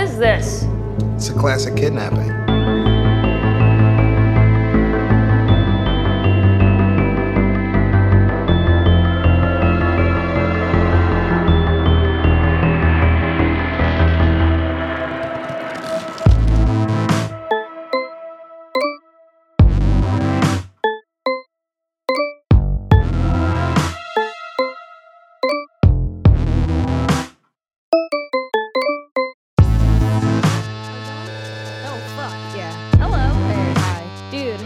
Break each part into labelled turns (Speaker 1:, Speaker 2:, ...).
Speaker 1: is this?
Speaker 2: It's a classic kidnapping.
Speaker 3: Oh fuck yeah.
Speaker 4: Hello.
Speaker 3: Very high. Dude,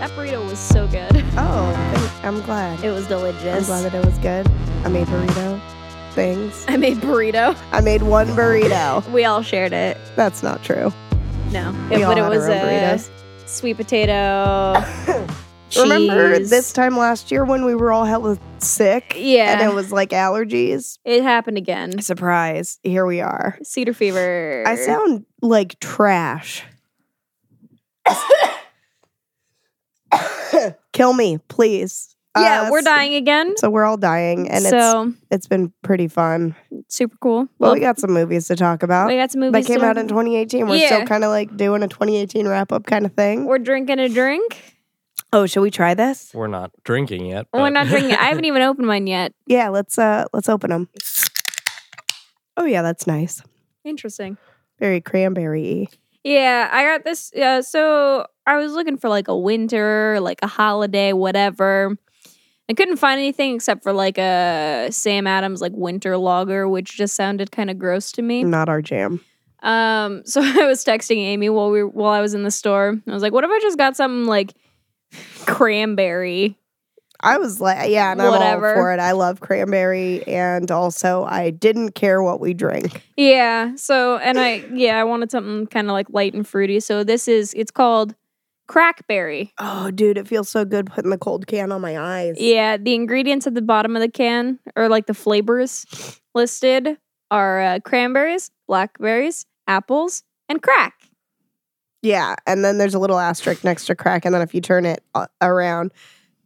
Speaker 3: that burrito was so good.
Speaker 4: Oh, thank- I'm glad.
Speaker 3: It was
Speaker 4: I'm
Speaker 3: delicious.
Speaker 4: glad that it was good. I made burrito things.
Speaker 3: I made burrito.
Speaker 4: I made one burrito.
Speaker 3: We all shared it.
Speaker 4: That's not true.
Speaker 3: No,
Speaker 4: We
Speaker 3: it,
Speaker 4: all
Speaker 3: but it
Speaker 4: had our
Speaker 3: was
Speaker 4: own
Speaker 3: a
Speaker 4: burritos.
Speaker 3: sweet potato.
Speaker 4: Remember
Speaker 3: cheese.
Speaker 4: this time last year when we were all hella sick?
Speaker 3: Yeah.
Speaker 4: And it was like allergies.
Speaker 3: It happened again.
Speaker 4: Surprise. Here we are.
Speaker 3: Cedar fever.
Speaker 4: I sound like trash. Kill me, please.
Speaker 3: Yeah,
Speaker 4: Uh,
Speaker 3: we're dying again.
Speaker 4: So we're all dying, and
Speaker 3: so
Speaker 4: it's it's been pretty fun.
Speaker 3: super cool.
Speaker 4: Well,
Speaker 3: Well,
Speaker 4: we got some movies to talk about.
Speaker 3: we got some
Speaker 4: that
Speaker 3: movies.
Speaker 4: came
Speaker 3: to-
Speaker 4: out in 2018. We're still
Speaker 3: Yeah.
Speaker 4: kind of like doing a 2018 wrap up kind of thing.
Speaker 3: We're drinking a drink.
Speaker 4: Oh, should we try this?
Speaker 5: We're not drinking yet.
Speaker 3: We're
Speaker 5: but-
Speaker 3: not drinking. I haven't even opened mine yet.
Speaker 4: Yeah, let's uh let's open them. Oh yeah, that's nice.
Speaker 3: Interesting.
Speaker 4: Very cranberry.
Speaker 3: Yeah, I got this. Uh, so I was looking for like a winter, like a holiday, whatever. I couldn't find anything except for like a Sam Adams like winter lager, which just sounded kind of gross to me.
Speaker 4: Not our jam.
Speaker 3: Um, so I was texting Amy while we while I was in the store. I was like, "What if I just got something like cranberry?"
Speaker 4: I was like, yeah, and I'm
Speaker 3: Whatever.
Speaker 4: all for it. I love cranberry, and also I didn't care what we drink.
Speaker 3: Yeah. So and I yeah I wanted something kind of like light and fruity. So this is it's called crackberry.
Speaker 4: Oh, dude, it feels so good putting the cold can on my eyes.
Speaker 3: Yeah, the ingredients at the bottom of the can, or like the flavors listed, are uh, cranberries, blackberries, apples, and crack.
Speaker 4: Yeah, and then there's a little asterisk next to crack, and then if you turn it uh, around,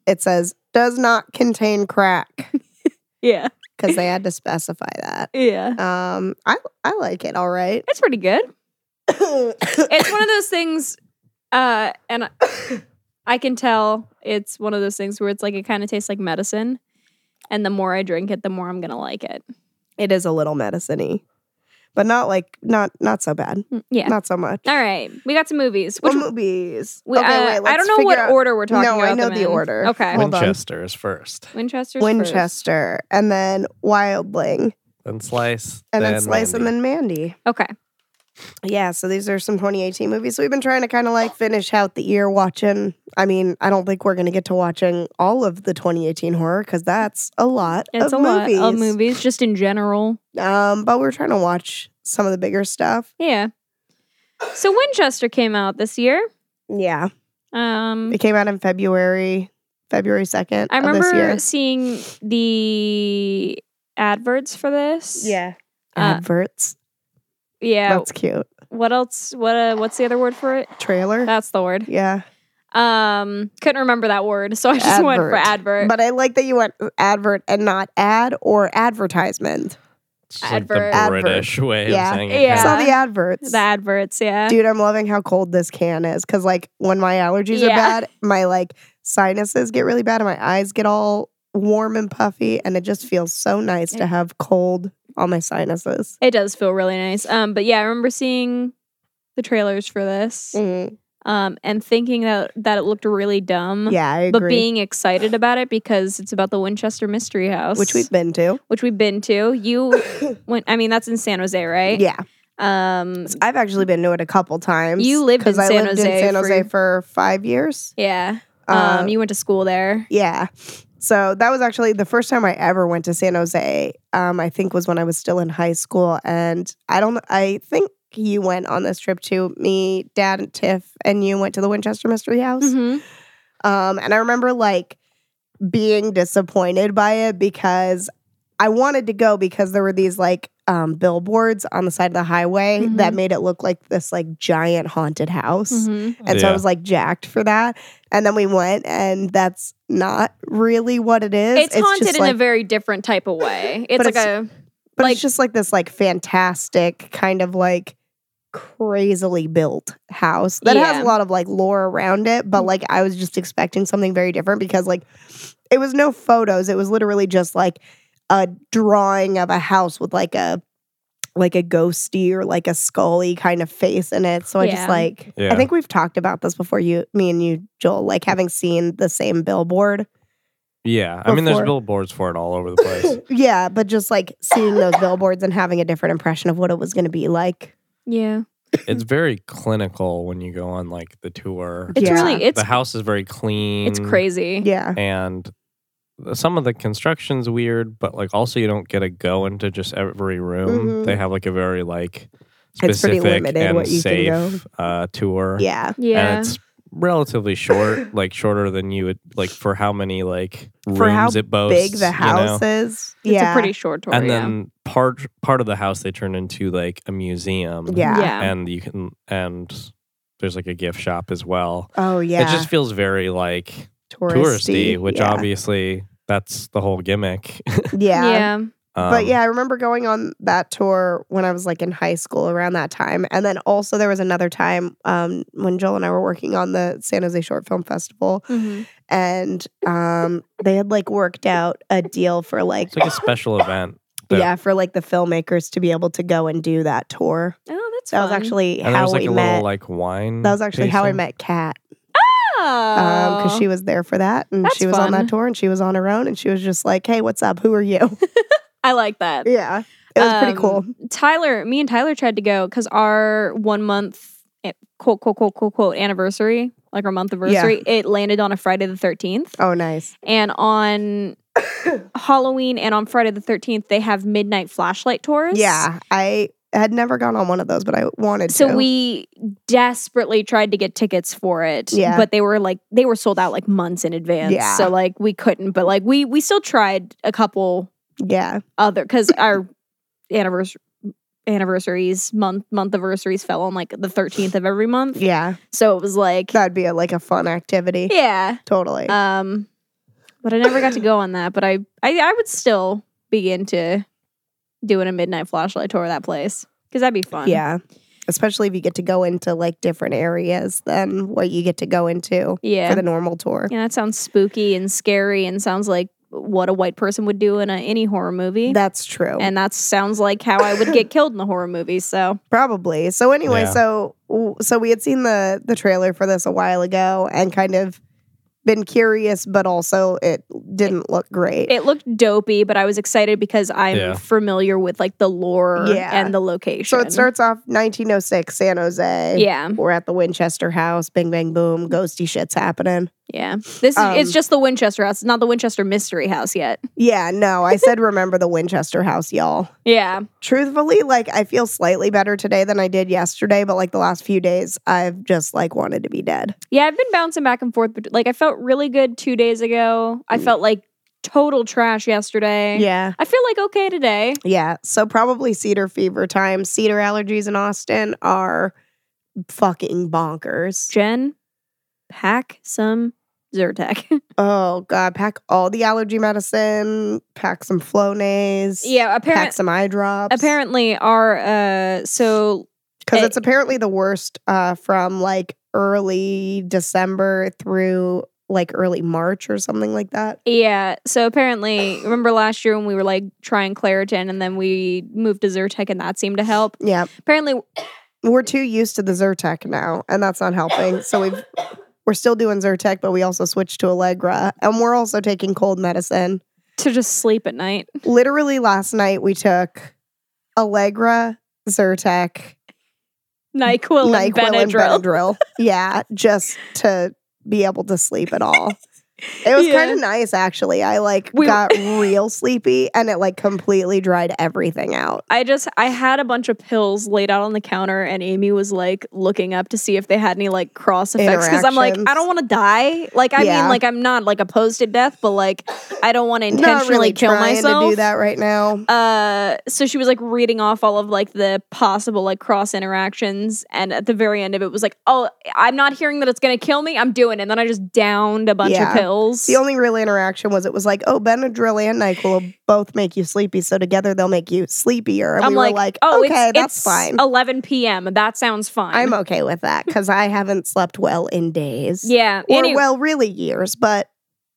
Speaker 4: it says does not contain crack
Speaker 3: Yeah,
Speaker 4: because they had to specify that.
Speaker 3: yeah,
Speaker 4: Um, I I like it. All right.
Speaker 3: it's pretty good. It's one of those things, uh, and I- I can tell it's one of those things where it's like it kind of tastes like medicine, and the more I drink it, the more I'm gonna like it.
Speaker 4: it is a little medicine-y, but not like not not so bad.
Speaker 3: Mm, Yeah.
Speaker 4: Not so much.
Speaker 3: All right, we got some movies.
Speaker 4: What
Speaker 3: Which
Speaker 4: movies?
Speaker 3: we, uh, I don't know
Speaker 4: figure
Speaker 3: what
Speaker 4: out-
Speaker 3: order we're talking
Speaker 4: No, I
Speaker 3: about.
Speaker 4: know
Speaker 3: them
Speaker 4: the
Speaker 3: in.
Speaker 4: order.
Speaker 3: Okay.
Speaker 4: Hold on.
Speaker 5: Winchester is first.
Speaker 3: Winchester's first.
Speaker 4: Winchester, and then Wildling,
Speaker 5: Then slice.
Speaker 4: and then, Slice,
Speaker 5: Mandy.
Speaker 4: and then Mandy.
Speaker 3: Okay.
Speaker 4: Yeah, so these are some 2018 movies. So we've been trying to kind of like finish out the year watching. I mean, I don't think we're going to get to watching all of the 2018 horror because that's a lot
Speaker 3: It's
Speaker 4: of
Speaker 3: a
Speaker 4: movies.
Speaker 3: lot of movies, just in general.
Speaker 4: Um, but we're trying to watch some of the bigger stuff.
Speaker 3: Yeah. So Winchester came out this year.
Speaker 4: Yeah,
Speaker 3: Um,
Speaker 4: it came out in February, February 2nd
Speaker 3: I
Speaker 4: of this
Speaker 3: remember
Speaker 4: year.
Speaker 3: seeing the adverts for this. uh,
Speaker 4: Adverts.
Speaker 3: Yeah.
Speaker 4: that's cute.
Speaker 3: What else? What? Uh, what's the other word for it?
Speaker 4: Trailer.
Speaker 3: That's the word.
Speaker 4: yeah,
Speaker 3: Um, couldn't remember that word, so I just went for advert.
Speaker 4: but I like that you went advert and not ad or advertisement.
Speaker 5: It's just like
Speaker 3: Advert.
Speaker 5: the
Speaker 4: Advert.
Speaker 5: British way
Speaker 4: Yeah.
Speaker 5: of saying it.
Speaker 3: Yeah.
Speaker 4: Saw
Speaker 5: kinda.
Speaker 4: the adverts.
Speaker 3: the adverts, yeah.
Speaker 4: Dude, I'm loving how cold this can is because, like, when my allergies are
Speaker 3: Yeah.
Speaker 4: bad, my like sinuses get really bad and my eyes get all warm and puffy, and it just feels so nice to have cold on my sinuses.
Speaker 3: It does feel really nice. Um, but yeah, I remember seeing the trailers for this.
Speaker 4: Mm.
Speaker 3: Um, and thinking that that it looked really dumb.
Speaker 4: Yeah, I agree.
Speaker 3: Mm. but being excited about it because it's about the Winchester Mystery House,
Speaker 4: Which we've been to.
Speaker 3: which we've been to. You went. I mean, that's in San Jose, right?
Speaker 4: Yeah,
Speaker 3: Um.
Speaker 4: I've actually been to it a couple times.
Speaker 3: You lived in
Speaker 4: 'cause I
Speaker 3: San
Speaker 4: lived
Speaker 3: Jose
Speaker 4: in San
Speaker 3: for-
Speaker 4: Jose for five years.
Speaker 3: Yeah. Um.
Speaker 4: Uh,
Speaker 3: you went to school there.
Speaker 4: Yeah. So that was actually the first time I ever went to San Jose. Um, I think was when I was still in high school, and I don't. I think you went on this trip too. Me, Dad, and Tiff, and you went to the Winchester Mystery House.
Speaker 3: hmm
Speaker 4: Um, and I remember like being disappointed by it because I wanted to go because there were these like um, billboards on the side of the highway
Speaker 3: Mhm.
Speaker 4: that made it look like this like giant haunted house.
Speaker 3: hmm
Speaker 4: And so I
Speaker 5: Yeah.
Speaker 4: was like jacked for that. And then we went, and that's not really what it is.
Speaker 3: It's, haunted
Speaker 4: just
Speaker 3: in
Speaker 4: like,
Speaker 3: a very different type of way. It's like
Speaker 4: it's-
Speaker 3: a
Speaker 4: but
Speaker 3: like-
Speaker 4: it's just like this like fantastic kind of like crazily built house that has
Speaker 3: Yeah. Mm.
Speaker 4: a lot of like lore around it, but like I was just expecting something very different because like it was no photos. It was literally just like a drawing of a house with like a like a ghosty or like a scully kind of face in it. So I
Speaker 3: Yeah.
Speaker 4: just like
Speaker 5: Yeah.
Speaker 4: I think we've talked about this before you me and you, Joel, like having seen the same billboard.
Speaker 5: Yeah. I mean, there's
Speaker 4: Before-
Speaker 5: billboards for it all over the place.
Speaker 4: Yeah, but just like seeing those billboards and having a different impression of what it was gonna be like.
Speaker 3: Yeah.
Speaker 5: it's very clinical when you go on like the tour.
Speaker 3: It's
Speaker 4: Yeah.
Speaker 3: really it's
Speaker 5: the house is very clean.
Speaker 3: it's crazy.
Speaker 4: Yeah.
Speaker 5: and some of the construction's weird, but like also you don't get a go into just every room.
Speaker 4: Mhm.
Speaker 5: They have like a very like
Speaker 4: pretty
Speaker 5: specific
Speaker 4: limited
Speaker 5: and
Speaker 4: what you
Speaker 5: safe
Speaker 4: can
Speaker 5: uh, tour.
Speaker 4: Yeah.
Speaker 3: Yeah.
Speaker 5: and it's relatively short, like shorter than you would like for how many like rooms
Speaker 4: For how
Speaker 5: it boasts.
Speaker 4: big the
Speaker 5: you
Speaker 4: house
Speaker 5: know?
Speaker 4: is. Oh,
Speaker 3: It's
Speaker 4: yeah.
Speaker 3: a pretty short tour.
Speaker 5: and
Speaker 3: yeah.
Speaker 5: then part part of the house they turn into like a museum.
Speaker 4: yeah.
Speaker 3: Yeah.
Speaker 5: and you can and there's like a gift shop as well.
Speaker 4: Oh yeah.
Speaker 5: It just feels very like touristy, which
Speaker 4: yeah.
Speaker 5: obviously that's the whole gimmick.
Speaker 4: yeah.
Speaker 3: yeah.
Speaker 5: Um,
Speaker 4: But yeah, I remember going on that tour when I was like in high school around that time. And then also there was another time um, when Joel and I were working on the San Jose Short Film Festival
Speaker 3: Mhm.
Speaker 4: and um, they had like worked out a deal for like
Speaker 5: it's like a special event. that-
Speaker 4: yeah, for like the filmmakers to be able to go and do that tour.
Speaker 3: Oh, that's
Speaker 4: That was
Speaker 3: fun.
Speaker 4: actually
Speaker 5: And there
Speaker 4: how
Speaker 5: was like
Speaker 4: we
Speaker 5: a
Speaker 4: met.
Speaker 5: little like wine.
Speaker 4: that was actually how I
Speaker 5: tasting.
Speaker 4: met Kat.
Speaker 3: oh.
Speaker 4: because um, she was there for that and
Speaker 3: That's
Speaker 4: she was
Speaker 3: fun.
Speaker 4: on that tour and she was on her own and she was just like, hey, what's up? Who are you?
Speaker 3: I like that.
Speaker 4: yeah. It was pretty
Speaker 3: Um,
Speaker 4: cool.
Speaker 3: Tyler, me and Tyler tried to go because our one month eh, quote quote quote quote quote anniversary, like our month anniversary, it landed on a Friday the thirteenth,
Speaker 4: Oh, nice.
Speaker 3: and on Halloween and on Friday the thirteenth they have midnight flashlight tours.
Speaker 4: Yeah. I had never gone on one of those, but I wanted
Speaker 3: So
Speaker 4: to.
Speaker 3: we desperately tried to get tickets for it,
Speaker 4: Yeah.
Speaker 3: but they were like they were sold out like months in advance.
Speaker 4: Yeah.
Speaker 3: So like we couldn't, but like we we still tried a couple
Speaker 4: Yeah.
Speaker 3: other because our anniversary anniversaries month month anniversaries fell on like the 13th of every month
Speaker 4: Yeah.
Speaker 3: so it was like
Speaker 4: That'd be a, like a fun activity.
Speaker 3: yeah
Speaker 4: Totally.
Speaker 3: um but i never got to go on that but I, I i would still be into doing a midnight flashlight tour of that place because that'd be fun
Speaker 4: yeah. Especially if you get to go into like different areas than what you get to go into
Speaker 3: yeah
Speaker 4: for the normal tour.
Speaker 3: yeah that sounds spooky and scary and sounds like what a white person would do in a, any horror movie
Speaker 4: That's true.
Speaker 3: and that sounds like how i would get killed in the horror movie so
Speaker 4: Probably. So anyway,
Speaker 5: Yeah.
Speaker 4: so so we had seen the the trailer for this a while ago and kind of been curious, but also it didn't look great.
Speaker 3: it looked dopey, but I was excited because I'm
Speaker 5: Yeah.
Speaker 3: familiar with like the lore
Speaker 4: Yeah.
Speaker 3: and the location.
Speaker 4: so it starts off 1906, San Jose.
Speaker 3: Yeah,
Speaker 4: We're at the Winchester House. Bing, bang, boom. Ghosty shit's happening.
Speaker 3: yeah. This
Speaker 4: Um,
Speaker 3: is it's just the Winchester House, not the Winchester Mystery House yet.
Speaker 4: Yeah, no, I said remember the Winchester House, y'all.
Speaker 3: Yeah,
Speaker 4: Truthfully, like I feel slightly better today than I did yesterday, but like the last few days, I've just like wanted to be dead.
Speaker 3: yeah. I've been bouncing back and forth, but like I felt really good two days ago. I felt like total trash yesterday.
Speaker 4: Yeah.
Speaker 3: I feel like okay today.
Speaker 4: Yeah. So probably cedar fever time. Cedar allergies in Austin are fucking bonkers.
Speaker 3: Jen, pack some Zyrtec.
Speaker 4: Oh god, pack all the allergy medicine, pack some Flonase.
Speaker 3: yeah,
Speaker 4: Pack
Speaker 3: apparently,
Speaker 4: some eye drops.
Speaker 3: apparently, our uh, so
Speaker 4: because it's apparently the worst uh, from like early December through like early March or something like that.
Speaker 3: Yeah. So apparently, remember last year when we were like trying Claritin and then we moved to Zyrtec and that seemed to help?
Speaker 4: Yeah,
Speaker 3: Apparently,
Speaker 4: we're too used to the Zyrtec now, and that's not helping. So we've we're still doing Zyrtec, but we also switched to Allegra, and we're also taking cold medicine.
Speaker 3: to just sleep at night.
Speaker 4: literally last night we took Allegra, Zyrtec,
Speaker 3: NyQuil, and
Speaker 4: NyQuil, and
Speaker 3: Benadryl.
Speaker 4: Benadryl. yeah, just to be able to sleep at all. It was
Speaker 3: Yeah.
Speaker 4: kind of nice, actually. I like
Speaker 3: We-
Speaker 4: got real sleepy, and it like completely dried everything out.
Speaker 3: I just, I had a bunch of pills laid out on the counter and Amy was like looking up to see if they had any like cross effects. Cause I'm like, I
Speaker 4: Interactions.
Speaker 3: don't want to die. Like, I mean,
Speaker 4: Yeah.
Speaker 3: like, I'm not like opposed to death, but like, I don't want to
Speaker 4: Not
Speaker 3: intentionally
Speaker 4: really
Speaker 3: kill
Speaker 4: trying
Speaker 3: myself.
Speaker 4: to do that right now.
Speaker 3: uh so she was like reading off all of like the possible like cross interactions and at the very end of it was like oh i'm not hearing that it's gonna kill me i'm doing it and then i just downed a bunch
Speaker 4: Yeah.
Speaker 3: of pills.
Speaker 4: The only real interaction was it was like, oh, Benadryl and Nyquil both make you sleepy, so together they'll make you sleepier. And
Speaker 3: I'm
Speaker 4: we
Speaker 3: like,
Speaker 4: were like,
Speaker 3: oh,
Speaker 4: okay,
Speaker 3: it's,
Speaker 4: that's
Speaker 3: it's
Speaker 4: fine.
Speaker 3: 11 p.m. That sounds fine.
Speaker 4: I'm okay with that because I haven't slept well in days.
Speaker 3: yeah.
Speaker 4: Or,
Speaker 3: any-
Speaker 4: well, really years, but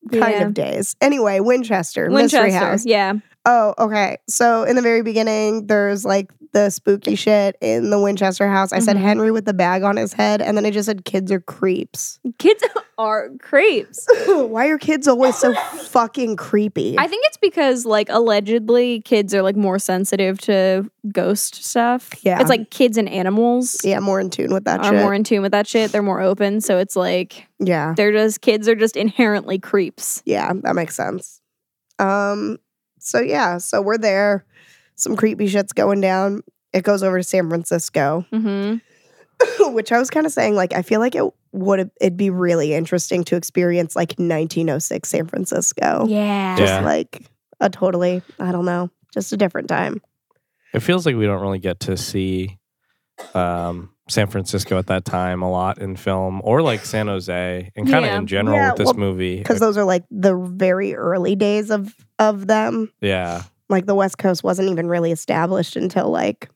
Speaker 4: kind
Speaker 3: Yeah.
Speaker 4: of days. Anyway, Winchester, Mystery
Speaker 3: Winchester.
Speaker 4: House.
Speaker 3: Yeah.
Speaker 4: Oh, okay. So in the very beginning, there's like the spooky shit in the Winchester house. I said
Speaker 3: Mhm.
Speaker 4: Henry with the bag on his head, and then I just said kids are creeps.
Speaker 3: Kids are creeps.
Speaker 4: Why are kids always so fucking creepy?
Speaker 3: I think it's because, like, allegedly kids are like more sensitive to ghost stuff.
Speaker 4: Yeah.
Speaker 3: It's like kids and animals
Speaker 4: yeah, more in tune with that
Speaker 3: are
Speaker 4: shit.
Speaker 3: more in tune with that shit. They're more open. So it's like
Speaker 4: yeah.
Speaker 3: they're just kids are just inherently creeps.
Speaker 4: Yeah, that makes sense. Um, so yeah, so we're there. Some creepy shit's going down. It goes over to San Francisco,
Speaker 3: Mm-hmm.
Speaker 4: which I was kind of saying, like, I feel like it would it'd be really interesting to experience like 1906 San Francisco.
Speaker 3: Yeah.
Speaker 4: Just
Speaker 5: Yeah.
Speaker 4: like a totally, I don't know, just a different time.
Speaker 5: It feels like we don't really get to see um, San Francisco at that time a lot in film or like San Jose and kind of
Speaker 3: Yeah.
Speaker 5: in general
Speaker 4: Yeah,
Speaker 5: with this
Speaker 4: well,
Speaker 5: movie.
Speaker 4: Because those are like the very early days of of them.
Speaker 5: yeah.
Speaker 4: Like the West Coast wasn't even really established until like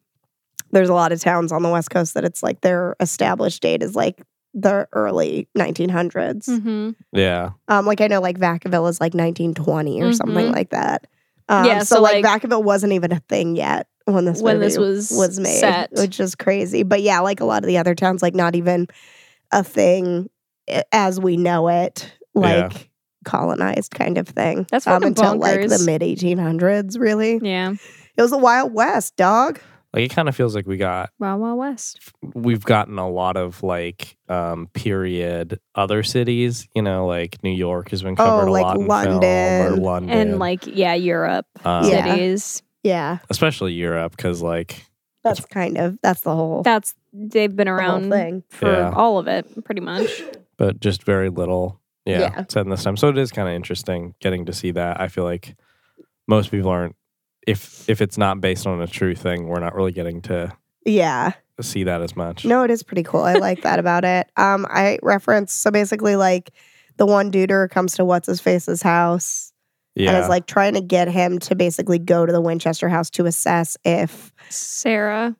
Speaker 4: there's a lot of towns on the West Coast that it's like their established date is like the early 1900s.
Speaker 3: Mm-hmm.
Speaker 5: Yeah.
Speaker 4: Um, like I know like Vacaville is like 1920 or something
Speaker 3: Mhm.
Speaker 4: like that. Um,
Speaker 3: Yeah,
Speaker 4: so,
Speaker 3: so,
Speaker 4: like,
Speaker 3: like-
Speaker 4: Vacaville wasn't even a thing yet when this
Speaker 3: When
Speaker 4: movie
Speaker 3: this was
Speaker 4: was made, Oh,
Speaker 3: set.
Speaker 4: which is crazy. But yeah, like a lot of the other towns, like not even a thing i- as we know it,
Speaker 5: Yeah.
Speaker 4: like colonized kind of thing.
Speaker 3: That's
Speaker 4: um,
Speaker 3: fucking
Speaker 4: until like the
Speaker 3: bonkers.
Speaker 4: mid 1800s. Really,
Speaker 3: Yeah.
Speaker 4: it was the Wild West, dog.
Speaker 5: Like it kind of feels like we got
Speaker 3: Wild Wild West.
Speaker 5: we've gotten a lot of like um period other cities, you know, like New York has been covered
Speaker 4: Oh, like
Speaker 5: a lot in film or
Speaker 4: London.
Speaker 5: London.
Speaker 3: And like, yeah, Europe
Speaker 5: um,
Speaker 4: Yeah.
Speaker 3: cities.
Speaker 4: Yeah,
Speaker 5: especially Europe cuz like
Speaker 4: that's kind of that's the whole, the
Speaker 3: That's they've been
Speaker 4: whole
Speaker 3: around
Speaker 4: thing.
Speaker 3: for
Speaker 5: Yeah.
Speaker 3: all of it, pretty much.
Speaker 5: but just very little. Yeah,
Speaker 4: Yeah.
Speaker 5: said in this time. So it is kind of interesting getting to see that. I feel like most people aren't. If if it's not based on a true thing, we're not really getting to
Speaker 4: Yeah.
Speaker 5: see that as much.
Speaker 4: No, it is pretty cool. I like that about it. Um, I reference so basically like the one duder comes to what's his face's house
Speaker 5: yeah,
Speaker 4: and is like trying to get him to basically go to the Winchester house to assess if
Speaker 3: Sarah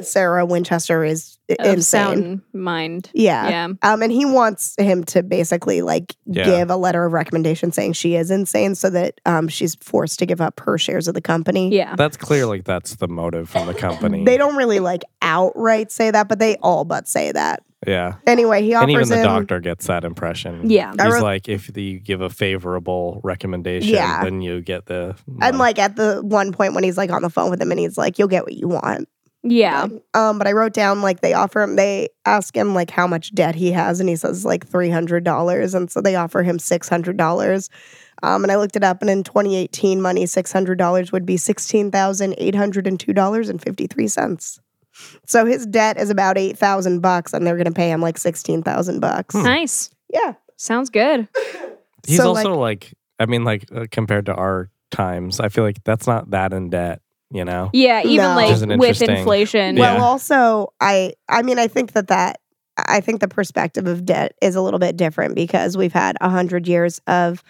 Speaker 4: Sarah Winchester is i-
Speaker 3: of
Speaker 4: insane.
Speaker 3: sound mind.
Speaker 4: Yeah.
Speaker 3: Yeah.
Speaker 4: Um, and he wants him to basically like
Speaker 5: Yeah.
Speaker 4: give a letter of recommendation saying she is insane so that um she's forced to give up her shares of the company.
Speaker 3: Yeah.
Speaker 5: that's clear. Like that's the motive from the company.
Speaker 4: They don't really like outright say that, but they all but say that.
Speaker 5: Yeah,
Speaker 4: Anyway, he offers
Speaker 5: and even the
Speaker 4: him
Speaker 5: doctor gets that impression.
Speaker 3: Yeah.
Speaker 5: he's
Speaker 4: I wrote-
Speaker 5: like, if the, you give a favorable recommendation,
Speaker 4: Yeah.
Speaker 5: then you get the.
Speaker 4: And like at the one point when he's like on the phone with him and he's like, You'll get what you want.
Speaker 3: Yeah.
Speaker 4: Um, but I wrote down like they offer him they ask him like how much debt he has and he says like three hundred dollars and so they offer him six hundred dollars. Um, and I looked it up and in twenty eighteen money six hundred dollars would be sixteen thousand eight hundred and two dollars and fifty three cents. So his debt is about eight thousand bucks and they're gonna pay him like sixteen thousand bucks.
Speaker 5: Hmm.
Speaker 3: Nice.
Speaker 4: Yeah.
Speaker 3: Sounds good.
Speaker 5: he's
Speaker 4: so,
Speaker 5: also like, I mean, like uh, compared to our times, I feel like that's not that in debt. You know,
Speaker 3: Yeah, even
Speaker 4: No.
Speaker 3: like
Speaker 5: Which is an
Speaker 3: with
Speaker 5: interesting-
Speaker 3: inflation.
Speaker 5: Yeah.
Speaker 4: Well, also, I I mean, I think that that I think the perspective of debt is a little bit different because we've had a hundred years of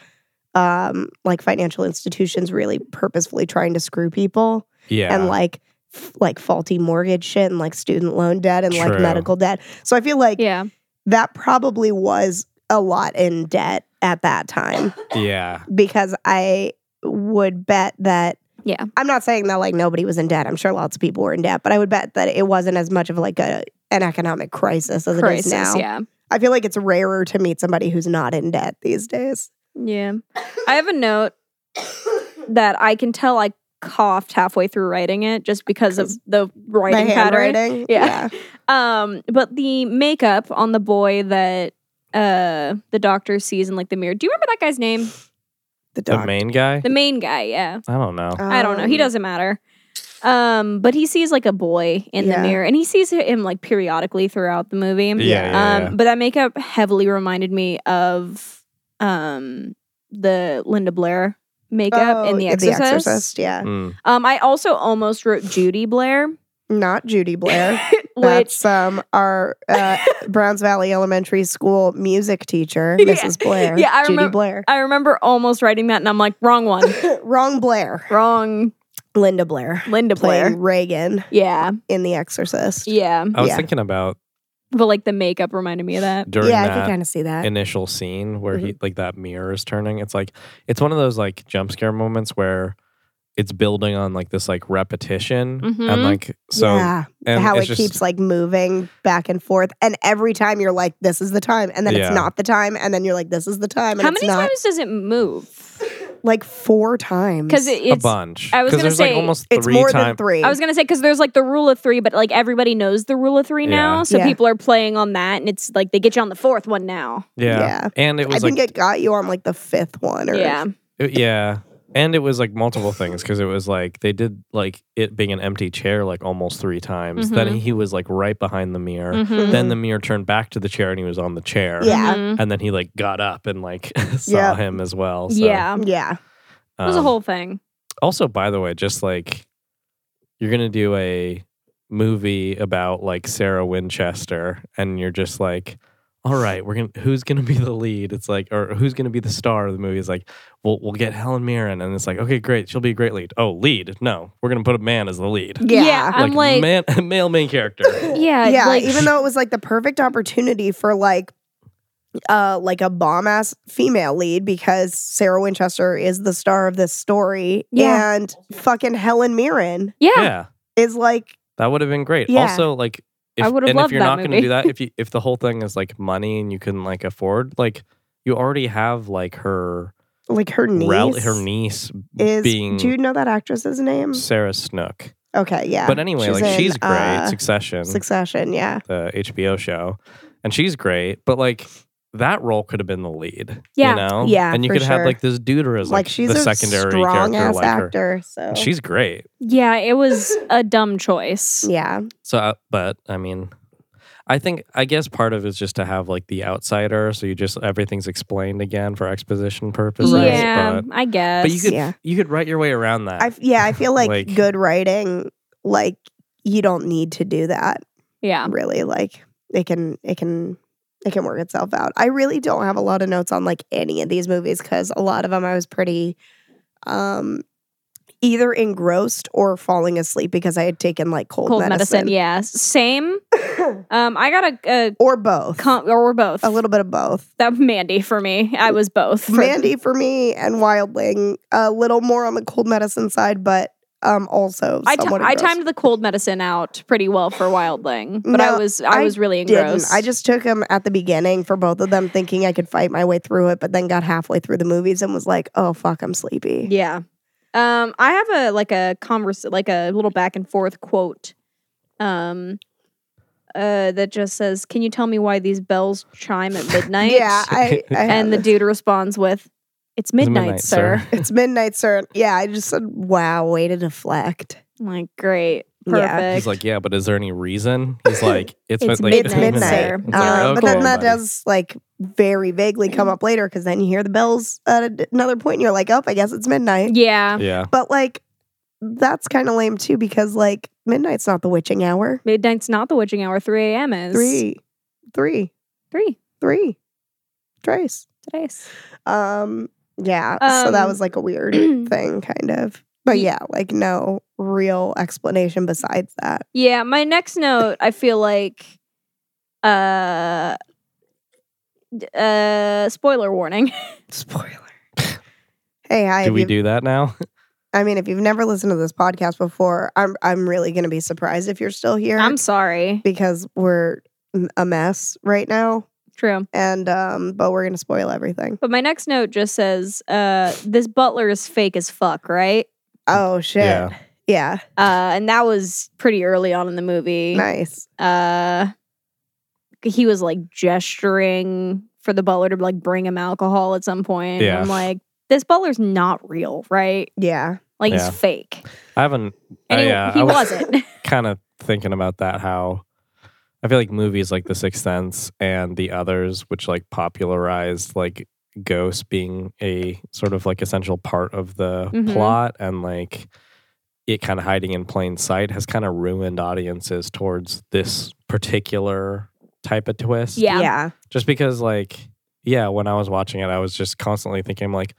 Speaker 4: um like financial institutions really purposefully trying to screw people
Speaker 5: yeah,
Speaker 4: and like f- like faulty mortgage shit and like student loan debt and like
Speaker 5: True.
Speaker 4: medical debt. So I feel like
Speaker 3: Yeah.
Speaker 4: that probably was a lot in debt at that time
Speaker 5: yeah,
Speaker 4: because I would bet that.
Speaker 3: Yeah.
Speaker 4: I'm not saying that like nobody was in debt. I'm sure lots of people were in debt, but I would bet that it wasn't as much of like a an economic crisis as it is
Speaker 3: Crisis.
Speaker 4: now.
Speaker 3: Yeah.
Speaker 4: I feel like it's rarer to meet somebody who's not in debt these days.
Speaker 3: Yeah. I have a note that I can tell I coughed halfway through writing it just because of the writing
Speaker 4: My
Speaker 3: pattern.
Speaker 4: handwriting,
Speaker 3: Yeah. Um, but the makeup on the boy that uh the doctor sees in like the mirror. Do you remember that guy's name?
Speaker 4: the
Speaker 5: the
Speaker 4: dog.
Speaker 5: main guy.
Speaker 3: The main guy, yeah.
Speaker 5: I don't know.
Speaker 3: I don't know. He
Speaker 4: Um,
Speaker 3: doesn't matter. Um, but he sees like a boy in
Speaker 4: Yeah.
Speaker 3: the mirror and he sees him like periodically throughout the movie.
Speaker 5: Yeah, yeah,
Speaker 3: um,
Speaker 5: yeah.
Speaker 3: but that makeup heavily reminded me of um the Linda Blair makeup
Speaker 4: oh,
Speaker 3: in The
Speaker 4: yeah,
Speaker 3: Exorcist.
Speaker 4: Exorcist, Yeah,
Speaker 5: Mm.
Speaker 3: Um, I also almost wrote Judy Blair.
Speaker 4: not Judy Blair.
Speaker 3: Which
Speaker 4: That's um, our uh, Browns Valley Elementary School music teacher,
Speaker 3: Yeah.
Speaker 4: Mrs. Blair.
Speaker 3: Yeah, I
Speaker 4: Judy
Speaker 3: remem-
Speaker 4: Blair.
Speaker 3: I remember almost writing that, and I'm like, wrong one,
Speaker 4: Wrong Blair.
Speaker 3: wrong
Speaker 4: Linda Blair.
Speaker 3: Linda Blair.
Speaker 4: Playing Reagan
Speaker 3: Yeah,
Speaker 4: in The Exorcist.
Speaker 3: yeah.
Speaker 5: I was
Speaker 4: uh, Yeah. Uh,
Speaker 5: thinking about
Speaker 3: But like the makeup reminded me of that.
Speaker 5: during
Speaker 4: yeah, I
Speaker 5: that
Speaker 4: can kind of see that. Mm-hmm.
Speaker 5: initial scene where he like that mirror is turning. It's like it's one of those like jump scare moments where it's building on like this like repetition
Speaker 3: Mhm.
Speaker 5: and like so
Speaker 4: Mm-hmm. yeah,
Speaker 5: and
Speaker 4: how
Speaker 5: it's
Speaker 4: it
Speaker 5: just-
Speaker 4: keeps like moving back and forth, and every time you're like, "This is the time," and then
Speaker 5: Yeah.
Speaker 4: it's not the time, and then you're like, "This is the time," and
Speaker 3: How
Speaker 4: it's
Speaker 3: many
Speaker 4: not.
Speaker 3: times does it move?
Speaker 4: Like four times
Speaker 3: Because it,
Speaker 5: a
Speaker 3: it's.
Speaker 5: bunch.
Speaker 3: I was
Speaker 5: 'Cause
Speaker 3: gonna
Speaker 5: there's
Speaker 3: say,
Speaker 5: like almost
Speaker 4: it's
Speaker 5: three
Speaker 4: more than
Speaker 5: times.
Speaker 4: three.
Speaker 3: I was gonna say because there's like the rule of three, but like everybody knows the rule of three now,
Speaker 5: Yeah.
Speaker 3: so
Speaker 4: Yeah.
Speaker 3: people are playing on that, and it's like they get you on the fourth one now.
Speaker 5: Yeah.
Speaker 4: Yeah.
Speaker 5: and it
Speaker 4: I
Speaker 5: was like
Speaker 4: think it got you on like the fifth one, or
Speaker 3: Yeah,
Speaker 5: It- yeah. And it was like multiple things because it was like they did like it being an empty chair like almost three times. Then
Speaker 4: Mm-hmm.
Speaker 5: he was like right behind the mirror.
Speaker 3: Mhm.
Speaker 5: Then the mirror turned back to the chair and he was on the chair.
Speaker 4: Yeah.
Speaker 3: Mhm.
Speaker 5: And then he like got up and like saw
Speaker 4: Yeah.
Speaker 5: him as well. So,
Speaker 3: yeah.
Speaker 4: yeah,
Speaker 3: It was a
Speaker 5: um,
Speaker 3: whole thing.
Speaker 5: Also, by the way, just like you're gonna do a movie about like Sarah Winchester, and you're just like, all right, we're gonna who's gonna be the lead? It's like, or who's gonna be the star of the movie? It's like, we'll we'll get Helen Mirren, and it's like, okay, great, she'll be a great lead. Oh, lead? No, we're gonna put a man as the lead.
Speaker 4: yeah,
Speaker 3: I'm like,
Speaker 5: man, male main character.
Speaker 3: yeah,
Speaker 4: yeah
Speaker 3: Uh, like,
Speaker 4: even though it was like the perfect opportunity for like uh like a bomb ass female lead because sarah winchester is the star of this story
Speaker 3: Yeah.
Speaker 4: and fucking helen mirren
Speaker 3: yeah,
Speaker 5: yeah,
Speaker 4: is like
Speaker 5: that would have been great.
Speaker 4: Yeah.
Speaker 5: Also, like, if,
Speaker 3: I would've
Speaker 5: and
Speaker 3: loved
Speaker 5: if you're
Speaker 3: that
Speaker 5: not going
Speaker 3: movie.
Speaker 5: to do that, if you if the whole thing is like money and you can like afford, like, you already have like her.
Speaker 4: like her niece
Speaker 5: rel- her niece
Speaker 4: is
Speaker 5: being
Speaker 4: do you know that actress's name
Speaker 5: Sarah Snook.
Speaker 4: okay yeah
Speaker 5: But anyway, like
Speaker 4: in,
Speaker 5: she's great.
Speaker 4: uh,
Speaker 5: Succession,
Speaker 4: succession yeah
Speaker 5: the HBO show, and she's great. But like that role could have been the lead.
Speaker 3: Yeah.
Speaker 5: you know,
Speaker 4: Yeah,
Speaker 5: and you
Speaker 4: for
Speaker 5: could have
Speaker 4: sure.
Speaker 5: like this dude or as
Speaker 4: like,
Speaker 5: like,
Speaker 4: she's
Speaker 5: the
Speaker 4: a
Speaker 5: secondary
Speaker 4: strong
Speaker 5: character
Speaker 4: ass
Speaker 5: like her.
Speaker 4: actor so
Speaker 5: And She's great.
Speaker 3: yeah, it was a dumb choice.
Speaker 4: yeah
Speaker 5: So, uh, but I mean, I think I guess part of it is just to have like the outsider, so you just everything's explained again for exposition purposes.
Speaker 3: Yeah,
Speaker 5: but,
Speaker 3: I guess.
Speaker 5: but you could
Speaker 4: Yeah.
Speaker 5: you could write your way around that.
Speaker 4: i f- yeah i feel like,
Speaker 5: Like-
Speaker 4: good writing like you don't need to do that
Speaker 3: yeah.
Speaker 4: really like it can it can it can work itself out. I really don't have a lot of notes on like any of these movies cuz a lot of them I was pretty um either engrossed or falling asleep because I had taken like cold,
Speaker 3: Cold medicine.
Speaker 4: medicine,
Speaker 3: Yeah. Same. um, I got a, a
Speaker 4: or both.
Speaker 3: com- or we're both.
Speaker 4: a little bit of both.
Speaker 3: That Mandy for me. I was both. For-
Speaker 4: Mandy for me and Wildling a little more on the cold medicine side but um also
Speaker 3: I, ti-
Speaker 4: somewhat
Speaker 3: I
Speaker 4: engrossed.
Speaker 3: timed the cold medicine out pretty well for Wildling, but I
Speaker 4: No,
Speaker 3: was I,
Speaker 4: I
Speaker 3: was really
Speaker 4: didn't.
Speaker 3: engrossed.
Speaker 4: I just took them at the beginning for both of them, thinking I could fight my way through it, but then got halfway through the movies and was like, "Oh fuck, I'm sleepy."
Speaker 3: yeah. Um, I have a like a converse like a little back and forth quote, um, uh, that just says, "Can you tell me why these bells chime at midnight?"
Speaker 4: Yeah, I, I
Speaker 3: and the dude responds with, "It's midnight, sir."
Speaker 4: it's midnight, sir. Yeah, I just said, "Wow, way to deflect."
Speaker 3: I'm like, great,
Speaker 4: Yeah.
Speaker 3: perfect.
Speaker 5: He's like, yeah, but is there any reason? He's like, it's,
Speaker 3: It's
Speaker 5: like,
Speaker 4: it's
Speaker 3: midnight,
Speaker 4: midnight,
Speaker 3: sir.
Speaker 5: It's
Speaker 4: Um,
Speaker 5: like,
Speaker 3: Yeah.
Speaker 4: but
Speaker 5: okay,
Speaker 4: then that
Speaker 5: buddy.
Speaker 4: does like very vaguely come up later because then you hear the bells at a d- another point, and you're like, "Oh, I guess it's midnight."
Speaker 3: yeah,
Speaker 5: Yeah,
Speaker 4: But like, that's kind of lame too because like midnight's not the witching hour.
Speaker 3: midnight's not the witching hour. Three a.m. is
Speaker 4: Three, three,
Speaker 3: three
Speaker 4: three, trace.
Speaker 3: today's.
Speaker 4: Um, yeah. so that
Speaker 3: Um,
Speaker 4: was like a weird thing, kind of. But
Speaker 3: Ye-
Speaker 4: yeah, like no real explanation besides that.
Speaker 3: Yeah, my next note, I feel like uh d- uh spoiler warning.
Speaker 4: Spoiler. hey, hi.
Speaker 5: do
Speaker 4: if
Speaker 5: we
Speaker 4: you've-
Speaker 5: do that now?
Speaker 4: I mean, if you've never listened to this podcast before, I'm I'm really gonna be surprised if you're still here
Speaker 3: I'm sorry.
Speaker 4: because we're m- a mess right now,
Speaker 3: True.
Speaker 4: and um, but we're gonna spoil everything.
Speaker 3: But my next note just says uh this butler is fake as fuck, right?
Speaker 4: Oh shit.
Speaker 5: Yeah.
Speaker 4: Yeah.
Speaker 3: Uh and that was pretty early on in the movie.
Speaker 4: nice.
Speaker 3: Uh he was like gesturing for the butler to like bring him alcohol at some point.
Speaker 5: Yeah.
Speaker 3: I'm like this butler's not real, right?
Speaker 4: Yeah,
Speaker 3: Like
Speaker 5: Yeah.
Speaker 3: he's fake.
Speaker 5: I haven't.
Speaker 3: And
Speaker 5: I,
Speaker 3: he,
Speaker 5: uh,
Speaker 3: he
Speaker 5: I
Speaker 3: wasn't.
Speaker 5: kind of thinking about that. How I feel like movies like The Sixth Sense and the others, which like popularized like ghosts being a sort of like essential part of the
Speaker 3: Mhm.
Speaker 5: plot and like it kind of hiding in plain sight has kind of ruined audiences towards this particular type of twist.
Speaker 3: Yeah.
Speaker 5: Just because, like, yeah, when I was watching it, I was just constantly thinking, like,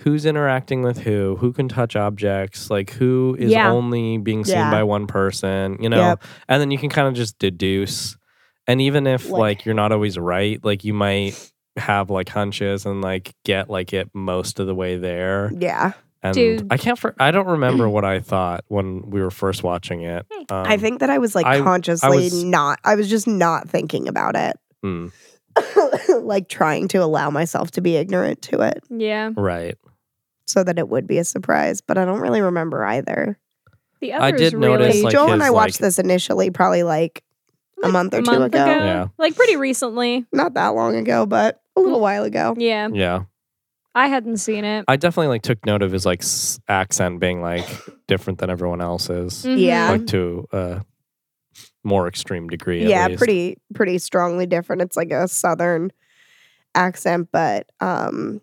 Speaker 5: who's interacting with who? Who can touch objects? Like, who is
Speaker 3: Yeah.
Speaker 5: only being seen
Speaker 4: Yeah.
Speaker 5: by one person? You know?
Speaker 4: Yep.
Speaker 5: And then you can kind of just deduce. And even if,
Speaker 4: Like-
Speaker 5: like, you're not always right, like, you might have like hunches and like get like it most of the way there.
Speaker 4: Yeah.
Speaker 5: And
Speaker 3: Dude.
Speaker 5: I can't. For, I don't remember what I thought when we were first watching it. Um,
Speaker 4: I think that I was like
Speaker 5: I- I
Speaker 4: consciously
Speaker 5: was-
Speaker 4: not, I was just not thinking about it,
Speaker 5: mm,
Speaker 4: like trying to allow myself to be ignorant to it
Speaker 3: Yeah.
Speaker 5: right.
Speaker 4: so that it would be a surprise. But I don't really remember either.
Speaker 3: The
Speaker 5: I
Speaker 3: others
Speaker 5: did
Speaker 3: really
Speaker 5: notice, It's like
Speaker 4: Joel and
Speaker 5: his,
Speaker 4: I watched
Speaker 5: like-
Speaker 4: this initially, probably like a month or two ago.
Speaker 5: Yeah.
Speaker 3: Like pretty recently.
Speaker 4: not that long ago, but a
Speaker 5: Mm.
Speaker 4: little while ago.
Speaker 3: Yeah.
Speaker 5: Yeah.
Speaker 3: I hadn't seen it.
Speaker 5: I definitely like took note of his like s- accent being like different than everyone else's,
Speaker 3: Mhm.
Speaker 4: Yeah.
Speaker 5: like to a more extreme degree. at
Speaker 4: yeah
Speaker 5: least.
Speaker 4: pretty pretty strongly different it's like a southern accent but um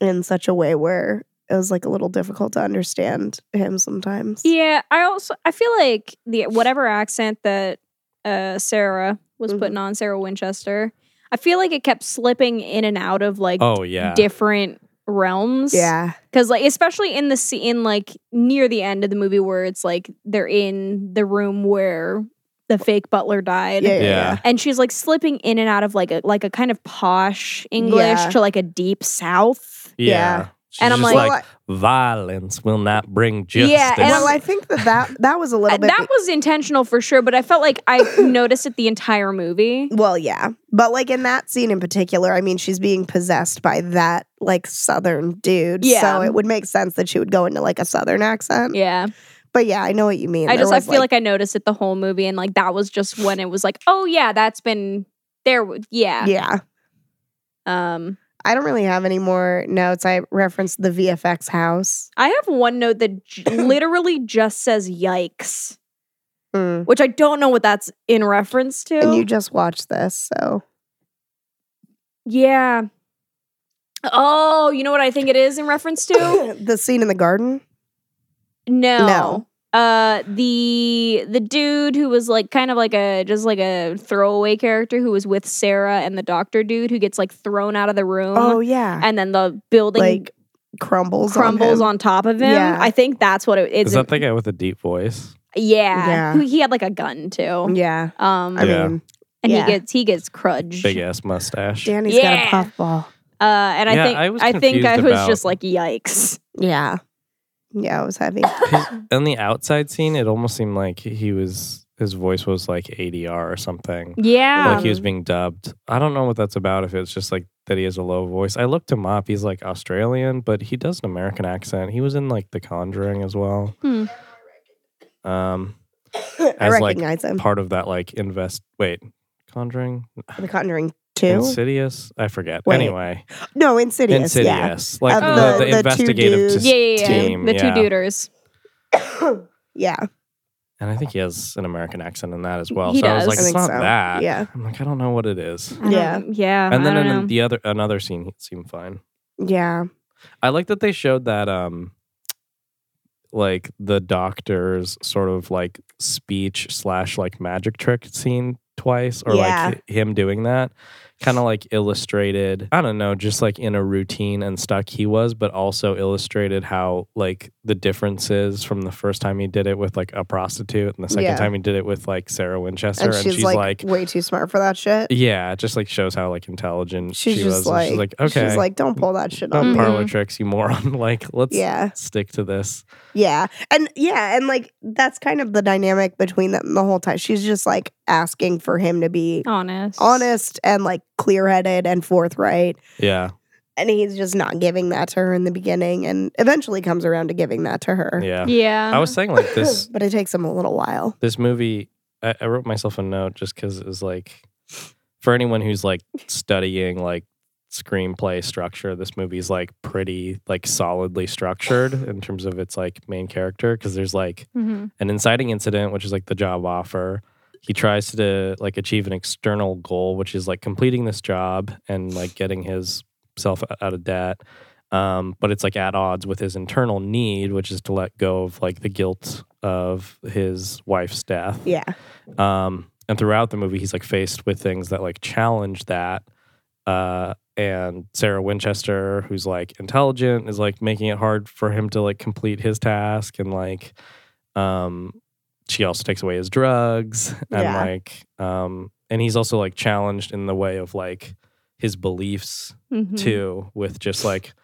Speaker 4: in such a way where it was like a little difficult to understand him sometimes
Speaker 3: Yeah. I also I feel like the whatever accent that uh Sarah was
Speaker 4: Mhm.
Speaker 3: putting on, Sarah Winchester, I feel like it kept slipping in and out of like
Speaker 5: Oh yeah,
Speaker 3: different realms.
Speaker 4: yeah
Speaker 3: Cause like especially in the scene like near the end of the movie where it's like they're in the room where the fake butler died.
Speaker 4: yeah,
Speaker 5: yeah.
Speaker 4: yeah.
Speaker 3: And she's like slipping in and out of like a like a kind of posh English
Speaker 4: Yeah.
Speaker 3: to like a deep south.
Speaker 5: Yeah.
Speaker 4: Yeah.
Speaker 5: She's
Speaker 3: And I'm
Speaker 5: just
Speaker 3: like-
Speaker 5: like,
Speaker 4: Well,
Speaker 5: violence will not bring justice.
Speaker 3: Yeah, and
Speaker 4: well i think that that, that was a little
Speaker 3: Uh,
Speaker 4: bit
Speaker 3: that was intentional for sure, but I felt like I noticed it the entire movie.
Speaker 4: well yeah but like in that scene in particular i mean she's being possessed by that like southern dude
Speaker 3: Yeah.
Speaker 4: so it would make sense that she would go into like a southern accent
Speaker 3: Yeah.
Speaker 4: but yeah i know what you mean
Speaker 3: I
Speaker 4: There
Speaker 3: just I
Speaker 4: was,
Speaker 3: feel like, I noticed it the whole movie and like that was just when it was like, "Oh yeah, that's been there w- yeah."
Speaker 4: yeah
Speaker 3: Um
Speaker 4: I don't really have any more notes. I referenced the VFX house.
Speaker 3: I have one note that j- literally just says yikes,
Speaker 4: Mm.
Speaker 3: which I don't know what that's in reference to.
Speaker 4: And you just watched this, so
Speaker 3: yeah. Oh, you know what I think it is in reference to?
Speaker 4: the scene in the garden.
Speaker 3: No. Uh the the dude who was like kind of like a just like a throwaway character who was with Sarah and the doctor dude who gets like thrown out of the room
Speaker 4: Oh yeah,
Speaker 3: and then the building
Speaker 4: like crumbles,
Speaker 3: crumbles
Speaker 4: on.
Speaker 3: on, top of him.
Speaker 4: Yeah.
Speaker 3: I think that's what it is.
Speaker 5: is that the guy with the deep voice?
Speaker 3: yeah.
Speaker 4: Yeah.
Speaker 3: Who- He had like a gun too.
Speaker 4: him. Yeah,
Speaker 3: Um
Speaker 4: I
Speaker 5: Yeah.
Speaker 4: mean,
Speaker 3: and
Speaker 4: yeah.
Speaker 3: he gets he gets crudged.
Speaker 5: Big ass mustache.
Speaker 4: Danny's got
Speaker 3: Yeah.
Speaker 4: a puffball.
Speaker 3: Uh, and I
Speaker 5: Yeah,
Speaker 3: think I,
Speaker 5: I was
Speaker 3: think I
Speaker 5: confused
Speaker 3: was
Speaker 5: about-
Speaker 3: just like, yikes.
Speaker 4: Yeah, yeah, it was heavy.
Speaker 5: His, on the outside scene, it almost seemed like he was his voice was like ADR or something.
Speaker 3: Yeah.
Speaker 5: like he was
Speaker 4: Um,
Speaker 5: being dubbed. I don't know what that's about. If it's just like that he has a low voice. I looked him up. He's like Australian, but he does an American accent. He was in like The Conjuring as well.
Speaker 3: Hmm.
Speaker 5: Um,
Speaker 4: I
Speaker 5: as like
Speaker 4: recognize him.
Speaker 5: part of that like invest. Wait, Conjuring,
Speaker 4: The Conjuring Two.
Speaker 5: Insidious. I forget.
Speaker 4: Wait.
Speaker 5: anyway,
Speaker 4: No, Insidious. Yeah,
Speaker 5: Insidious. Like
Speaker 4: Of
Speaker 3: the-
Speaker 5: the, the,
Speaker 4: the two
Speaker 5: investigative
Speaker 4: dudes.
Speaker 5: s-
Speaker 3: yeah, yeah, yeah.
Speaker 5: team.
Speaker 3: the two
Speaker 5: yeah.
Speaker 3: duders.
Speaker 4: yeah,
Speaker 5: And I think he has an American accent in that as well.
Speaker 3: He
Speaker 5: so I was
Speaker 3: does.
Speaker 5: like,
Speaker 3: I
Speaker 5: it's
Speaker 4: think
Speaker 5: not
Speaker 4: so.
Speaker 5: that.
Speaker 4: Yeah. Um,
Speaker 5: I'm like, I don't know what it is.
Speaker 3: I don't-
Speaker 4: Yeah.
Speaker 3: Um, Yeah.
Speaker 5: And then
Speaker 3: I don't
Speaker 5: in
Speaker 3: know.
Speaker 5: the, the other another scene, it seemed fine.
Speaker 4: yeah.
Speaker 5: I like that they showed that um like the doctor's sort of like speech slash like magic trick scene twice or
Speaker 4: Yeah.
Speaker 5: like him doing that kind of like illustrated i don't know just like in a routine and stuck he was but also illustrated how like the differences from the first time he did it with like a prostitute and the second
Speaker 4: Yeah.
Speaker 5: time he did it with like sarah winchester
Speaker 4: And she's, like,
Speaker 5: like,
Speaker 4: way too smart for that shit.
Speaker 5: yeah it just like shows how like intelligent
Speaker 4: She's
Speaker 5: she
Speaker 4: just
Speaker 5: was
Speaker 4: like,
Speaker 5: and she's like okay
Speaker 4: She's like, don't pull that shit
Speaker 5: not
Speaker 4: on me. Mm-hmm.
Speaker 3: Mhm.
Speaker 5: parlor tricks you moron like let's
Speaker 4: Yeah.
Speaker 5: stick to this.
Speaker 4: Yeah. And yeah, and like that's kind of the dynamic between them the whole time. She's just like asking for him to be
Speaker 3: honest.
Speaker 4: honest and like clear headed and forthright.
Speaker 5: Yeah.
Speaker 4: And he's just not giving that to her in the beginning and eventually comes around to giving that to her.
Speaker 5: Yeah.
Speaker 3: Yeah.
Speaker 5: I was saying like this
Speaker 4: but it takes him a little while.
Speaker 5: this movie I, I wrote myself a note just because it was like for anyone who's like studying like screenplay structure, this movie's like pretty like solidly structured in terms of its like main character. Cause there's like
Speaker 3: Mhm.
Speaker 5: an inciting incident, which is like the job offer. He tries to like achieve an external goal, which is like completing this job and like getting his self out of debt. um, but it's like at odds with his internal need, which is to let go of like the guilt of his wife's death.
Speaker 4: Yeah.
Speaker 5: Um, and throughout the movie, he's like faced with things that like challenge that. Uh, and Sarah Winchester, who's like intelligent, is like making it hard for him to like complete his task. And like, um, she also takes away his drugs. And
Speaker 4: Yeah.
Speaker 5: like, um, and he's also like challenged in the way of like his beliefs
Speaker 3: Mhm.
Speaker 5: too, with just like,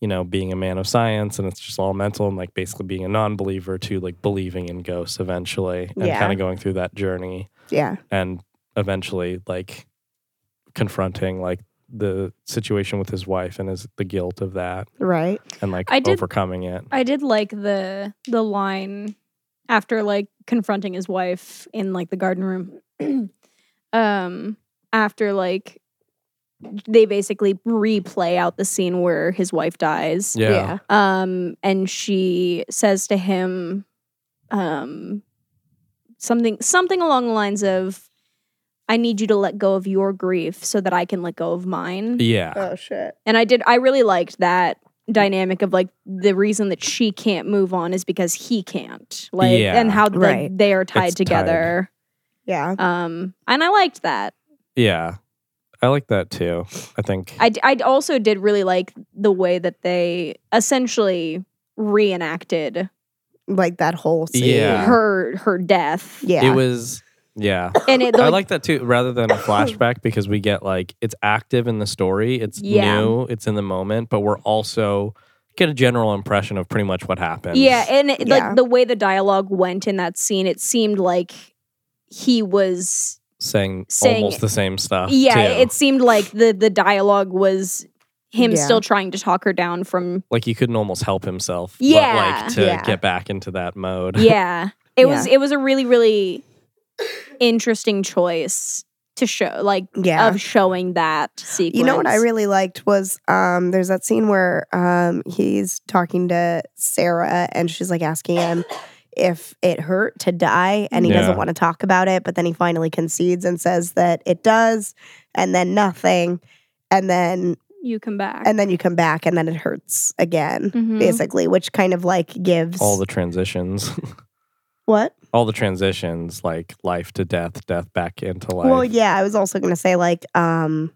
Speaker 5: you know, being a man of science and it's just all mental and like basically being a non believer to like believing in ghosts eventually and
Speaker 4: Yeah.
Speaker 5: kind of going through that journey
Speaker 4: Yeah.
Speaker 5: and eventually like confronting like the situation with his wife and his the guilt of that
Speaker 4: Right.
Speaker 5: and like
Speaker 3: I did-
Speaker 5: overcoming it.
Speaker 3: I did like the the line after like confronting his wife in like the garden room. um after like they basically replay out the scene where his wife dies.
Speaker 5: Yeah.
Speaker 3: Um and she says to him um something something along the lines of I need you to let go of your grief so that I can let go of mine.
Speaker 5: Yeah.
Speaker 4: Oh shit.
Speaker 3: And I did I really liked that
Speaker 5: Mm.
Speaker 3: dynamic of like the reason that she can't move on is because he can't. Like
Speaker 5: Yeah.
Speaker 3: and how like,
Speaker 4: Right.
Speaker 3: they are tied
Speaker 5: It's tied.
Speaker 3: together.
Speaker 4: Yeah.
Speaker 3: Um and I liked that.
Speaker 5: yeah. I like that too. I think
Speaker 3: I, d- I d- also did really like the way that they essentially reenacted
Speaker 4: Like that whole scene.
Speaker 5: Yeah.
Speaker 3: her her death.
Speaker 4: Yeah.
Speaker 5: it was yeah.
Speaker 3: And it
Speaker 5: I
Speaker 3: like,
Speaker 5: like that too rather than a flashback because we get like it's active in the story, it's
Speaker 3: Yeah.
Speaker 5: new, it's in the moment, but we're also get a general impression of pretty much what happened.
Speaker 3: Yeah, and it,
Speaker 4: Yeah.
Speaker 3: like the way the dialogue went in that scene, it seemed like he was
Speaker 5: saying,
Speaker 3: Saying-
Speaker 5: almost the same stuff.
Speaker 3: yeah
Speaker 5: too.
Speaker 3: it seemed like the the dialogue was him
Speaker 4: Yeah.
Speaker 3: still trying to talk her down from
Speaker 5: like he couldn't almost help himself.
Speaker 3: Yeah.
Speaker 5: But like to
Speaker 4: Yeah.
Speaker 5: get back into that mode.
Speaker 3: yeah it was it was a really really interesting choice to show like
Speaker 4: Yeah.
Speaker 3: of showing that sequence
Speaker 4: You know what I really liked was um, there's that scene where um, he's talking to Sarah and she's like asking him if it hurt to die and he
Speaker 5: Yeah.
Speaker 4: doesn't want to talk about it, but then he finally concedes and says that it does and then nothing and then
Speaker 3: you come back
Speaker 4: and then you come back and then it hurts again
Speaker 3: Mhm.
Speaker 4: basically which kind of like gives
Speaker 5: All the transitions,
Speaker 4: what
Speaker 5: all the transitions, like life to death, death back into life.
Speaker 4: Well, yeah, I was also gonna say like um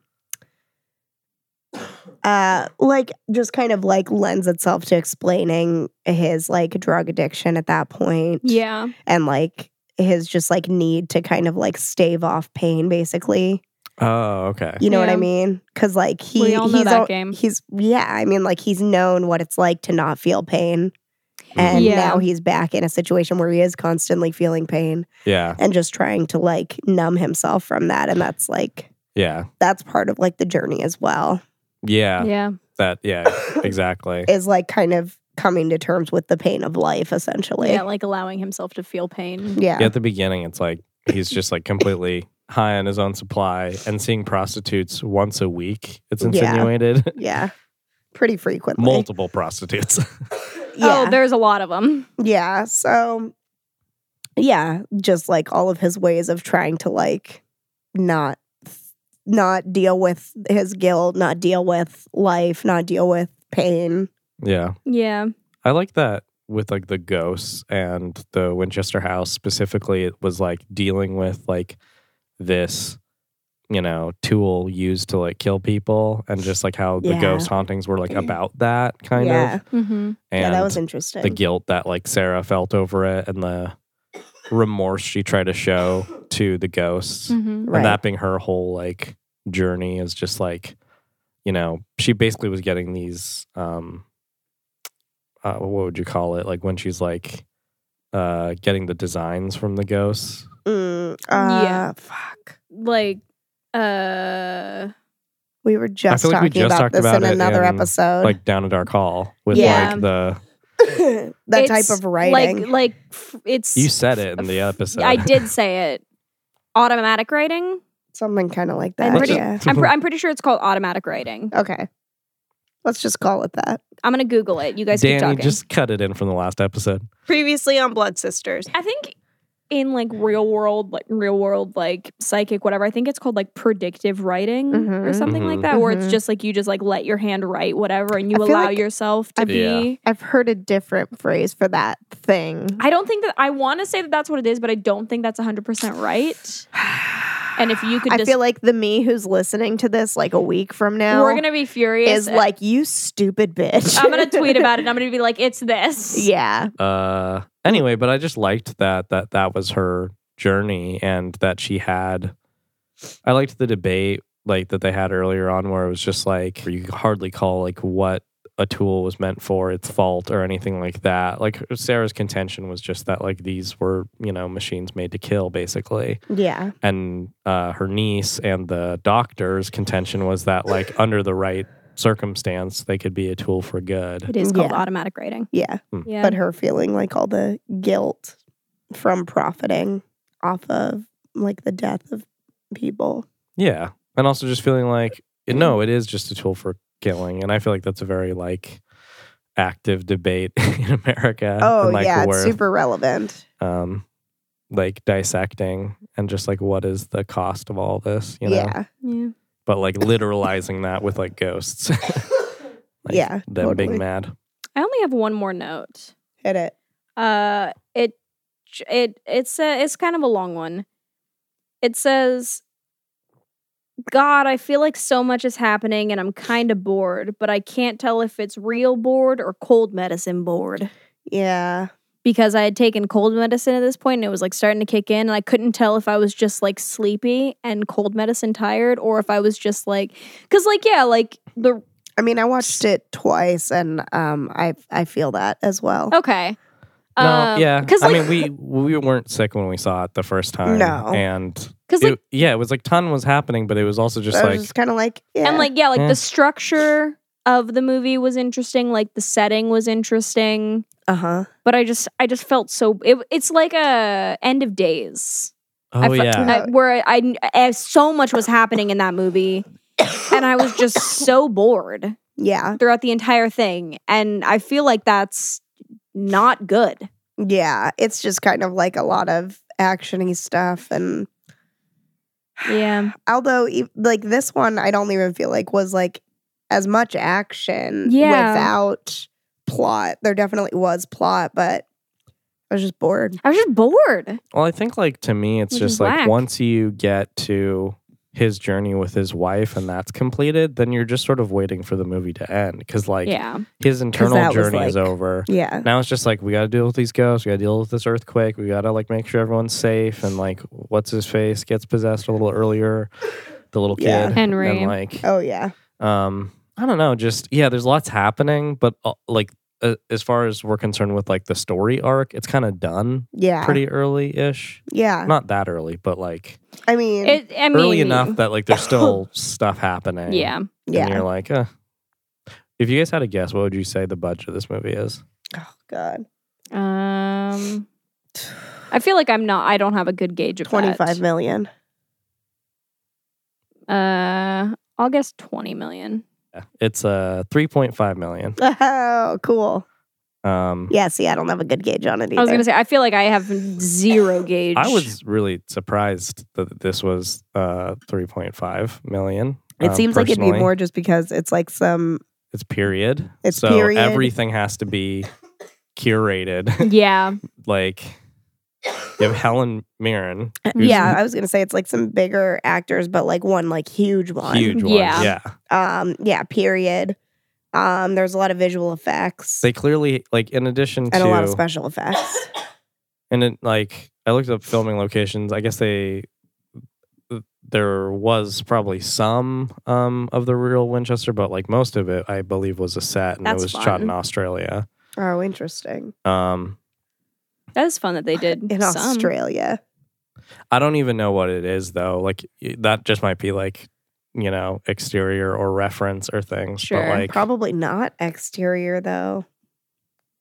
Speaker 4: uh like just kind of like lends itself to explaining his like drug addiction at that point.
Speaker 3: yeah
Speaker 4: And like his just like need to kind of like stave off pain basically.
Speaker 5: Oh, okay.
Speaker 4: You know what
Speaker 3: Yeah.
Speaker 4: I mean? Cuz like he
Speaker 3: We all know
Speaker 4: he's
Speaker 3: that
Speaker 4: al-
Speaker 3: game.
Speaker 4: he's yeah, I mean like he's known what it's like to not feel pain. And
Speaker 3: Yeah.
Speaker 4: now he's back in a situation where he is constantly feeling pain
Speaker 5: Yeah.
Speaker 4: and just trying to like numb himself from that. And that's like
Speaker 5: Yeah.
Speaker 4: that's part of like the journey as well
Speaker 5: Yeah.
Speaker 3: yeah
Speaker 5: That, yeah, exactly.
Speaker 4: is like kind of coming to terms with the pain of life essentially
Speaker 3: yeah like allowing himself to feel pain
Speaker 4: yeah
Speaker 5: Yeah, At the beginning, it's like he's just like completely high on his own supply and seeing prostitutes once a week, it's
Speaker 4: Yeah.
Speaker 5: insinuated.
Speaker 4: Yeah. pretty frequently
Speaker 5: Multiple prostitutes.
Speaker 3: oh
Speaker 4: yeah
Speaker 3: there's a lot of them
Speaker 4: yeah so yeah just like all of his ways of trying to like not not deal with his guilt not deal with life not deal with pain
Speaker 5: yeah.
Speaker 3: yeah
Speaker 5: I like that with like the ghosts and the Winchester house specifically, it was like dealing with like this, you know, tool used to like kill people and just like how the
Speaker 4: Yeah.
Speaker 5: ghost hauntings were like about that kind
Speaker 4: Yeah.
Speaker 5: of.
Speaker 3: mm-hmm.
Speaker 5: And
Speaker 4: yeah that was interesting
Speaker 5: the guilt that like Sarah felt over it and the remorse she tried to show to the ghosts.
Speaker 3: Mm-hmm.
Speaker 4: right
Speaker 5: And that being her whole like journey is just like, you know, she basically was getting these um uh, what would you call it? Like when she's like uh getting the designs from the ghosts.
Speaker 4: Mm, uh,
Speaker 3: Yeah.
Speaker 4: fuck
Speaker 3: like uh
Speaker 4: we were just
Speaker 5: feel like
Speaker 4: talking
Speaker 5: we just
Speaker 4: about
Speaker 5: talked
Speaker 4: this
Speaker 5: about
Speaker 4: in
Speaker 5: it
Speaker 4: another
Speaker 5: in,
Speaker 4: episode
Speaker 5: Like down at our call with
Speaker 4: Yeah.
Speaker 5: like the
Speaker 4: that type
Speaker 3: it's
Speaker 4: of writing
Speaker 3: like like f- it's
Speaker 5: you said it in the episode.
Speaker 3: I did say it. Automatic writing.
Speaker 4: something kind of like
Speaker 3: I'm
Speaker 4: that.
Speaker 5: pretty-
Speaker 4: yeah.
Speaker 3: I'm, pr- I'm pretty sure it's called automatic writing.
Speaker 4: Okay. Let's just call it that.
Speaker 3: I'm gonna Google it. You guys keep
Speaker 5: Danny
Speaker 3: talking.
Speaker 5: just cut it in from the last episode.
Speaker 4: Previously on Blood Sisters.
Speaker 3: I think in like real world, like real world, like psychic, whatever. I think it's called like predictive writing or
Speaker 4: Mhm.
Speaker 3: something like
Speaker 5: Mhm.
Speaker 3: that, where it's
Speaker 4: Mhm.
Speaker 3: just like you just like let your hand write whatever and you
Speaker 4: I feel
Speaker 3: allow
Speaker 4: like-
Speaker 3: yourself to
Speaker 4: I-
Speaker 3: be.
Speaker 5: Yeah.
Speaker 4: I've heard a different phrase for that thing.
Speaker 3: I don't think that I want to say that that's what it is, but I don't think that's 100% right. And if you could
Speaker 4: I
Speaker 3: just,
Speaker 4: feel like the me who's listening to this like a week from now
Speaker 3: we're going to be furious.
Speaker 4: is like, you stupid bitch.
Speaker 3: I'm going to tweet about it and I'm going to be like, it's this.
Speaker 4: yeah.
Speaker 5: uh anyway but i just liked that that that was her journey and that she had i liked the debate like that they had earlier on where it was just like you could hardly call like what a tool was meant for its fault or anything like that like sarah's contention was just that like these were you know machines made to kill basically
Speaker 4: Yeah.
Speaker 5: and uh, her niece and the doctor's contention was that like under the right circumstance they could be a tool for good
Speaker 3: It is called
Speaker 4: Yeah.
Speaker 3: automatic writing.
Speaker 4: Yeah.
Speaker 3: Yeah.
Speaker 4: But her feeling like all the guilt from profiting off of like the death of people.
Speaker 5: Yeah. And also just feeling like, no,
Speaker 4: Mm.
Speaker 5: it is just a tool for killing. And I feel like that's a very like active debate in America.
Speaker 4: Oh,
Speaker 5: and, like,
Speaker 4: yeah. It's
Speaker 5: Uh, worth,
Speaker 4: super relevant.
Speaker 5: um, like dissecting and just like what is the cost of all this, you know?
Speaker 4: Yeah.
Speaker 3: yeah.
Speaker 5: But like literalizing that with like ghosts. Like,
Speaker 4: Yeah,
Speaker 5: Them
Speaker 4: totally.
Speaker 5: being mad.
Speaker 3: I only have one more note.
Speaker 4: Hit it.
Speaker 3: Uh, it it it's a, it's kind of a long one. It says, "God, I feel like so much is happening, and I'm kind of bored, but I can't tell if it's real bored or cold medicine bored
Speaker 4: Yeah.
Speaker 3: because I had taken cold medicine at this point, and it was like starting to kick in, and I couldn't tell if I was just like sleepy and cold medicine tired, or if I was just like, because like yeah, like the
Speaker 4: I mean, I watched it twice and um I I feel that as well.
Speaker 3: okay,
Speaker 5: No,
Speaker 3: Um,
Speaker 5: yeah.
Speaker 3: because
Speaker 5: I
Speaker 3: like
Speaker 5: mean, we we weren't sick when we saw it the first time.
Speaker 4: No.
Speaker 5: and
Speaker 3: 'cause,
Speaker 5: it,
Speaker 3: like
Speaker 5: yeah, it was like ton was happening, but it was also just
Speaker 4: I was
Speaker 5: like
Speaker 4: just kind of like, yeah.
Speaker 3: And like, yeah, like
Speaker 5: Yeah.
Speaker 3: the structure of the movie was interesting. Like the setting was interesting.
Speaker 4: uh huh.
Speaker 3: But I just, I just felt so. It, it's like a end of days. I
Speaker 5: oh
Speaker 3: fe-
Speaker 5: yeah,
Speaker 3: I- where I, I- so much was happening in that movie, and I was just so bored
Speaker 4: Yeah.
Speaker 3: throughout the entire thing. And I feel like that's not good.
Speaker 4: Yeah. It's just kind of like a lot of actiony stuff and
Speaker 3: Yeah,
Speaker 4: although e- like this one i don't even feel like was like as much action
Speaker 3: Yeah.
Speaker 4: without plot there definitely was plot but i was just bored
Speaker 3: I was just bored.
Speaker 5: Well, I think like to me, it's
Speaker 3: Which is
Speaker 5: just like
Speaker 3: whack.
Speaker 5: once you get to his journey with his wife and that's completed, then you're just sort of waiting for the movie to end because like
Speaker 3: yeah,
Speaker 5: his internal
Speaker 4: that was,
Speaker 5: journey is
Speaker 4: like-
Speaker 5: over.
Speaker 4: yeah
Speaker 5: Now it's just like we got to deal with these ghosts, we got to deal with this earthquake, we got to like make sure everyone's safe and like what's his face gets possessed a little earlier, the little kid
Speaker 4: Yeah.
Speaker 3: Henry.
Speaker 5: and like
Speaker 4: oh yeah
Speaker 5: um i don't know just yeah there's lots happening but uh, like uh, as far as we're concerned with like the story arc it's kind of done
Speaker 4: yeah
Speaker 5: pretty early ish
Speaker 4: yeah
Speaker 5: not that early but like
Speaker 4: i mean
Speaker 3: it, I mean,
Speaker 5: early enough that like there's still stuff happening
Speaker 3: Yeah,
Speaker 5: and
Speaker 4: yeah
Speaker 5: you're like uh, if you guys had a guess what would you say the budget of this movie is
Speaker 4: oh god
Speaker 3: Um, I feel like I'm not. I don't have a good gauge of that.
Speaker 4: 25 million
Speaker 3: Uh, I'll guess twenty million.
Speaker 5: Yeah. it's uh 3.5 million
Speaker 4: oh cool
Speaker 5: um
Speaker 4: yeah see i don't have a good gauge on it either
Speaker 3: I was gonna say. I feel like I have zero gauge.
Speaker 5: i was really surprised that this was uh 3.5 million
Speaker 4: it
Speaker 5: um,
Speaker 4: seems like it'd be
Speaker 5: personally.
Speaker 4: more just because it's like some
Speaker 5: It's period.
Speaker 4: It's
Speaker 5: so
Speaker 4: period.
Speaker 5: everything has to be curated.
Speaker 3: Yeah.
Speaker 5: like you have Helen Mirren, who's
Speaker 4: Uh, yeah i was gonna say it's like some bigger actors but like one like huge one
Speaker 5: huge one.
Speaker 3: Yeah.
Speaker 5: Yeah.
Speaker 4: um yeah period um there's a lot of visual effects
Speaker 5: they clearly like in addition
Speaker 4: and
Speaker 5: to
Speaker 4: a lot of special effects
Speaker 5: and it, like I looked up filming locations. I guess they there was probably some um of the real Winchester, but like most of it, I believe, was a set and
Speaker 3: That's
Speaker 5: it was shot
Speaker 3: fun.
Speaker 5: in Australia.
Speaker 4: oh interesting
Speaker 5: Um,
Speaker 3: That is fun that they did
Speaker 4: in
Speaker 3: some.
Speaker 4: australia
Speaker 5: I don't even know what it is though. Like y- that just might be like you know exterior or reference or things.
Speaker 3: Sure.
Speaker 5: But like
Speaker 4: probably not exterior though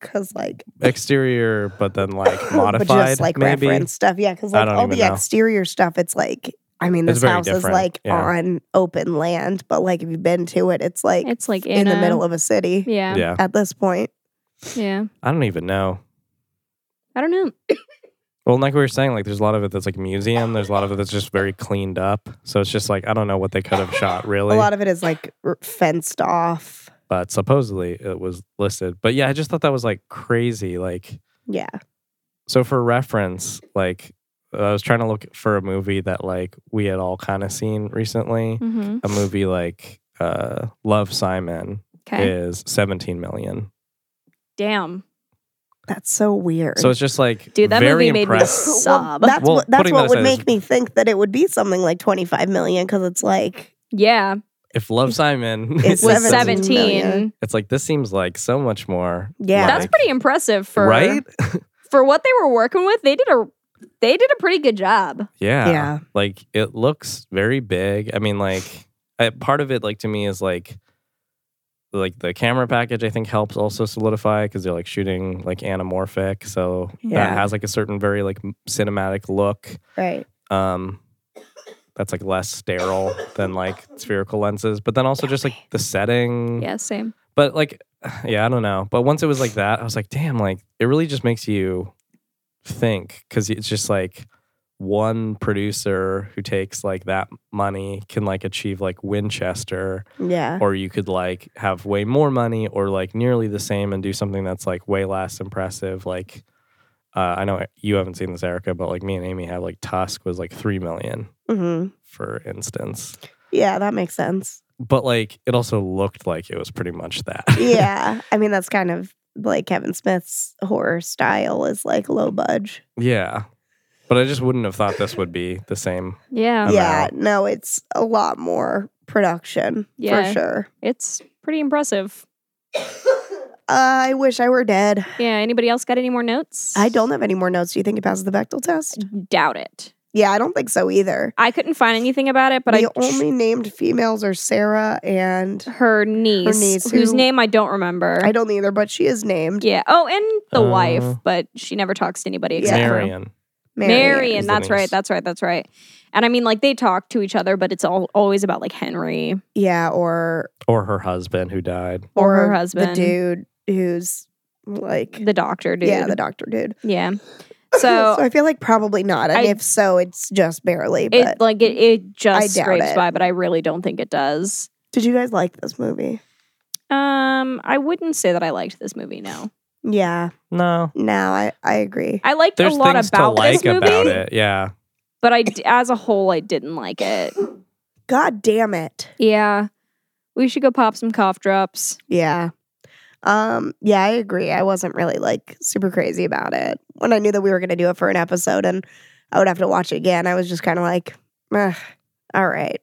Speaker 4: because like
Speaker 5: exterior, but then like modified.
Speaker 4: but just like
Speaker 5: maybe.
Speaker 4: reference stuff yeah because
Speaker 5: I
Speaker 4: like
Speaker 5: don't
Speaker 4: all
Speaker 5: even
Speaker 4: the
Speaker 5: know.
Speaker 4: exterior stuff it's like i mean
Speaker 5: It's
Speaker 4: this
Speaker 5: very
Speaker 4: house is
Speaker 5: different,
Speaker 4: like
Speaker 5: yeah.
Speaker 4: on open land but like if you've been to it it's like
Speaker 3: It's like
Speaker 4: in,
Speaker 3: in,
Speaker 4: the
Speaker 3: a-
Speaker 4: middle of a city
Speaker 3: Yeah.
Speaker 5: Yeah.
Speaker 3: Yeah.
Speaker 4: at this point
Speaker 5: I don't even know.
Speaker 3: I don't know.
Speaker 5: Well, like we were saying, like there's a lot of it that's like museum. There's a lot of it that's just very cleaned up. So it's just like I don't know what they could have shot really,
Speaker 4: A lot of it is like r- fenced off.
Speaker 5: but supposedly it was listed. But yeah, I just thought that was like crazy. Like
Speaker 4: Yeah.
Speaker 5: so for reference, like I was trying to look for a movie that like we had all kind of seen recently.
Speaker 3: Mm-hmm.
Speaker 5: A movie like uh Love Simon
Speaker 3: Okay.
Speaker 5: is 17 million.
Speaker 3: Damn.
Speaker 4: That's so weird.
Speaker 5: So it's just like
Speaker 3: Dude, that
Speaker 5: very
Speaker 3: movie made me
Speaker 5: impressed.
Speaker 4: Well,
Speaker 3: sob.
Speaker 4: that's
Speaker 5: Well,
Speaker 4: what that's
Speaker 5: putting that
Speaker 4: what would
Speaker 5: aside,
Speaker 4: make me think that it would be something like 25 million because it's like
Speaker 3: yeah.
Speaker 5: If Love Simon
Speaker 4: It's
Speaker 3: Was
Speaker 4: 17
Speaker 3: 17.
Speaker 4: million.
Speaker 5: It's like this seems like so much more.
Speaker 4: Yeah.
Speaker 3: That's
Speaker 5: like-
Speaker 3: pretty impressive for
Speaker 5: right.
Speaker 3: for what they were working with. They did a they did a pretty good job.
Speaker 5: Yeah.
Speaker 4: Yeah.
Speaker 5: Like it looks very big. I mean, like I, part of it, like to me, is like like the camera package. I think helps also solidify because they're like shooting like anamorphic, so
Speaker 4: Yeah.
Speaker 5: that has like a certain very like m- cinematic look.
Speaker 4: right.
Speaker 5: Um, that's like less sterile than like spherical lenses, but then also just like the setting.
Speaker 3: Yeah, same.
Speaker 5: But like, yeah, I don't know. But once it was like that, I was like, damn, like it really just makes you think because it's just like one producer who takes like that money can like achieve like Winchester,
Speaker 4: Yeah.
Speaker 5: or you could like have way more money or like nearly the same and do something that's like way less impressive. Like, uh, I know you haven't seen this, Erica, but like me and Amy have like Tusk was like three million,
Speaker 4: hmm
Speaker 5: for instance.
Speaker 4: Yeah, that makes sense.
Speaker 5: But like, it also looked like it was pretty much that.
Speaker 4: Yeah. I mean, that's kind of like Kevin Smith's horror style is like low budge.
Speaker 5: Yeah. But I just wouldn't have thought this would be the same.
Speaker 3: Yeah.
Speaker 5: I'm
Speaker 4: yeah.
Speaker 5: out.
Speaker 4: No, it's a lot more production
Speaker 3: Yeah.
Speaker 4: for sure.
Speaker 3: It's pretty impressive.
Speaker 4: Uh, I wish I were dead.
Speaker 3: Yeah. Anybody else got any more notes?
Speaker 4: I don't have any more notes. Do you think it passes the
Speaker 3: Mm-hmm.
Speaker 4: Bechtel test?
Speaker 3: doubt it.
Speaker 4: Yeah, I don't think so either.
Speaker 3: I couldn't find anything about it, but
Speaker 4: the
Speaker 3: I
Speaker 4: only named females are Sarah and
Speaker 3: her niece,
Speaker 4: niece
Speaker 3: whose
Speaker 4: who-
Speaker 3: name I don't remember.
Speaker 4: I don't either, but she is named
Speaker 3: yeah. Oh, and the
Speaker 5: Uh,
Speaker 3: wife, but she never talks to anybody
Speaker 4: Yeah.
Speaker 3: except for-
Speaker 5: Marion.
Speaker 4: Marion.
Speaker 3: Marion.
Speaker 5: is the
Speaker 3: That's right.
Speaker 5: niece.
Speaker 3: That's right. That's right. And I mean, like they talk to each other, but it's all always about like Henry.
Speaker 4: Yeah, or
Speaker 5: Or her husband who died.
Speaker 3: Or her
Speaker 4: the
Speaker 3: husband.
Speaker 4: dude who's like
Speaker 3: the doctor dude.
Speaker 4: yeah, the doctor dude.
Speaker 3: yeah. So,
Speaker 4: I feel like probably not, and
Speaker 3: I-
Speaker 4: if so, it's just barely. But
Speaker 3: it like it, it
Speaker 4: I
Speaker 3: just
Speaker 4: doubt
Speaker 3: scrapes
Speaker 4: it.
Speaker 3: by, but I really don't think it does.
Speaker 4: did you guys like this movie?
Speaker 3: Um, I wouldn't say that I liked this movie. No,
Speaker 4: Yeah,
Speaker 5: No.
Speaker 4: no, I I agree.
Speaker 3: I liked
Speaker 5: There's
Speaker 3: a lot
Speaker 5: things
Speaker 3: about
Speaker 5: to like
Speaker 3: this movie,
Speaker 5: about it. Yeah.
Speaker 3: but I d- as a whole, I didn't like it.
Speaker 4: God damn it!
Speaker 3: Yeah, we should go pop some cough drops.
Speaker 4: Yeah, um, yeah, I agree. I wasn't really like super crazy about it when I knew that we were gonna do it for an episode, and I would have to watch it again. I was just kind of like, "Ugh, all right,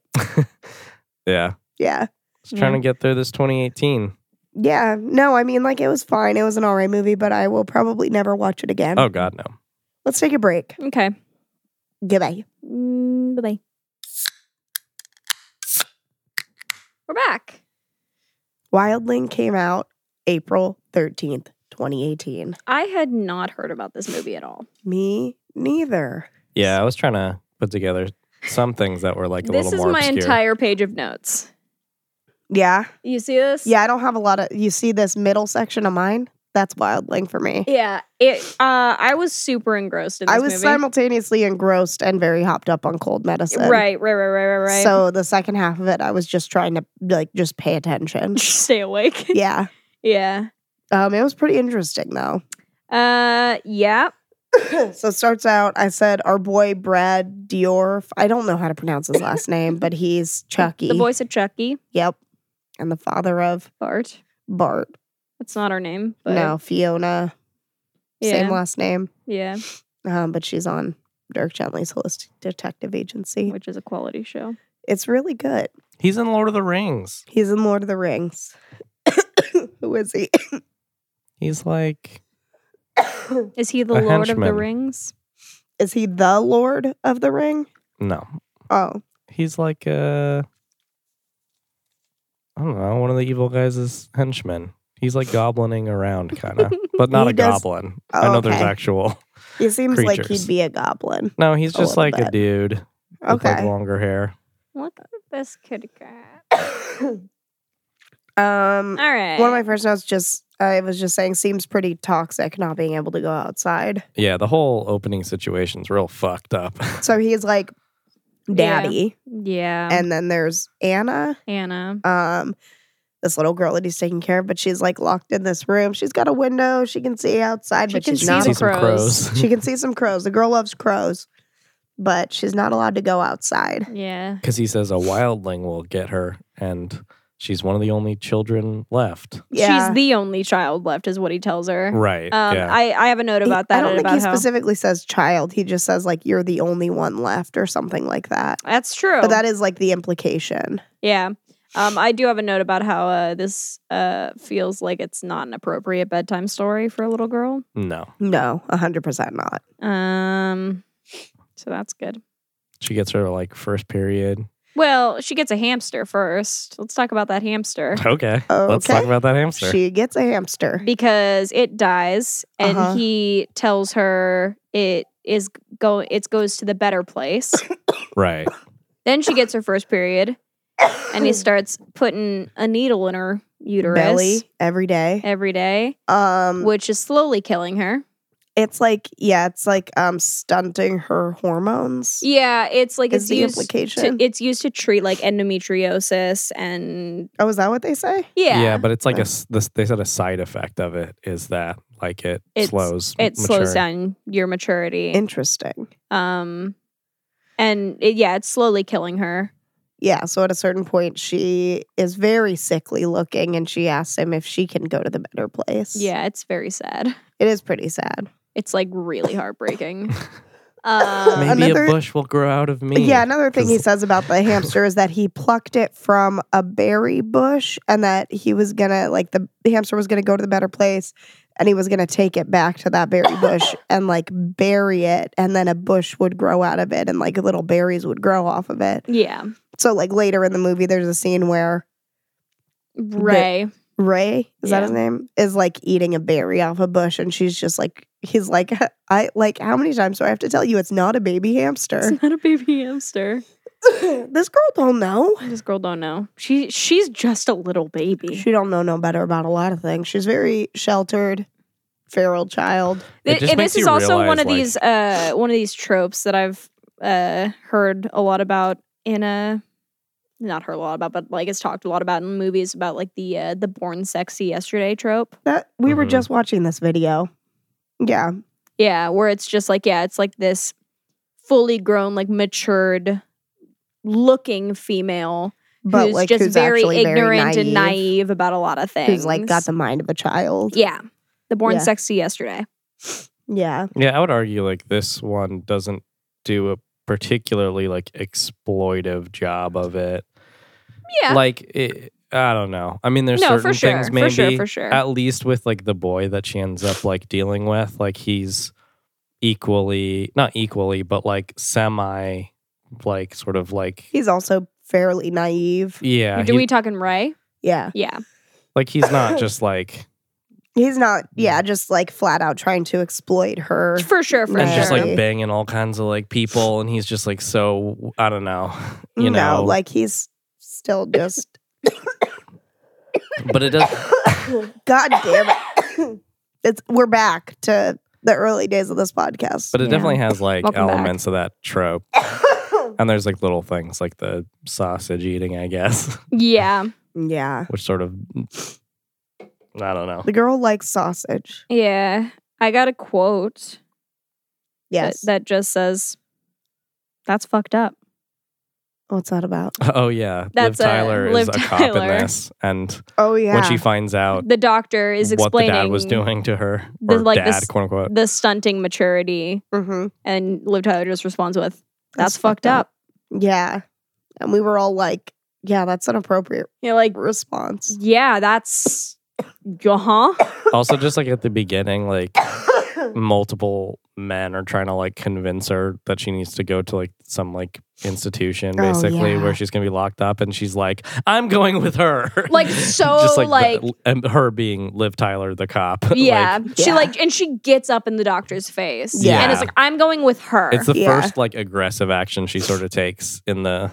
Speaker 5: Yeah.
Speaker 4: yeah.
Speaker 5: Just trying to get through this 2018.
Speaker 4: Yeah, no, I mean, like, it was fine. It was an all right movie, but I will probably never watch it again.
Speaker 5: Oh, God, no.
Speaker 4: Let's take a break.
Speaker 3: Okay,
Speaker 4: Goodbye.
Speaker 3: mm, bye bye. We're back.
Speaker 4: Wildling came out April 13th, 2018.
Speaker 3: I had not heard about this movie at all.
Speaker 4: Me neither.
Speaker 5: Yeah. I was trying to put together some things that were like a
Speaker 3: this
Speaker 5: little
Speaker 3: is
Speaker 5: more
Speaker 3: my
Speaker 5: obscure.
Speaker 3: entire page of notes.
Speaker 4: Yeah.
Speaker 3: You see this?
Speaker 4: Yeah, I don't have a lot of. You see this middle section of mine? That's Wildling for me.
Speaker 3: Yeah, it. Uh, I was super engrossed in this
Speaker 4: I was
Speaker 3: movie.
Speaker 4: simultaneously engrossed and very hopped up on cold medicine.
Speaker 3: Right, right, right, right, right, right.
Speaker 4: So the second half of it, I was just trying to like just pay attention.
Speaker 3: stay awake.
Speaker 4: yeah.
Speaker 3: yeah.
Speaker 4: Um, it was pretty interesting though.
Speaker 3: Uh, yeah.
Speaker 4: so it starts out, I said our boy Brad Dior. I don't know how to pronounce his last name, but he's Chucky.
Speaker 3: The voice of Chucky,
Speaker 4: Yep. And the father of
Speaker 3: Bart.
Speaker 4: Bart.
Speaker 3: That's not her name, but
Speaker 4: no, Fiona.
Speaker 3: yeah,
Speaker 4: Same last name.
Speaker 3: yeah,
Speaker 4: Um, but she's on Dirk Gently's Holistic Detective Agency.
Speaker 3: which is a quality show.
Speaker 4: It's really good.
Speaker 5: He's in Lord of the Rings.
Speaker 4: He's in Lord of the Rings. Who is he?
Speaker 5: He's like,
Speaker 3: Is he the
Speaker 5: A
Speaker 3: Lord of the
Speaker 5: henchman.
Speaker 3: Rings?
Speaker 4: is he the Lord of the Ring?
Speaker 5: no.
Speaker 4: Oh,
Speaker 5: He's like, uh, I don't know, one of the evil guys' henchmen. He's like goblining around, kind of, but not
Speaker 4: He
Speaker 5: a
Speaker 4: does-
Speaker 5: goblin.
Speaker 4: Oh,
Speaker 5: I know there's
Speaker 4: okay.
Speaker 5: actual.
Speaker 4: he seems like
Speaker 5: Creatures.
Speaker 4: he'd be a goblin.
Speaker 5: No, he's
Speaker 4: A
Speaker 3: Oh,
Speaker 5: just
Speaker 4: little
Speaker 5: like a
Speaker 4: bit.
Speaker 5: dude with like
Speaker 4: Okay.
Speaker 5: longer hair.
Speaker 3: Look at this kid cat.
Speaker 4: um,
Speaker 3: All right.
Speaker 4: one of um, my first notes just I was just saying seems pretty toxic not being able to go outside.
Speaker 5: Yeah, the whole opening situation's real fucked up.
Speaker 4: So he's like daddy.
Speaker 3: Yeah.
Speaker 4: And then there's Anna,
Speaker 3: Anna.
Speaker 4: um, this little girl that he's taking care of, but she's like locked in this room. She's got a window, she can see outside,
Speaker 3: She
Speaker 4: but
Speaker 3: can
Speaker 4: she's
Speaker 3: see
Speaker 4: not
Speaker 5: See some
Speaker 3: crows.
Speaker 5: crows.
Speaker 4: she can see some crows. The girl loves crows, but she's not allowed to go outside.
Speaker 3: Yeah.
Speaker 5: Because he says a wildling will get her, and she's one of the only children left.
Speaker 4: Yeah.
Speaker 3: She's the only child left, is what he tells her.
Speaker 5: Right.
Speaker 3: Um,
Speaker 5: yeah.
Speaker 3: I, I have a note
Speaker 4: He-
Speaker 3: about that.
Speaker 4: I don't
Speaker 3: and
Speaker 4: think
Speaker 3: about
Speaker 4: he
Speaker 3: how-
Speaker 4: specifically says child. He just says like you're the only one left or something like that.
Speaker 3: That's true.
Speaker 4: But that is like the implication.
Speaker 3: yeah. Um, I do have a note about how uh, this uh, feels like it's not an appropriate bedtime story for a little girl.
Speaker 5: no.
Speaker 4: No, 100% not.
Speaker 3: Um, so that's good.
Speaker 5: She gets her like first period.
Speaker 3: Well, she gets a hamster first. Let's talk about that hamster
Speaker 5: Okay.
Speaker 3: Oh,
Speaker 5: Let's
Speaker 4: Okay.
Speaker 5: talk about that hamster.
Speaker 4: She gets a hamster.
Speaker 3: because it dies, and
Speaker 4: Uh-huh.
Speaker 3: he tells her it is go it goes to the better place.
Speaker 5: right.
Speaker 3: then she gets her first period, and he starts putting a needle in her uterus
Speaker 4: belly every day.
Speaker 3: every day,
Speaker 4: Um
Speaker 3: which is slowly killing her.
Speaker 4: it's like yeah, it's like um stunting her hormones.
Speaker 3: Yeah, it's like
Speaker 4: Is
Speaker 3: it's
Speaker 4: the
Speaker 3: used
Speaker 4: implication.
Speaker 3: to it's used to treat like endometriosis and
Speaker 4: oh, is that what they say?
Speaker 3: yeah,
Speaker 5: but it's like a s- this, they said a side effect of it is that like it
Speaker 3: It's-
Speaker 5: slows
Speaker 3: it slows
Speaker 5: maturing.
Speaker 3: down your maturity.
Speaker 4: Interesting.
Speaker 3: Um, and it, yeah, it's slowly killing her.
Speaker 4: Yeah, so at a certain point she is very sickly looking and she asks him if she can go to the better place.
Speaker 3: Yeah, it's very sad.
Speaker 4: It is pretty sad.
Speaker 3: It's like really heartbreaking. um,
Speaker 5: Maybe
Speaker 4: Another-
Speaker 5: a bush will grow out of me.
Speaker 4: Yeah, another thing he
Speaker 5: 'Cause-
Speaker 4: says about the hamster is that he plucked it from a berry bush and that he was gonna like the hamster was gonna go to the better place and he was gonna take it back to that berry bush and like bury it and then a bush would grow out of it and like little berries would grow off of it.
Speaker 3: yeah,
Speaker 4: So like later in the movie there's a scene where
Speaker 3: Ray.
Speaker 4: Ray, is that
Speaker 3: Yeah.
Speaker 4: his name? Is like eating a berry off a bush and she's just like he's like I like how many times do I have to tell you it's not a baby hamster?
Speaker 3: It's not a baby hamster.
Speaker 4: this girl don't know.
Speaker 3: This girl don't know. She she's just a little baby.
Speaker 4: She don't know no better about a lot of things. She's very sheltered, feral child.
Speaker 5: It
Speaker 3: Th-
Speaker 5: just
Speaker 3: and
Speaker 5: makes
Speaker 3: this is
Speaker 5: you
Speaker 3: also one
Speaker 5: realize,
Speaker 3: of
Speaker 5: like-
Speaker 3: these uh one of these tropes that I've uh heard a lot about in a not heard a lot about, but like it's talked a lot about in movies about like the uh, the born sexy yesterday trope.
Speaker 4: That we were
Speaker 5: Mhm.
Speaker 4: just watching this video. Yeah,
Speaker 3: Yeah, where it's just like yeah, it's like this fully grown, like matured looking female
Speaker 4: but
Speaker 3: who's
Speaker 4: like
Speaker 3: just
Speaker 4: who's
Speaker 3: very
Speaker 4: actually
Speaker 3: ignorant
Speaker 4: very naive,
Speaker 3: and naive about a lot of things.
Speaker 4: Who's like got the mind of a child.
Speaker 3: yeah, the born
Speaker 4: Yeah.
Speaker 3: sexy yesterday.
Speaker 4: Yeah.
Speaker 5: Yeah, I would argue like this one doesn't do a particularly like exploitive job of it.
Speaker 3: Yeah,
Speaker 5: Like it, I don't know. I mean, there's
Speaker 3: no,
Speaker 5: certain
Speaker 3: for sure,
Speaker 5: things maybe
Speaker 3: for sure, for sure.
Speaker 5: at least with like the boy that she ends up like dealing with, like he's equally not equally, but like semi like sort of like
Speaker 4: He's also fairly naive.
Speaker 5: yeah,
Speaker 3: Do
Speaker 5: he-
Speaker 3: we talking Ray?
Speaker 4: Yeah.
Speaker 3: Yeah.
Speaker 5: like he's not just like
Speaker 4: He's not, yeah, just like flat out trying to exploit her.
Speaker 3: For sure, for
Speaker 5: and
Speaker 3: sure.
Speaker 5: just
Speaker 4: Right.
Speaker 5: like banging all kinds of like people and he's just like so I don't know. You
Speaker 4: no,
Speaker 5: know,
Speaker 4: like he's still just
Speaker 5: but it does
Speaker 4: God damn it. it's we're back to the early days of this podcast.
Speaker 5: But it
Speaker 3: Yeah.
Speaker 5: definitely has like
Speaker 4: Welcome back.
Speaker 5: elements of that trope. And there's like little things like the sausage eating, I guess,
Speaker 3: yeah.
Speaker 4: yeah.
Speaker 5: which sort of, I don't know.
Speaker 4: The girl likes sausage.
Speaker 3: Yeah. I got a quote that-
Speaker 4: Yes.
Speaker 3: that, just says, That's fucked up.
Speaker 4: What's that about?
Speaker 5: Oh, yeah.
Speaker 3: That's a-
Speaker 5: Liv Tyler is
Speaker 3: Liv
Speaker 5: a cop in
Speaker 3: Tyler.
Speaker 5: this. And
Speaker 4: Oh yeah.
Speaker 5: when she finds out
Speaker 3: The doctor is
Speaker 5: Oh, what the
Speaker 3: explaining
Speaker 5: dad was doing to her,
Speaker 3: the,
Speaker 5: or
Speaker 3: like,
Speaker 5: dad,
Speaker 3: the s-
Speaker 5: quote unquote,
Speaker 3: the stunting maturity.
Speaker 4: mm-hmm.
Speaker 3: And Liv Tyler just responds with, That's, fucked up.
Speaker 4: Yeah. And we were all like, yeah, that's an appropriate
Speaker 3: You're like,
Speaker 4: response.
Speaker 3: Yeah, that's. Uh huh.
Speaker 5: also just like at the beginning like multiple men are trying to like convince her that she needs to go to like some like institution
Speaker 4: Oh,
Speaker 5: basically
Speaker 4: yeah.
Speaker 5: where she's gonna be locked up and she's like i'm going with her
Speaker 3: Like, so,
Speaker 5: just like,
Speaker 3: like-
Speaker 5: the- and her being liv tyler the cop Like,
Speaker 3: Yeah. she
Speaker 4: Yeah.
Speaker 3: like, and she gets up in the doctor's face.
Speaker 5: Yeah.
Speaker 3: And it's like, I'm going with her.
Speaker 5: it's the
Speaker 4: Yeah.
Speaker 5: first like aggressive action she sort of takes in the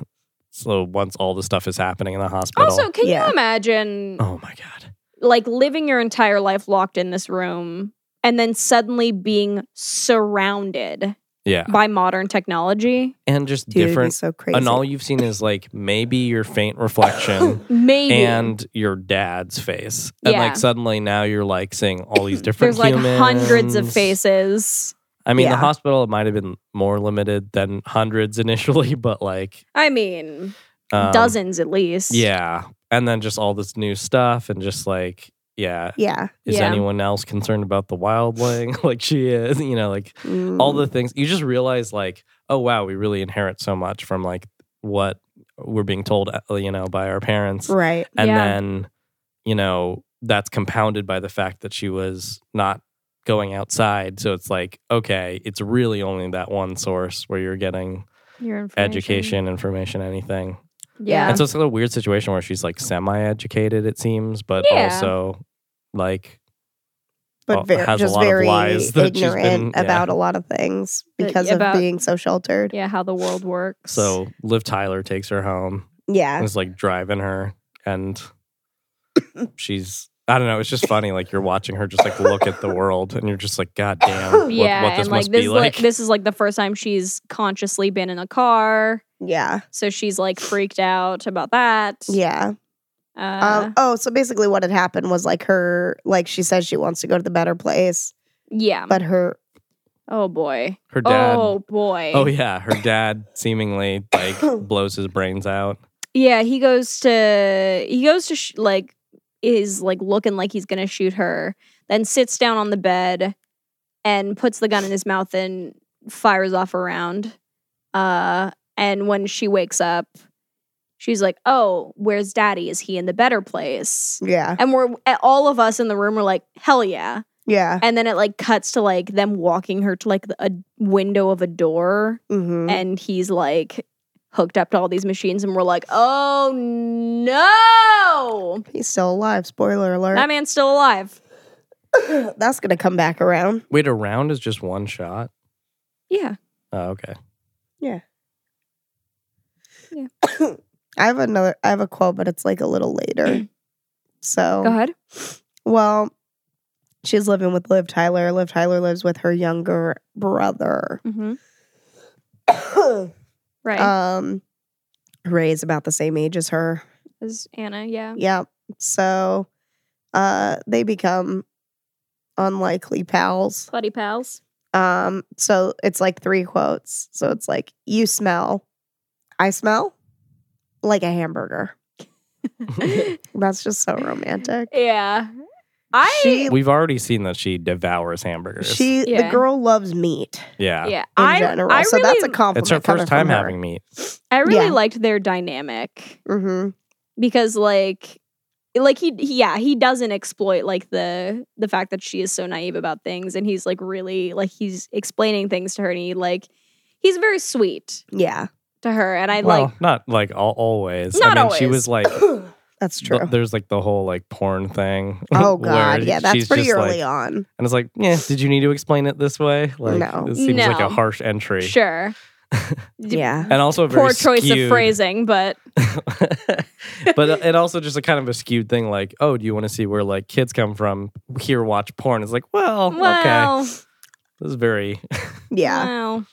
Speaker 5: so once all the stuff is happening in the hospital
Speaker 3: also, can
Speaker 4: Yeah.
Speaker 3: you imagine
Speaker 5: oh my god
Speaker 3: like living your entire life locked in this room and then suddenly being surrounded
Speaker 5: Yeah.
Speaker 3: by modern technology.
Speaker 5: And just
Speaker 4: Dude,
Speaker 5: different.
Speaker 4: it's so crazy.
Speaker 5: And all you've seen is like maybe your faint reflection
Speaker 3: Maybe
Speaker 5: and your dad's face. And
Speaker 3: Yeah.
Speaker 5: like suddenly now you're like seeing all these different
Speaker 3: there's like hundreds of
Speaker 5: humans.
Speaker 3: faces.
Speaker 5: I mean,
Speaker 4: Yeah.
Speaker 5: the hospital might have been more limited than hundreds initially, but like
Speaker 3: I mean,
Speaker 5: um,
Speaker 3: dozens at least.
Speaker 5: Yeah. And then just all this new stuff and just like, yeah,
Speaker 4: yeah.
Speaker 5: is
Speaker 3: Yeah.
Speaker 5: anyone else concerned about the wildling? like she is, you know, like
Speaker 3: Mm.
Speaker 5: all the things you just realize like, oh wow, we really inherit so much from like what we're being told, uh, you know, by our parents.
Speaker 4: right.
Speaker 5: And
Speaker 3: Yeah.
Speaker 5: then, you know, that's compounded by the fact that she was not going outside. So it's like, okay, it's really only that one source where you're getting
Speaker 3: Your information.
Speaker 5: education, information, anything.
Speaker 3: Yeah.
Speaker 5: And so it's a weird situation where she's like semi educated, it seems, but
Speaker 3: Yeah.
Speaker 5: also like,
Speaker 4: But
Speaker 5: all-
Speaker 4: very,
Speaker 5: Oh, has a
Speaker 4: just
Speaker 5: lot of
Speaker 4: very
Speaker 5: lies that she's
Speaker 4: ignorant
Speaker 5: been- yeah.
Speaker 4: about a lot of things
Speaker 3: But
Speaker 4: because
Speaker 3: about-
Speaker 4: of being so sheltered.
Speaker 3: yeah, how the world works.
Speaker 5: so Liv Tyler takes her home
Speaker 4: Yeah.
Speaker 5: and is like driving her, and she's, I don't know, it's just funny. Like, you're watching her just like look at the world, and you're just like, God damn, what,
Speaker 3: yeah,
Speaker 5: what
Speaker 3: and
Speaker 5: this
Speaker 3: like
Speaker 5: must
Speaker 3: this,
Speaker 5: be
Speaker 3: is
Speaker 5: like.
Speaker 3: like this is like the first time she's consciously been in a car,
Speaker 4: Yeah.
Speaker 3: so she's like freaked out about that.
Speaker 4: Yeah.
Speaker 3: uh,
Speaker 4: Um, oh, so basically, what had happened was like her, like she says she wants to go to the better place,
Speaker 3: yeah.
Speaker 4: but her,
Speaker 3: Oh boy.
Speaker 5: her dad.
Speaker 3: Oh boy.
Speaker 5: Oh yeah, her dad seemingly like blows his brains out.
Speaker 3: Yeah, he goes to he goes to sh- like is like looking like he's gonna shoot her, then sits down on the bed and puts the gun in his mouth and fires off around. Uh, and when she wakes up, she's like, "Oh, where's Daddy? Is he in the better place?"
Speaker 4: yeah,
Speaker 3: And we're a- all of us in the room were like, "Hell yeah!"
Speaker 4: yeah,
Speaker 3: And then it like cuts to like them walking her to like a window of a door
Speaker 4: hmm
Speaker 3: and he's like hooked up to all these machines and we're like oh no
Speaker 4: he's still alive. Spoiler alert.
Speaker 3: that man's still alive
Speaker 4: That's gonna come back around.
Speaker 5: Wait, a round is just one shot.
Speaker 3: yeah
Speaker 5: Oh, okay.
Speaker 4: I have another. I have a quote, but it's like a little later. so
Speaker 3: go Mm. ahead
Speaker 4: Well, she's living with Liv Tyler. Liv Tyler lives with her younger brother.
Speaker 3: mm-hmm. right
Speaker 4: um, Ray's about the same age as her.
Speaker 3: is anna yeah
Speaker 4: Yeah. So uh they become unlikely pals.
Speaker 3: putty pals
Speaker 4: Um, so it's like three quotes. So it's like, you smell, I smell like a hamburger. That's just so romantic.
Speaker 3: yeah i
Speaker 4: She-
Speaker 5: We've already seen that she devours hamburgers.
Speaker 4: She the
Speaker 3: Yeah.
Speaker 4: girl loves meat
Speaker 5: yeah.
Speaker 3: yeah
Speaker 4: in
Speaker 3: i
Speaker 4: general.
Speaker 3: I
Speaker 4: so
Speaker 3: really,
Speaker 4: that's a compliment.
Speaker 5: It's her
Speaker 4: coming
Speaker 5: first time
Speaker 4: from her.
Speaker 5: having meat.
Speaker 3: I really
Speaker 4: yeah.
Speaker 3: liked their dynamic
Speaker 4: Mm-hmm.
Speaker 3: because like like he, he yeah he doesn't exploit like the the fact that she is so naive about things and he's like really like he's explaining things to her and he like he's very sweet
Speaker 4: Yeah.
Speaker 3: to her and i
Speaker 5: well,
Speaker 3: like
Speaker 5: not like all, always. I
Speaker 3: Not
Speaker 5: mean, she
Speaker 3: always.
Speaker 5: was like,
Speaker 4: That's
Speaker 5: th-
Speaker 4: true.
Speaker 5: there's like the whole like porn thing.
Speaker 4: oh
Speaker 5: where
Speaker 4: god, yeah, that's
Speaker 5: she's
Speaker 4: pretty
Speaker 5: just,
Speaker 4: early
Speaker 5: like-
Speaker 4: on.
Speaker 5: And it's like, yeah, did you need to explain it this way? Like,
Speaker 4: No.
Speaker 5: it seems like
Speaker 3: No.
Speaker 5: a harsh entry.
Speaker 3: Sure. D-
Speaker 4: Yeah.
Speaker 5: And also a very
Speaker 3: Poor choice of
Speaker 5: skewed-
Speaker 3: phrasing, but
Speaker 5: but uh, it also just a kind of a skewed thing like, oh, do you want to see where like kids come from? Here, watch porn. It's like, well, okay.
Speaker 3: well,
Speaker 5: This is very
Speaker 4: Yeah.
Speaker 3: well.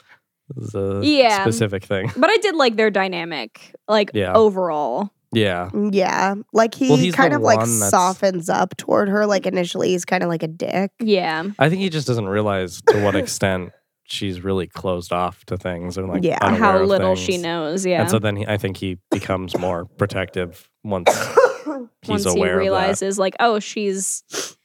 Speaker 5: this is a
Speaker 3: Yeah.
Speaker 5: specific thing.
Speaker 3: But I did like their dynamic, like
Speaker 5: Yeah.
Speaker 3: overall.
Speaker 5: Yeah.
Speaker 4: Yeah. Like he
Speaker 5: Well, he's
Speaker 4: kind
Speaker 5: the
Speaker 4: of like
Speaker 5: one that's-
Speaker 4: softens up toward her. Like initially he's kind of like a dick.
Speaker 3: Yeah.
Speaker 5: I think he just doesn't realize to what extent she's really closed off to things and like
Speaker 4: Yeah.
Speaker 5: unaware
Speaker 3: How
Speaker 5: of
Speaker 3: little
Speaker 5: things.
Speaker 3: she knows. Yeah.
Speaker 5: And so then he, I think he becomes more protective once he's
Speaker 3: Once he
Speaker 5: aware of
Speaker 3: realizes, like, oh, she's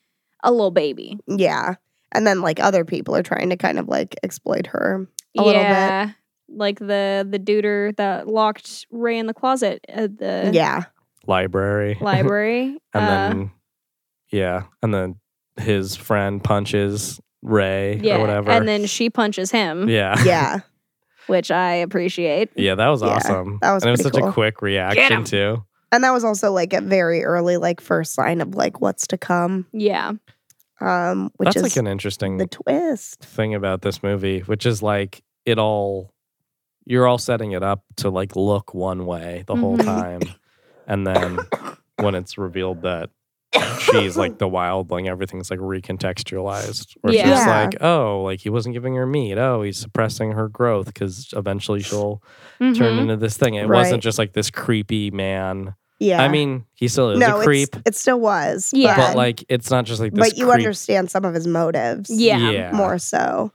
Speaker 3: a little baby.
Speaker 4: yeah. And then like other people are trying to kind of like exploit her. A little bit.
Speaker 3: yeah. Like the the duder that locked Ray in the closet at the
Speaker 4: Yeah.
Speaker 5: that library.
Speaker 3: library.
Speaker 5: and
Speaker 3: Uh,
Speaker 5: then yeah, and then his friend punches Ray
Speaker 3: yeah.
Speaker 5: or whatever.
Speaker 3: And then she punches him,
Speaker 5: yeah.
Speaker 4: Yeah.
Speaker 3: which I appreciate.
Speaker 5: Yeah, that was
Speaker 4: Yeah,
Speaker 5: awesome.
Speaker 4: that was
Speaker 5: and it was
Speaker 4: pretty
Speaker 5: such
Speaker 4: cool.
Speaker 5: a quick reaction
Speaker 3: him.
Speaker 5: too.
Speaker 4: and that was also like a very early like first sign of like what's to come.
Speaker 3: Yeah.
Speaker 4: Um, which
Speaker 5: That's
Speaker 4: is
Speaker 5: like an interesting
Speaker 4: the twist.
Speaker 5: thing about this movie, which is like it all you're all setting it up to like
Speaker 4: Mm-hmm.
Speaker 5: look one way the whole
Speaker 3: Mhm.
Speaker 5: time. And then when it's revealed that she's like the wildling. Everything's like recontextualized. Where
Speaker 3: Yeah.
Speaker 5: she's just
Speaker 4: Yeah.
Speaker 5: like, oh, like he wasn't giving her meat. Oh, he's suppressing her growth because eventually she'll
Speaker 3: Mm-hmm.
Speaker 5: turn into this thing. It
Speaker 4: Mm-hmm. Right.
Speaker 5: wasn't just like this creepy man.
Speaker 4: yeah.
Speaker 5: I mean, he still is
Speaker 4: no,
Speaker 5: a creep,
Speaker 4: It's, it still was.
Speaker 3: Yeah.
Speaker 5: but like it's not just like this.
Speaker 4: but you
Speaker 5: creep-
Speaker 4: understand some of his motives.
Speaker 3: Yeah.
Speaker 4: More so.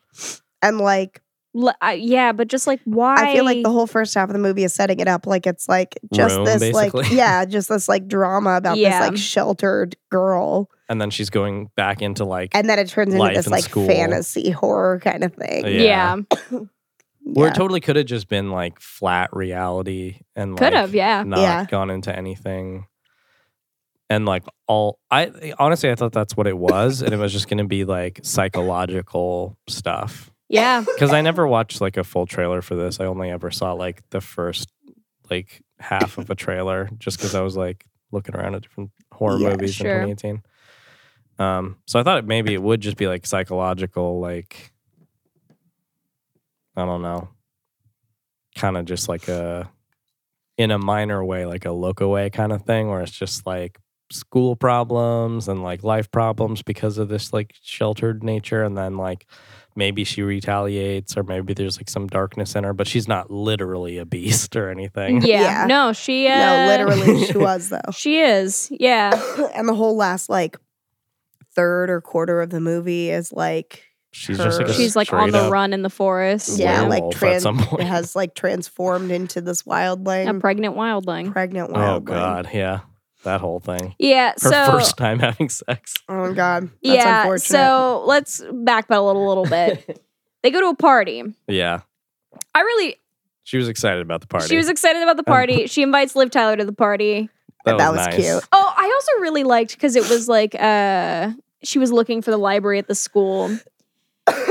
Speaker 4: And like,
Speaker 3: L- I- yeah, but just like why?
Speaker 4: I, feel like the whole first half of the movie is setting it up like it's like just
Speaker 5: Room,
Speaker 4: this like
Speaker 5: basically.
Speaker 4: yeah, just this like drama about
Speaker 3: Yeah.
Speaker 4: this like sheltered girl,
Speaker 5: And then she's going back into like
Speaker 4: and then it turns into
Speaker 5: Life
Speaker 4: this
Speaker 5: in
Speaker 4: like
Speaker 5: school.
Speaker 4: fantasy horror kind of thing.
Speaker 5: Yeah.
Speaker 3: yeah,
Speaker 4: Yeah.
Speaker 5: where it totally could have just been like flat reality and
Speaker 3: could
Speaker 5: like,
Speaker 3: have yeah.
Speaker 5: not
Speaker 4: Yeah.
Speaker 5: gone into anything. And like all, I honestly I thought that's what it was, and it was just going to be like psychological stuff.
Speaker 3: Yeah.
Speaker 5: Because I never watched like a full trailer for this. I only ever saw like the first like half of a trailer, just because I was like looking around at different horror
Speaker 4: Yeah,
Speaker 5: movies
Speaker 3: sure.
Speaker 5: in 2018. Um, so I thought it- maybe it would just be like psychological, like I don't know, kind of just like a in a minor way, like a look away kind of thing, where it's just like school problems and like life problems because of this like sheltered nature, and then like maybe she retaliates, or maybe there's like some darkness in her, but she's not literally a beast or anything.
Speaker 3: yeah,
Speaker 4: Yeah.
Speaker 3: No, she. Uh,
Speaker 4: No, literally she was though.
Speaker 3: She is. Yeah.
Speaker 4: and the whole last like third or quarter of the movie is like
Speaker 5: She's just like a
Speaker 3: She's like on
Speaker 5: straight
Speaker 3: the
Speaker 5: up
Speaker 3: run in the forest.
Speaker 4: Yeah, like
Speaker 5: werewolf
Speaker 4: trans-
Speaker 5: at some point.
Speaker 4: it has like transformed into this
Speaker 3: a
Speaker 4: wildling,
Speaker 3: pregnant wildling.
Speaker 4: pregnant wildling.
Speaker 5: oh god, yeah, that whole thing.
Speaker 3: yeah.
Speaker 5: Her
Speaker 3: so
Speaker 5: first time having sex.
Speaker 4: Oh god. That's
Speaker 3: yeah.
Speaker 4: unfortunate.
Speaker 3: So let's backpedal a little bit. they go to a party.
Speaker 5: yeah,
Speaker 3: I really.
Speaker 5: she was excited about the party. Um,
Speaker 3: She was excited about the party. she invites Liv Tyler to the party.
Speaker 5: that,
Speaker 4: That
Speaker 5: was,
Speaker 4: was
Speaker 5: nice.
Speaker 4: cute.
Speaker 3: Oh, I also really liked because it was like uh she was looking for the library at the school.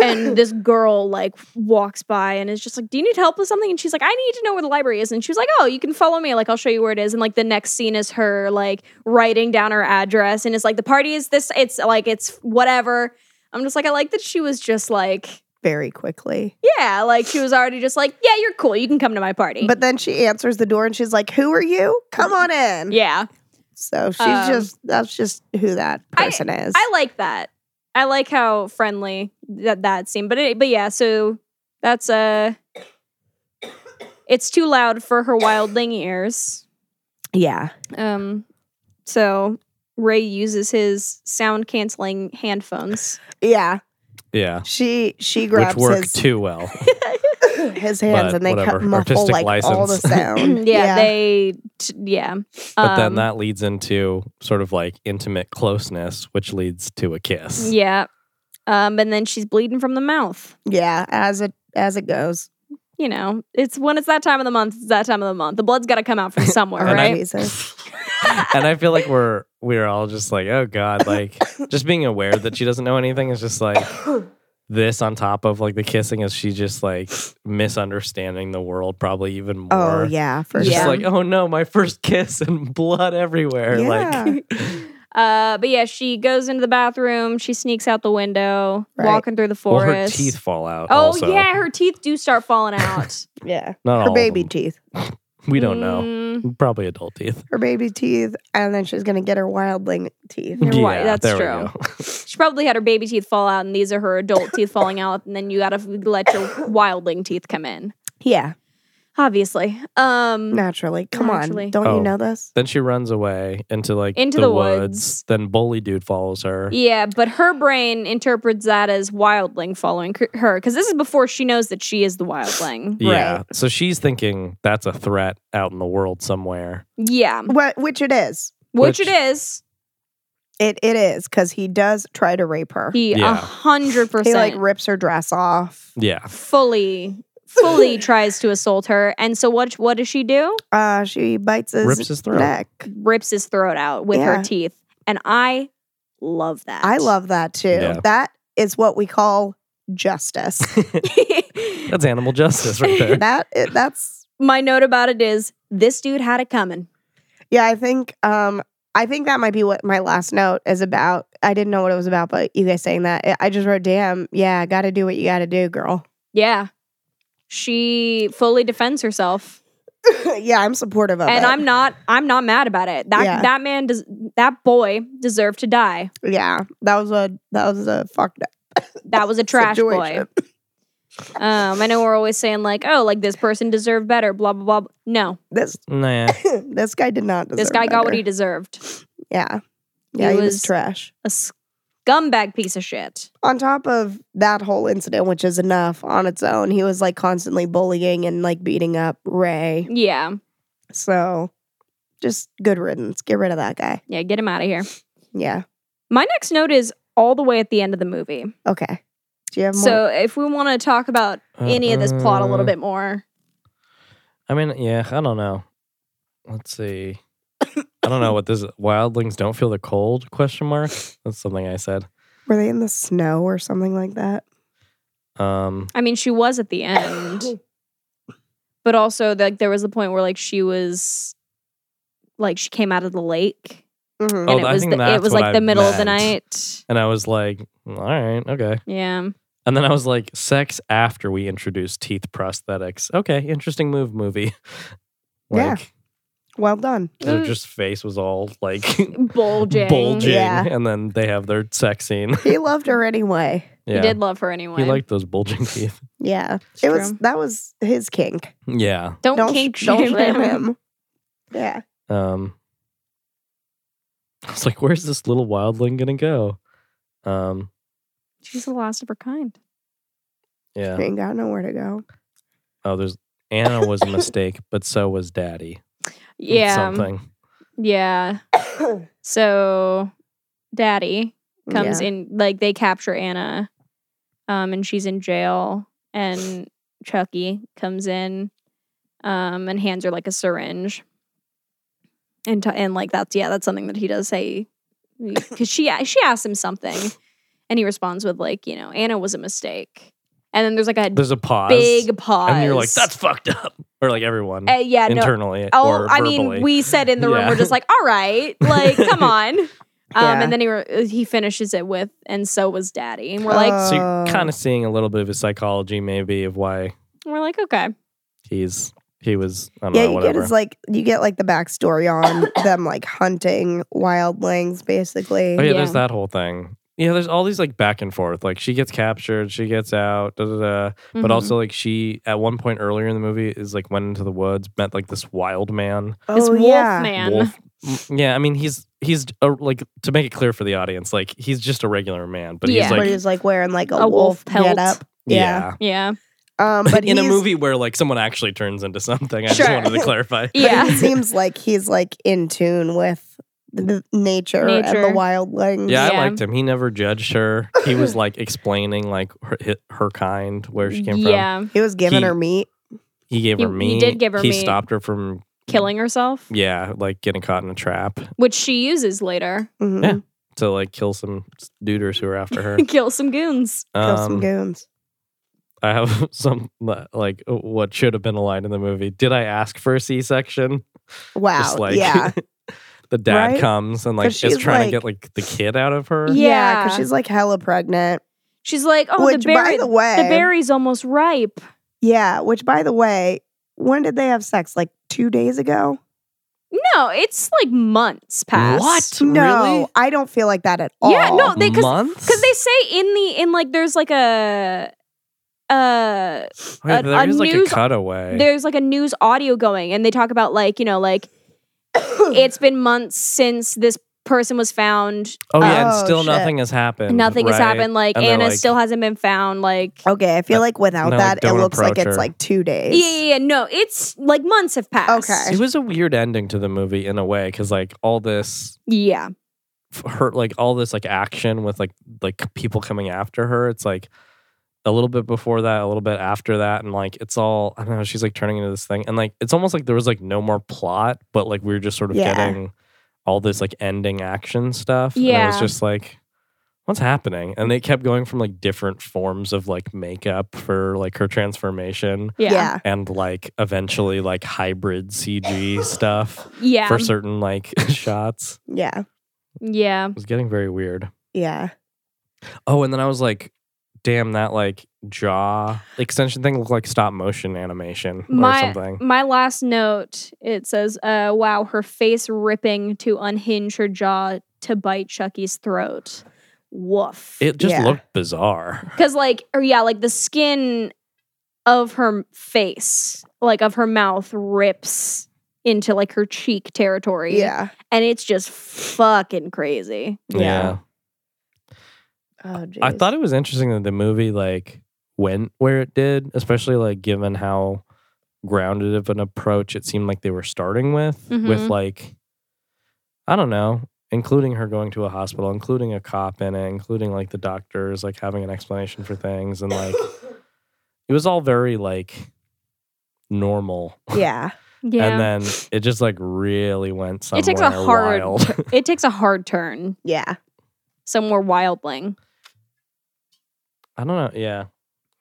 Speaker 3: And this girl like walks by and is just like, "Do you need help with something?" And she's like, "I need to know where the library is." And she was like, "Oh, you can follow me. Like, I'll show you where it is." And like the next scene is her like writing down her address, and it's like the party is this. It's like it's whatever. I'm just like, I like that she was just like,
Speaker 4: very quickly.
Speaker 3: yeah, like she was already just like, yeah, you're cool. You can come to my party.
Speaker 4: But then she answers the door and she's like, "Who are you? Come on in."
Speaker 3: yeah,
Speaker 4: So she's
Speaker 3: Um,
Speaker 4: just that's just who that
Speaker 3: I-
Speaker 4: person is.
Speaker 3: I like that. I like how friendly that that seemed. But it, but yeah, so that's uh it's too loud for her wildling ears.
Speaker 4: yeah.
Speaker 3: Um so Ray uses his sound canceling handphones.
Speaker 4: Yeah.
Speaker 5: Yeah,
Speaker 4: She she
Speaker 5: which
Speaker 4: grabs
Speaker 5: worked
Speaker 4: his
Speaker 5: too well.
Speaker 4: his hands
Speaker 5: but
Speaker 4: and they
Speaker 5: whatever.
Speaker 4: cut muffle
Speaker 5: Artistic
Speaker 4: like all the
Speaker 5: license.
Speaker 3: yeah,
Speaker 4: sound.
Speaker 3: they t- yeah.
Speaker 5: But then
Speaker 3: Um,
Speaker 5: that leads into sort of like intimate closeness, which leads to a kiss.
Speaker 3: Yeah. Um and then she's bleeding from the mouth.
Speaker 4: yeah, as it as it goes.
Speaker 3: You know, it's when it's that time of the month, it's that time of the month. The blood's got to come out from somewhere,
Speaker 5: And
Speaker 4: Oh,
Speaker 5: I-
Speaker 3: right?
Speaker 4: Jesus.
Speaker 5: and I feel like we're we're all just like, oh god, like just being aware that she doesn't know anything is just like this on top of like the kissing is she just like misunderstanding the world probably even more.
Speaker 4: Oh yeah, for
Speaker 5: It's just
Speaker 3: Yeah.
Speaker 4: sure.
Speaker 5: like, oh no, my first kiss and blood everywhere.
Speaker 4: Yeah.
Speaker 5: Like
Speaker 3: Uh, but yeah, she goes into the bathroom. She sneaks out the window,
Speaker 4: Right.
Speaker 3: walking through the
Speaker 5: well,
Speaker 3: forest.
Speaker 5: her teeth fall out.
Speaker 3: Oh
Speaker 5: also.
Speaker 3: yeah, her teeth do start falling out.
Speaker 4: yeah.
Speaker 5: Not all
Speaker 4: Her
Speaker 5: of
Speaker 4: baby
Speaker 5: them.
Speaker 4: teeth.
Speaker 5: We don't know.
Speaker 3: Mm,
Speaker 5: Probably adult teeth.
Speaker 4: Her baby teeth. And then she's gonna get her wildling teeth.
Speaker 3: You're right, that's
Speaker 5: there we
Speaker 3: true.
Speaker 5: go.
Speaker 3: she probably had her baby teeth fall out, and these are her adult teeth falling out. And then you gotta let your wildling teeth come in.
Speaker 4: Yeah.
Speaker 3: Obviously, um,
Speaker 4: Naturally. Come
Speaker 3: Naturally.
Speaker 4: on. Don't
Speaker 5: Oh.
Speaker 4: you know this?
Speaker 5: Then she runs away into like
Speaker 3: Into
Speaker 5: the,
Speaker 3: the
Speaker 5: woods.
Speaker 3: woods.
Speaker 5: Then bully dude follows her.
Speaker 3: yeah. But her brain interprets that as wildling following c- her, because this is before she knows that she is the wildling.
Speaker 5: Yeah.
Speaker 4: Right.
Speaker 5: So she's thinking that's a threat out in the world somewhere.
Speaker 3: Yeah,
Speaker 4: What which it is.
Speaker 3: which,
Speaker 5: Which-
Speaker 3: it is.
Speaker 4: It it is because he does try to rape her.
Speaker 3: He a
Speaker 5: Yeah.
Speaker 3: hundred
Speaker 4: he
Speaker 3: percent
Speaker 4: like rips her dress off.
Speaker 5: Yeah.
Speaker 3: fully fully tries to assault her and so what what does she do
Speaker 4: Uh, she bites his,
Speaker 5: Rips his throat.
Speaker 4: neck.
Speaker 3: rips his throat out with her
Speaker 4: Yeah.
Speaker 3: teeth and i love that
Speaker 4: I love that too.
Speaker 5: Yeah.
Speaker 4: That is what we call justice.
Speaker 5: That's animal justice right there.
Speaker 4: that it, that's
Speaker 3: my note about it is this dude had it coming
Speaker 4: yeah. I think um I think that might be what my last note is about. I didn't know what it was about, but you guys saying that, I- I just wrote, "Damn, yeah, got to do what you got to do, girl."
Speaker 3: yeah she fully defends herself
Speaker 4: yeah, I'm supportive of
Speaker 3: and
Speaker 4: it.
Speaker 3: I'm not I'm not mad about it. That
Speaker 4: Yeah.
Speaker 3: that man does that boy deserved to die.
Speaker 4: yeah, that was a that was a fucked up
Speaker 3: That was a trash
Speaker 4: situation.
Speaker 3: boy. Um, I know we're always saying like, oh, like this person deserved better, blah blah blah. blah. No,
Speaker 4: This
Speaker 5: Nah.
Speaker 4: this guy did not. Deserve
Speaker 3: this guy got what
Speaker 4: better.
Speaker 3: he deserved.
Speaker 4: Yeah, yeah, he, was
Speaker 3: was-
Speaker 4: trash.
Speaker 3: A scumbag piece of shit.
Speaker 4: on top of that whole incident, which is enough on its own, he was like constantly bullying and like beating up Ray.
Speaker 3: Yeah,
Speaker 4: So just good riddance. Get rid of that guy.
Speaker 3: yeah. Get him out of here.
Speaker 4: Yeah.
Speaker 3: My next note is all the way at the end of the movie.
Speaker 4: Okay. Do you have more?
Speaker 3: So if we want to talk about any of this plot a little
Speaker 5: Uh,
Speaker 3: bit more,
Speaker 5: I mean, yeah, I don't know. Let's see. I don't know what this wildlings don't feel the cold question mark. That's something I said.
Speaker 4: Were they in the snow or something like that?
Speaker 5: Um
Speaker 3: I mean, she was at the end, but also like there was the point where like she was, like she came out of the lake,
Speaker 4: Mhm.
Speaker 5: Oh,
Speaker 3: and it
Speaker 5: I
Speaker 3: was
Speaker 5: think
Speaker 3: the, it
Speaker 5: that's
Speaker 3: was
Speaker 5: what
Speaker 3: like the
Speaker 5: I
Speaker 3: middle of the
Speaker 5: meant.
Speaker 3: night.
Speaker 5: and I was like, all right, okay.
Speaker 3: Yeah,
Speaker 5: And then I was like, sex after we introduced teeth prosthetics. Okay, interesting move movie.
Speaker 4: Yeah.
Speaker 5: like
Speaker 4: Well done.
Speaker 5: their just face was all like
Speaker 3: Mm. bulging.
Speaker 5: bulging.
Speaker 4: Yeah.
Speaker 5: And then they have their sex scene.
Speaker 4: He loved her anyway.
Speaker 5: yeah.
Speaker 3: He did love her anyway.
Speaker 5: He liked those bulging teeth.
Speaker 4: Yeah.
Speaker 3: It's
Speaker 4: it was
Speaker 3: true.
Speaker 4: that was his kink.
Speaker 5: Yeah.
Speaker 3: don't,
Speaker 4: Don't
Speaker 3: kink
Speaker 4: don't
Speaker 3: shame him.
Speaker 4: Yeah.
Speaker 5: Um, I was like, where's this little wildling gonna go? Um,
Speaker 3: She's the last of her kind.
Speaker 5: yeah.
Speaker 4: He ain't got nowhere to go.
Speaker 5: Oh, there's Anna was a mistake, but so was Daddy.
Speaker 3: Yeah,
Speaker 5: Something.
Speaker 3: yeah. So, Daddy, comes
Speaker 4: Yeah.
Speaker 3: in like they capture Anna um and she's in jail and Chucky comes in um and hands her like a syringe and t- and like that's yeah that's something that he does say cuz she she asks him something and he responds with like you know Anna was a mistake and then there's like a
Speaker 5: There's a pause.
Speaker 3: big pause
Speaker 5: And you're like, that's fucked up. Or like everyone
Speaker 3: Uh, yeah no
Speaker 5: internally
Speaker 3: Oh,
Speaker 5: or
Speaker 3: I
Speaker 5: verbally.
Speaker 3: mean, we said in the room,
Speaker 5: Yeah.
Speaker 3: we're just like, all right, like, come on. Um,
Speaker 4: Yeah.
Speaker 3: And then he re- he finishes it with, and so was Daddy, and we're like,
Speaker 4: Uh.
Speaker 5: so you're
Speaker 4: Oh.
Speaker 5: kind of seeing a little bit of his psychology, maybe, of why
Speaker 3: we're like, okay,
Speaker 5: he's he was. I don't
Speaker 4: Yeah,
Speaker 5: know,
Speaker 4: you
Speaker 5: whatever.
Speaker 4: get his like you get like the backstory on them like hunting wildlings basically.
Speaker 5: Oh yeah,
Speaker 3: Yeah.
Speaker 5: there's that whole thing. Yeah, there's all these like back and forth. Like she gets captured, she gets out, da da da. But
Speaker 3: Mhm.
Speaker 5: also like she at one point earlier in the movie is like went into the woods, met like this wild man.
Speaker 3: this wolf
Speaker 4: Oh, yeah.
Speaker 3: man,
Speaker 5: Wolf. Mm, Yeah, I mean he's he's a, like to make it clear for the audience, like he's just a regular man, but
Speaker 3: Yeah.
Speaker 5: he's
Speaker 4: But
Speaker 5: like
Speaker 4: he's like wearing like a,
Speaker 3: A wolf
Speaker 4: wolf,
Speaker 3: pelt.
Speaker 4: get up. Yeah.
Speaker 3: yeah,
Speaker 4: Um but
Speaker 5: in a
Speaker 4: he's-
Speaker 5: movie where like someone actually turns into something. I just
Speaker 3: Sure.
Speaker 5: wanted to clarify.
Speaker 4: but he
Speaker 3: yeah,
Speaker 4: seems like he's like in tune with the nature, and the
Speaker 3: Nature.
Speaker 4: wildlings.
Speaker 5: Yeah, I
Speaker 3: Yeah.
Speaker 5: liked him. He never judged her. He was like explaining like her, her kind, where she came from.
Speaker 3: yeah,
Speaker 4: He was giving
Speaker 5: He-
Speaker 4: her meat.
Speaker 5: He gave
Speaker 3: He-
Speaker 5: her meat.
Speaker 3: he did give her
Speaker 5: He
Speaker 3: meat.
Speaker 5: stopped her from
Speaker 3: killing herself,
Speaker 5: yeah, like getting caught in a trap
Speaker 3: which she uses later,
Speaker 4: Mhm.
Speaker 5: Yeah. to like kill some duders who are after her.
Speaker 3: kill some goons.
Speaker 4: Kill some
Speaker 5: Um,
Speaker 4: goons.
Speaker 5: I have some uh, like what should have been a line in the movie. Did I ask for a C-section?
Speaker 4: Wow.
Speaker 5: Just like
Speaker 4: yeah.
Speaker 5: the dad
Speaker 4: Right?
Speaker 5: comes and like
Speaker 4: 'Cause
Speaker 5: is
Speaker 4: she's
Speaker 5: trying
Speaker 4: like-
Speaker 5: to get like the kid out of her.
Speaker 4: Yeah,
Speaker 3: Yeah.
Speaker 4: because she's like hella pregnant.
Speaker 3: She's like, oh,
Speaker 4: which
Speaker 3: the berry,
Speaker 4: by the
Speaker 3: the,
Speaker 4: way
Speaker 3: berry's almost ripe.
Speaker 4: Yeah, which by the way, when did they have sex? Like two days ago?
Speaker 3: No, it's like months past.
Speaker 5: What?
Speaker 4: No,
Speaker 5: Really?
Speaker 4: I don't feel like that at all.
Speaker 3: Yeah, no, they- 'cause-
Speaker 5: months
Speaker 3: Because they say in the in like there's like a uh
Speaker 5: Wait,
Speaker 3: a-
Speaker 5: there
Speaker 3: a
Speaker 5: is, like a
Speaker 3: news-
Speaker 5: cutaway.
Speaker 3: there's like a news audio going and they talk about like you know like it's been months since this person was found
Speaker 5: oh yeah,
Speaker 4: Oh,
Speaker 5: and still
Speaker 4: shit.
Speaker 5: nothing has happened.
Speaker 3: nothing has
Speaker 5: right?
Speaker 3: happened like
Speaker 5: And they're
Speaker 3: anna
Speaker 5: like-
Speaker 3: still hasn't been found like
Speaker 4: Okay, I feel like without
Speaker 5: no,
Speaker 4: that, it
Speaker 5: don't
Speaker 4: looks like
Speaker 5: approach
Speaker 4: it's
Speaker 5: her.
Speaker 4: like two days.
Speaker 3: yeah, yeah yeah no it's like months have passed
Speaker 4: Okay.
Speaker 5: It was a weird ending to the movie in a way because like all this
Speaker 3: yeah
Speaker 5: f- her like all this like action with like like people coming after her. It's like a little bit before that, a little bit after that, and like it's all I don't know. She's like turning into this thing, and like it's almost like there was like no more plot, but like we were just sort of
Speaker 4: Yeah.
Speaker 5: getting all this like ending action stuff. and it
Speaker 3: Yeah.
Speaker 5: was just like. What's happening? And they kept going from like different forms of like makeup for like her transformation
Speaker 3: yeah yeah,
Speaker 5: and like eventually like hybrid CG stuff for certain like shots.
Speaker 4: Yeah.
Speaker 3: yeah.
Speaker 5: It was getting very weird.
Speaker 4: Yeah.
Speaker 5: Oh, and then I was like, damn, that like jaw extension thing looked like stop motion animation or
Speaker 3: My-
Speaker 5: something.
Speaker 3: My last note it says, uh, "Wow, her face ripping to unhinge her jaw to bite Chucky's throat." Woof.
Speaker 5: It just
Speaker 4: Yeah.
Speaker 5: looked bizarre.
Speaker 3: Because like, or yeah, like the skin of her face, like of her mouth, rips into like her cheek territory.
Speaker 4: Yeah.
Speaker 3: and it's just fucking crazy.
Speaker 5: Yeah.
Speaker 4: Oh,
Speaker 5: I thought it was interesting that the movie like went where it did, especially like given how grounded of an approach it seemed like they were starting with, with
Speaker 3: Mhm.
Speaker 5: like, I don't know, including her going to a hospital, including a cop in it, including like the doctors, like having an explanation for things. And like, it was all very like normal.
Speaker 4: Yeah.
Speaker 3: Yeah,
Speaker 5: And then it just like really went somewhere
Speaker 3: it takes a hard.
Speaker 5: wild.
Speaker 3: tur- it takes a hard turn
Speaker 4: Yeah.
Speaker 3: somewhere wildling.
Speaker 5: I don't know. Yeah,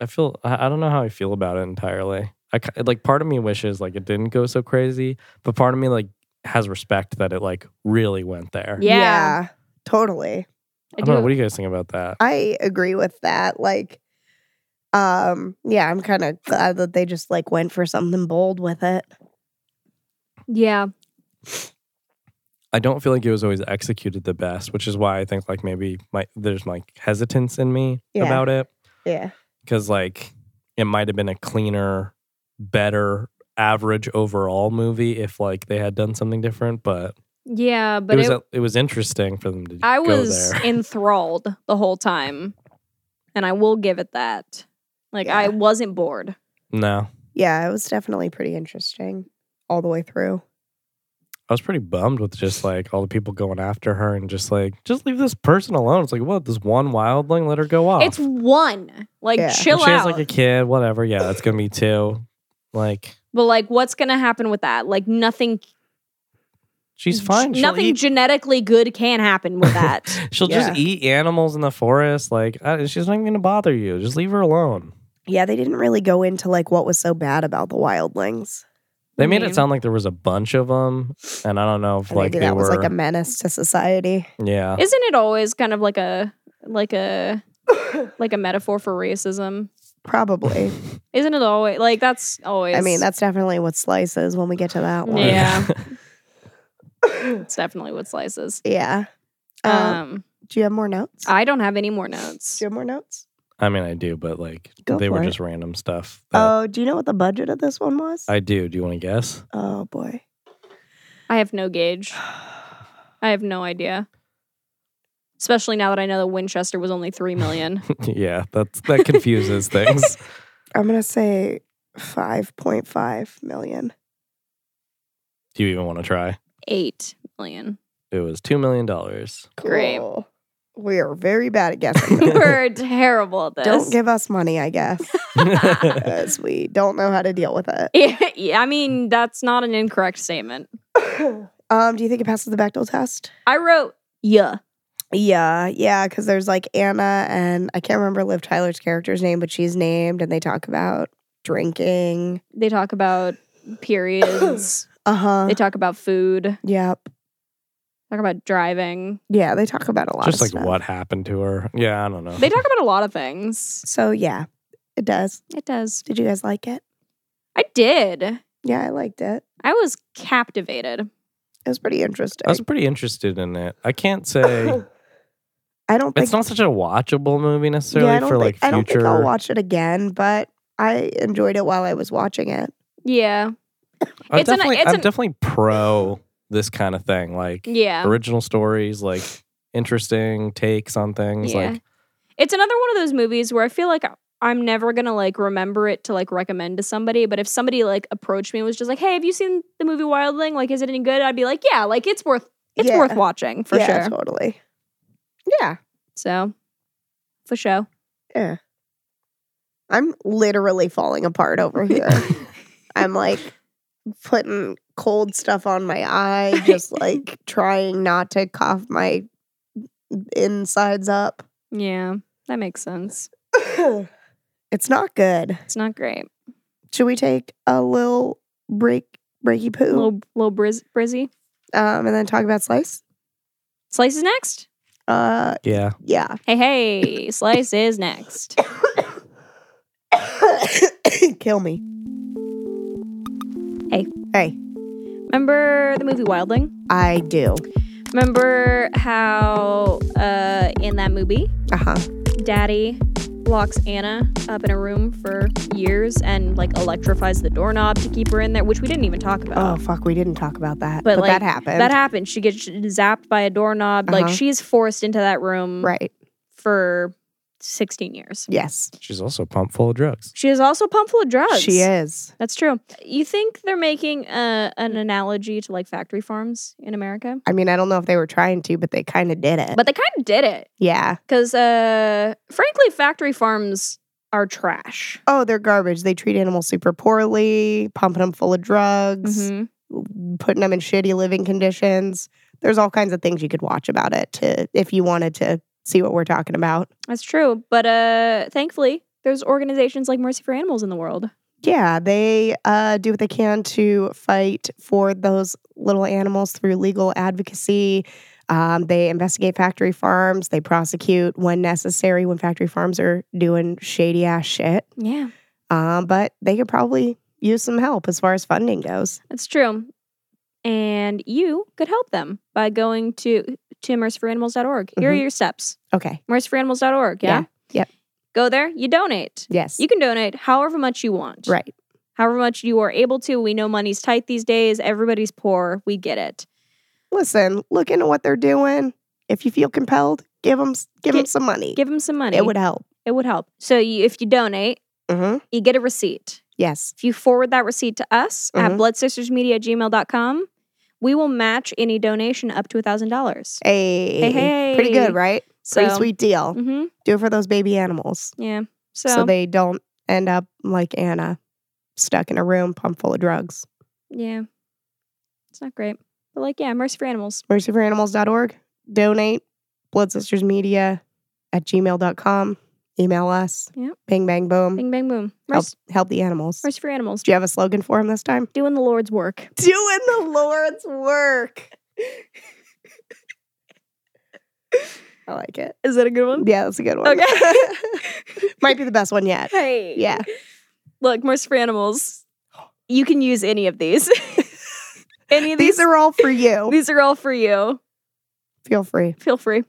Speaker 5: I feel. I, I don't know how I feel about it entirely. I ki- like part of me wishes like it didn't go so crazy, but part of me like has respect that it like really went there.
Speaker 3: Yeah.
Speaker 4: Totally.
Speaker 5: I
Speaker 3: I
Speaker 5: don't know.
Speaker 3: do-
Speaker 5: What do you guys think about that?
Speaker 4: I agree with that. Like, um, yeah, I'm kind of glad that they just like went for something bold with it.
Speaker 3: yeah,
Speaker 5: I don't feel like it was always executed the best, which is why I think like maybe my there's like hesitance in me
Speaker 4: Yeah.
Speaker 5: about it
Speaker 4: Yeah.
Speaker 5: because like it might have been a cleaner, better average overall movie if like they had done something different, but,
Speaker 3: yeah. But
Speaker 5: it was
Speaker 3: it,
Speaker 5: it was interesting for them to
Speaker 3: I
Speaker 5: go
Speaker 3: was
Speaker 5: there.
Speaker 3: enthralled the whole time, and I will give it that. Like I
Speaker 4: Yeah.
Speaker 3: wasn't bored.
Speaker 5: no.
Speaker 4: Yeah. It was definitely pretty interesting all the way through.
Speaker 5: I was pretty bummed with just like all the people going after her and just like, just leave this person alone. It's like, what? This one wildling, let her go off.
Speaker 3: It's one. Like
Speaker 4: Yeah.
Speaker 5: And
Speaker 3: chill
Speaker 5: Oh. she has
Speaker 3: out.
Speaker 5: like a kid, whatever. Yeah, that's gonna be two. Like,
Speaker 3: but like, what's gonna happen with that? Like nothing.
Speaker 5: she's fine. She'll
Speaker 3: Nothing
Speaker 5: eat-
Speaker 3: genetically good can happen with that.
Speaker 5: She'll just eat animals in the forest. Like, I, she's not even gonna bother you. Just leave her alone.
Speaker 4: Yeah. They didn't really go into like what was so bad about the wildlings.
Speaker 5: They made it
Speaker 3: Lame.
Speaker 5: sound like there was a bunch of them, and I don't know if
Speaker 4: And
Speaker 5: like
Speaker 4: maybe
Speaker 5: they
Speaker 4: that
Speaker 5: were.
Speaker 4: was like a menace to society.
Speaker 5: yeah,
Speaker 3: Isn't it always kind of like a like a like a metaphor for racism?
Speaker 4: Probably.
Speaker 3: Isn't it always like that's always?
Speaker 4: I mean, that's definitely what Slice is when we get to that one.
Speaker 3: Yeah. that's definitely what slices.
Speaker 4: Yeah. Um,
Speaker 3: Um,
Speaker 4: do you have more notes?
Speaker 3: I don't have any more notes.
Speaker 4: do you have more notes?
Speaker 5: I mean, I do, but like
Speaker 4: Go
Speaker 5: they were
Speaker 4: for it.
Speaker 5: just random stuff. that
Speaker 4: Oh, do you know what the budget of this one was?
Speaker 5: Uh, I do. Do you want to guess?
Speaker 4: oh boy.
Speaker 3: I have no gauge. I have no idea. Especially now that I know that Winchester was only three million.
Speaker 5: yeah, that's that confuses things.
Speaker 4: I'm gonna say 5.5 million.
Speaker 5: Do you even want to try?
Speaker 3: Eight million.
Speaker 5: It was two million dollars.
Speaker 3: Great.
Speaker 4: Cool. We are very bad at guessing.
Speaker 3: We're terrible at this.
Speaker 4: don't give us money, I guess,
Speaker 5: I
Speaker 4: because we don't know how to deal with it.
Speaker 3: yeah, I mean, that's not an incorrect statement.
Speaker 4: um, do you think it passes the Bechdel test?
Speaker 3: I wrote yeah.
Speaker 4: Yeah, yeah, because there's like Anna and I can't remember Liv Tyler's character's name, but she's named, and they talk about drinking.
Speaker 3: They talk about periods.
Speaker 4: Uh huh.
Speaker 3: they talk about food.
Speaker 4: Yep.
Speaker 3: Talk about driving.
Speaker 4: Yeah, they talk about a lot.
Speaker 5: Just
Speaker 4: of
Speaker 5: like
Speaker 4: stuff.
Speaker 5: what happened to her? Yeah, I don't know.
Speaker 3: They talk about a lot of things.
Speaker 4: So yeah, it does.
Speaker 3: It does.
Speaker 4: Did you guys like it?
Speaker 3: I did.
Speaker 4: Yeah, I liked it.
Speaker 3: I was captivated.
Speaker 4: It was pretty interesting.
Speaker 5: I was pretty interested in it. I can't say
Speaker 4: I don't think
Speaker 5: it's not such a watchable movie necessarily
Speaker 4: yeah, I don't
Speaker 5: for
Speaker 4: think,
Speaker 5: like
Speaker 4: I don't think
Speaker 5: future.
Speaker 4: I'll watch it again, but I enjoyed it while I was watching it.
Speaker 3: Yeah.
Speaker 5: I'm,
Speaker 3: It's an-
Speaker 5: definitely,
Speaker 3: it's
Speaker 5: I'm
Speaker 3: an-
Speaker 5: definitely pro this kind of thing. Like
Speaker 3: Yeah.
Speaker 5: original stories, like interesting takes on things.
Speaker 3: Yeah.
Speaker 5: Like
Speaker 3: It's another one of those movies where I feel like I'm never gonna like remember it to like recommend to somebody. But if somebody like approached me and was just like, "Hey, have you seen the movie Wildling? Like, is it any good?" I'd be like, "Yeah, like it's worth it's
Speaker 4: Yeah.
Speaker 3: worth watching for
Speaker 4: yeah,
Speaker 3: sure."
Speaker 4: totally. Yeah,
Speaker 3: So, for sure.
Speaker 4: yeah. I'm literally falling apart over here. I'm like putting cold stuff on my eye, just like trying not to cough my insides up.
Speaker 3: Yeah, that makes sense.
Speaker 4: it's not good.
Speaker 3: It's not great.
Speaker 4: Should we take a little break, breaky poo,
Speaker 3: Little little briz, brizzy.
Speaker 4: um, and then talk about slice?
Speaker 3: Slices next.
Speaker 4: Uh,
Speaker 5: Yeah.
Speaker 4: yeah.
Speaker 3: Hey, hey, Slice is next.
Speaker 4: Kill me.
Speaker 3: Hey.
Speaker 4: Hey.
Speaker 3: Remember the movie Wildling?
Speaker 4: I do.
Speaker 3: Remember how uh, in that movie,
Speaker 4: Uh huh.
Speaker 3: Daddy locks Anna up in a room for years and like electrifies the doorknob to keep her in there, which we didn't even talk
Speaker 4: Oh
Speaker 3: about.
Speaker 4: fuck, we didn't talk about that. But,
Speaker 3: But,
Speaker 4: that
Speaker 3: like,
Speaker 4: happened.
Speaker 3: That happened. She gets zapped by a doorknob. Like
Speaker 4: Uh-huh.
Speaker 3: she's forced into that room
Speaker 4: right.
Speaker 3: for 16 years.
Speaker 4: Yes.
Speaker 5: She's also pumped full of drugs.
Speaker 3: She is also pumped full of drugs.
Speaker 4: She is.
Speaker 3: That's true. You think they're making uh, an analogy to like factory farms in America?
Speaker 4: I mean, I don't know if they were trying to, but they kind of did it.
Speaker 3: But they kind of did it
Speaker 4: yeah.
Speaker 3: because, uh, frankly, factory farms are trash.
Speaker 4: Oh, they're garbage. They treat animals super poorly, pumping them full of drugs,
Speaker 3: Mhm.
Speaker 4: putting them in shitty living conditions. There's all kinds of things you could watch about it to if you wanted to see what we're talking about.
Speaker 3: That's true. But uh, thankfully, there's organizations like Mercy for Animals in the world.
Speaker 4: Yeah, they uh, do what they can to fight for those little animals through legal advocacy. Um, they investigate factory farms. They prosecute when necessary when factory farms are doing shady ass shit.
Speaker 3: Yeah,
Speaker 4: Um, but they could probably use some help as far as funding goes.
Speaker 3: that's true. And you could help them by going to to mercyforanimals.org. Here are
Speaker 4: Mhm.
Speaker 3: your steps.
Speaker 4: Okay.
Speaker 3: Mercyforanimals.org. Yeah.
Speaker 4: Yeah. Yep.
Speaker 3: Go there. You donate.
Speaker 4: Yes.
Speaker 3: You can donate however much you want.
Speaker 4: right.
Speaker 3: however much you are able to. We know money's tight these days. Everybody's poor. We get it.
Speaker 4: Listen, look into what they're doing. If you feel compelled, give them give them
Speaker 3: Gi-
Speaker 4: some money.
Speaker 3: Give them some money.
Speaker 4: It would help.
Speaker 3: It would help. So you, if you donate,
Speaker 4: hmm
Speaker 3: you get a receipt.
Speaker 4: Yes.
Speaker 3: If you forward that receipt to us at
Speaker 4: Mhm.
Speaker 3: bloodsistersmedia gmail.com, we will match any donation up to $1,000.
Speaker 4: Hey.
Speaker 3: Hey, hey.
Speaker 4: Pretty good, right?
Speaker 3: So,
Speaker 4: Pretty sweet deal.
Speaker 3: hmm
Speaker 4: Do it for those baby animals.
Speaker 3: yeah. So,
Speaker 4: so, they don't end up like Anna, stuck in a room pumped full of drugs.
Speaker 3: yeah, it's not great. But like, yeah, Mercy for Animals.
Speaker 4: Mercyforanimals.org. Donate. Blood Sisters Media at gmail.com. Email us.
Speaker 3: Yep.
Speaker 4: Bing, bang, boom.
Speaker 3: Bing, bang, boom.
Speaker 4: help,
Speaker 3: Mercy,
Speaker 4: help the animals.
Speaker 3: Mercy for Animals.
Speaker 4: Do you have a slogan for them this time?
Speaker 3: Doing the Lord's work.
Speaker 4: Doing the Lord's work. I like it.
Speaker 3: Is that a good one?
Speaker 4: Yeah, that's a good one.
Speaker 3: Okay.
Speaker 4: Might be the best one yet.
Speaker 3: Hey.
Speaker 4: Yeah.
Speaker 3: Look, Mercy for Animals. You can use any of these. any of these,
Speaker 4: These are all for you.
Speaker 3: these are all for you.
Speaker 4: Feel free.
Speaker 3: Feel free.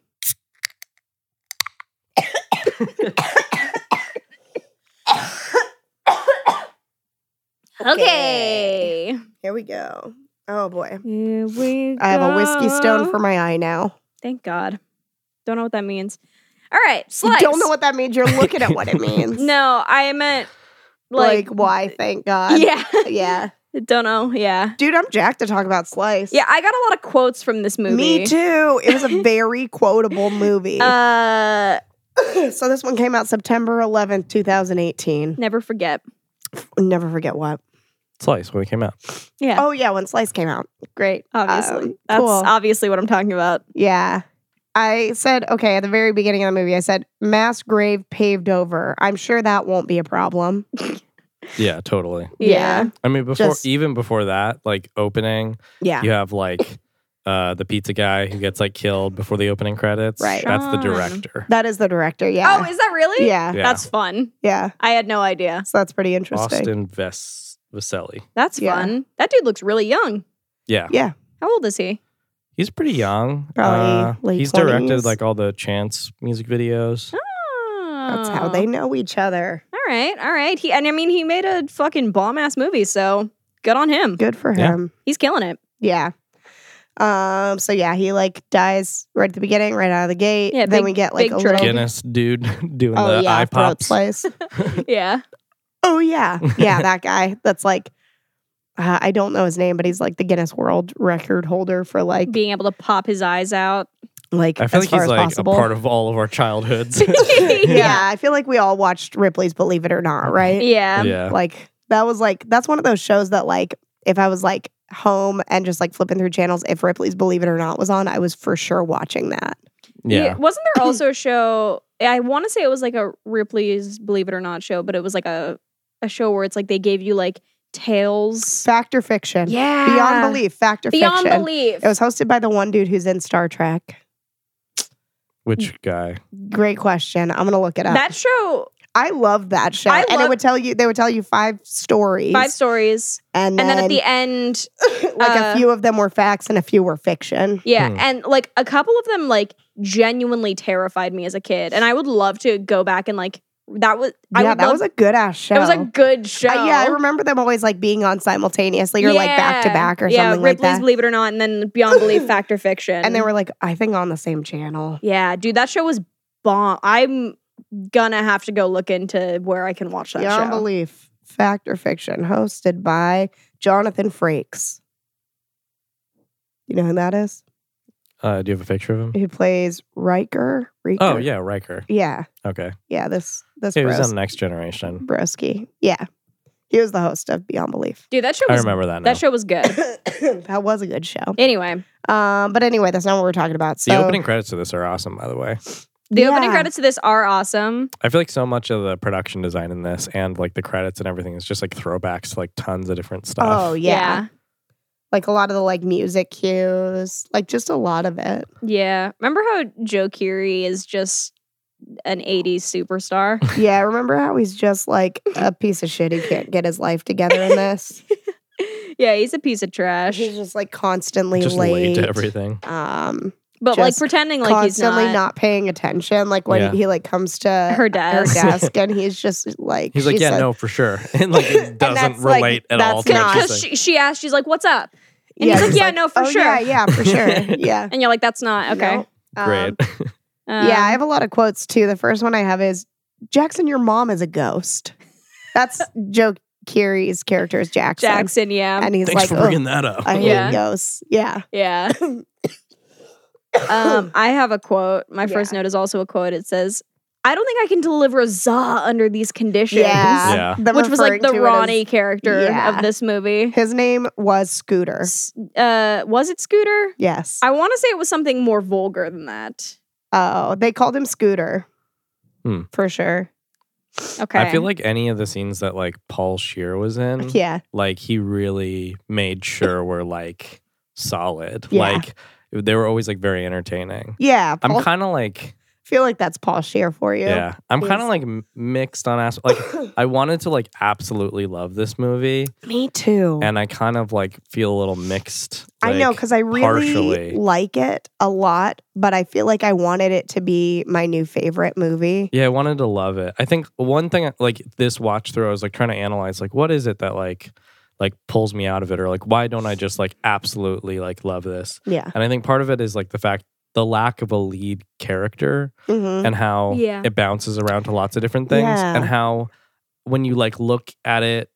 Speaker 4: Okay.
Speaker 3: Okay.
Speaker 4: Here we go. Oh boy.
Speaker 3: Here we
Speaker 4: I have a whiskey stone
Speaker 3: go.
Speaker 4: for my eye now.
Speaker 3: Thank God. Don't know what that means. All right.
Speaker 4: You
Speaker 3: Slice.
Speaker 4: don't know what that means. You're looking at what it means.
Speaker 3: No, I meant
Speaker 4: Like,
Speaker 3: like,
Speaker 4: why? Thank God.
Speaker 3: Yeah.
Speaker 4: Yeah.
Speaker 3: don't know. Yeah.
Speaker 4: Dude, I'm jacked to talk about Slice.
Speaker 3: Yeah, I got a lot of quotes from this movie.
Speaker 4: Me too. It was a very quotable movie.
Speaker 3: Uh
Speaker 4: so this one came out September 11th, 2018.
Speaker 3: never forget.
Speaker 4: Never forget what.
Speaker 5: Slice when it came out.
Speaker 3: Yeah.
Speaker 4: Oh yeah, when Slice came out. Great.
Speaker 3: Obviously.
Speaker 4: Um,
Speaker 3: That's
Speaker 4: cool.
Speaker 3: obviously what I'm talking about.
Speaker 4: Yeah. I said, okay, at the very beginning of the movie, I said, mass grave paved over. I'm sure that won't be a problem.
Speaker 5: Yeah, totally.
Speaker 3: Yeah.
Speaker 5: I mean, before
Speaker 4: Just-
Speaker 5: even before that, like opening,
Speaker 4: Yeah.
Speaker 5: you have like uh the pizza guy who gets like killed before the opening credits.
Speaker 4: Right.
Speaker 5: That's
Speaker 3: Sean.
Speaker 5: the director.
Speaker 4: That is the director. Yeah.
Speaker 3: Oh, is that really?
Speaker 4: yeah.
Speaker 5: Yeah.
Speaker 3: That's fun.
Speaker 4: Yeah.
Speaker 3: I had no idea.
Speaker 4: So that's pretty interesting.
Speaker 5: Austin Ves- Vaselli.
Speaker 3: That's
Speaker 4: Yeah.
Speaker 3: fun. That dude looks really young.
Speaker 5: Yeah.
Speaker 3: How old is he?
Speaker 5: He's pretty young. Uh,
Speaker 4: Probably late
Speaker 5: he's directed
Speaker 4: 20s.
Speaker 5: like all the Chance music videos.
Speaker 3: Oh.
Speaker 4: That's how they know each other.
Speaker 3: All right, all right. He and I mean he made a fucking bomb ass movie, so good on him.
Speaker 4: Good for
Speaker 5: Yeah.
Speaker 4: him.
Speaker 3: He's killing it.
Speaker 4: Yeah. Um. So yeah, he like dies right at the beginning, right out of the gate.
Speaker 3: Yeah,
Speaker 4: Then
Speaker 3: big-
Speaker 4: we get like
Speaker 3: big
Speaker 4: a little.
Speaker 3: turtle.
Speaker 5: Guinness dude doing
Speaker 4: Oh
Speaker 5: the
Speaker 4: yeah,
Speaker 5: eye
Speaker 4: throat
Speaker 5: pops.
Speaker 4: slice.
Speaker 3: Yeah.
Speaker 4: Oh yeah, yeah. That guy. That's like, uh, I don't know his name, but he's like the Guinness World Record holder for like
Speaker 3: Being able to pop his eyes out.
Speaker 4: like
Speaker 5: I feel
Speaker 4: as
Speaker 5: like
Speaker 4: far
Speaker 5: he's
Speaker 4: as
Speaker 5: like
Speaker 4: possible.
Speaker 5: a part of all of our childhoods.
Speaker 4: yeah. I feel like we all watched Ripley's Believe It or Not, right?
Speaker 3: Yeah.
Speaker 5: yeah.
Speaker 4: Like that was like that's one of those shows that like if I was like home and just like flipping through channels, if Ripley's Believe It or Not was on, I was for sure watching that.
Speaker 5: Yeah.
Speaker 3: Wasn't there also a show? I want to say it was like a Ripley's Believe It or Not show, but it was like a a show where it's like they gave you like tales.
Speaker 4: Fact or fiction?
Speaker 3: Yeah.
Speaker 4: Beyond belief, fact or
Speaker 3: Beyond
Speaker 4: fiction.
Speaker 3: belief.
Speaker 4: It was hosted by the one dude who's in Star Trek.
Speaker 5: Which guy?
Speaker 4: Great question. I'm gonna look it up.
Speaker 3: That show,
Speaker 4: I love that show,
Speaker 3: I
Speaker 4: and it
Speaker 3: love-
Speaker 4: would tell you they would tell you five stories,
Speaker 3: five stories,
Speaker 4: and,
Speaker 3: and then at the end,
Speaker 4: like
Speaker 3: uh,
Speaker 4: a few of them were facts and a few were fiction.
Speaker 3: yeah,
Speaker 5: Hmm.
Speaker 3: and like a couple of them like genuinely terrified me as a kid, and I would love to go back and like that was I
Speaker 4: yeah,
Speaker 3: would
Speaker 4: that
Speaker 3: love,
Speaker 4: was a good ass show.
Speaker 3: it was a good show.
Speaker 4: Uh, yeah, I remember them always like being on simultaneously or like back to
Speaker 3: Yeah.
Speaker 4: back or
Speaker 3: yeah,
Speaker 4: something
Speaker 3: Ripley's
Speaker 4: like that.
Speaker 3: Believe It or Not, and then Beyond Belief, Fact or Fiction,
Speaker 4: and they were like, I think on the same channel.
Speaker 3: yeah, dude, that show was bomb. I'm gonna have to go look into where I can watch that
Speaker 4: Beyond
Speaker 3: show.
Speaker 4: Belief, Fact or Fiction, hosted by Jonathan Frakes. You know who that is?
Speaker 5: Uh, do you have a picture of him?
Speaker 4: Who plays Riker? Riker?
Speaker 5: Oh yeah, Riker.
Speaker 4: yeah,
Speaker 5: Okay,
Speaker 4: yeah. This this
Speaker 5: he was
Speaker 4: bros-
Speaker 5: on Next Generation.
Speaker 4: broski. Yeah, he was the host of Beyond Belief.
Speaker 3: Dude, that show
Speaker 5: I
Speaker 3: was
Speaker 5: remember that. Now.
Speaker 3: that show was good.
Speaker 4: that was a good show.
Speaker 3: Anyway,
Speaker 4: Um, but anyway, that's not what we're talking about. So
Speaker 5: the opening credits of this are awesome, by the way.
Speaker 3: the
Speaker 4: Yeah.
Speaker 3: opening credits to this are awesome.
Speaker 5: I feel like so much of the production design in this and like the credits and everything is just like throwbacks to like tons of different stuff.
Speaker 4: Oh yeah. like a lot of the like music cues, like just a lot of it.
Speaker 3: yeah, yeah. Remember how Joe Curie is just an '80s superstar?
Speaker 4: Yeah, remember how he's just like a piece of shit. He can't get his life together in this.
Speaker 3: yeah, he's a piece of trash,
Speaker 4: He's just like constantly
Speaker 5: just
Speaker 4: late.
Speaker 5: late to everything.
Speaker 4: Um,
Speaker 3: but like
Speaker 4: just
Speaker 3: pretending like he's
Speaker 4: constantly
Speaker 3: not.
Speaker 4: not. paying attention. Like when
Speaker 5: Yeah.
Speaker 4: he like comes to
Speaker 3: Her desk.
Speaker 4: desk and he's just like
Speaker 5: He's like,
Speaker 4: she
Speaker 5: yeah,
Speaker 4: said-
Speaker 5: no, for sure, and like it
Speaker 4: And
Speaker 5: doesn't
Speaker 4: that's, like,
Speaker 5: relate at all
Speaker 4: that's
Speaker 5: to what
Speaker 4: not-
Speaker 5: she's
Speaker 3: Because
Speaker 5: saying.
Speaker 3: she, she asked, she's like, "What's up?" And he's like, "Yeah, no, for
Speaker 4: oh,
Speaker 3: sure."
Speaker 4: Yeah, yeah, for sure. Yeah.
Speaker 3: And you're like, "That's not okay."
Speaker 4: No. Um,
Speaker 5: Great.
Speaker 3: Um,
Speaker 4: yeah, I have a lot of quotes too. The first one I have is Jackson, your mom is a ghost. That's Joe Curie's character is Jackson.
Speaker 3: Jackson. Yeah,
Speaker 4: And he's
Speaker 5: Thanks
Speaker 4: like,
Speaker 5: for
Speaker 4: "Ugh,
Speaker 5: bringing that up.
Speaker 4: I hate
Speaker 3: Yeah.
Speaker 4: ghosts. Yeah.
Speaker 3: yeah. um, I have a quote. My first
Speaker 4: Yeah.
Speaker 3: note is also a quote. It says, "I don't think I can deliver za under these conditions."
Speaker 4: Yeah.
Speaker 5: Yeah.
Speaker 4: Them
Speaker 3: which was like
Speaker 4: referring
Speaker 3: the
Speaker 4: to it
Speaker 3: Ronnie
Speaker 4: as-
Speaker 3: character
Speaker 4: Yeah.
Speaker 3: of this movie.
Speaker 4: his name was Scooter.
Speaker 3: S- Uh, was it Scooter?
Speaker 4: Yes.
Speaker 3: I want to say it was something more vulgar than that.
Speaker 4: Oh, they called him Scooter.
Speaker 5: Hmm.
Speaker 4: For sure.
Speaker 3: Okay,
Speaker 5: I feel like any of the scenes that like Paul Shear was in,
Speaker 4: Yeah.
Speaker 5: like he really made sure were like solid.
Speaker 4: Yeah.
Speaker 5: Like they were always like very entertaining.
Speaker 4: Yeah.
Speaker 5: I'm
Speaker 4: Paul-
Speaker 5: kind of like
Speaker 4: feel like that's Paul Shear for you.
Speaker 5: yeah, I'm kind of
Speaker 4: Yes.
Speaker 5: like m- mixed on as like I wanted to like absolutely love this movie
Speaker 4: Me too.
Speaker 5: and I kind of like feel a little mixed.
Speaker 4: I know
Speaker 5: like,
Speaker 4: because I really
Speaker 5: partially.
Speaker 4: like it a lot, but I feel like I wanted it to be my new favorite movie.
Speaker 5: Yeah, I wanted to love it. I think one thing like this watch through, I was like trying to analyze like what is it that like like pulls me out of it or like why don't I just like absolutely like love this?
Speaker 4: Yeah.
Speaker 5: And I think part of it is like the fact the lack of a lead character
Speaker 4: Mhm.
Speaker 5: and how
Speaker 3: Yeah.
Speaker 5: it bounces around to lots of different things
Speaker 4: Yeah.
Speaker 5: and how when you like look at it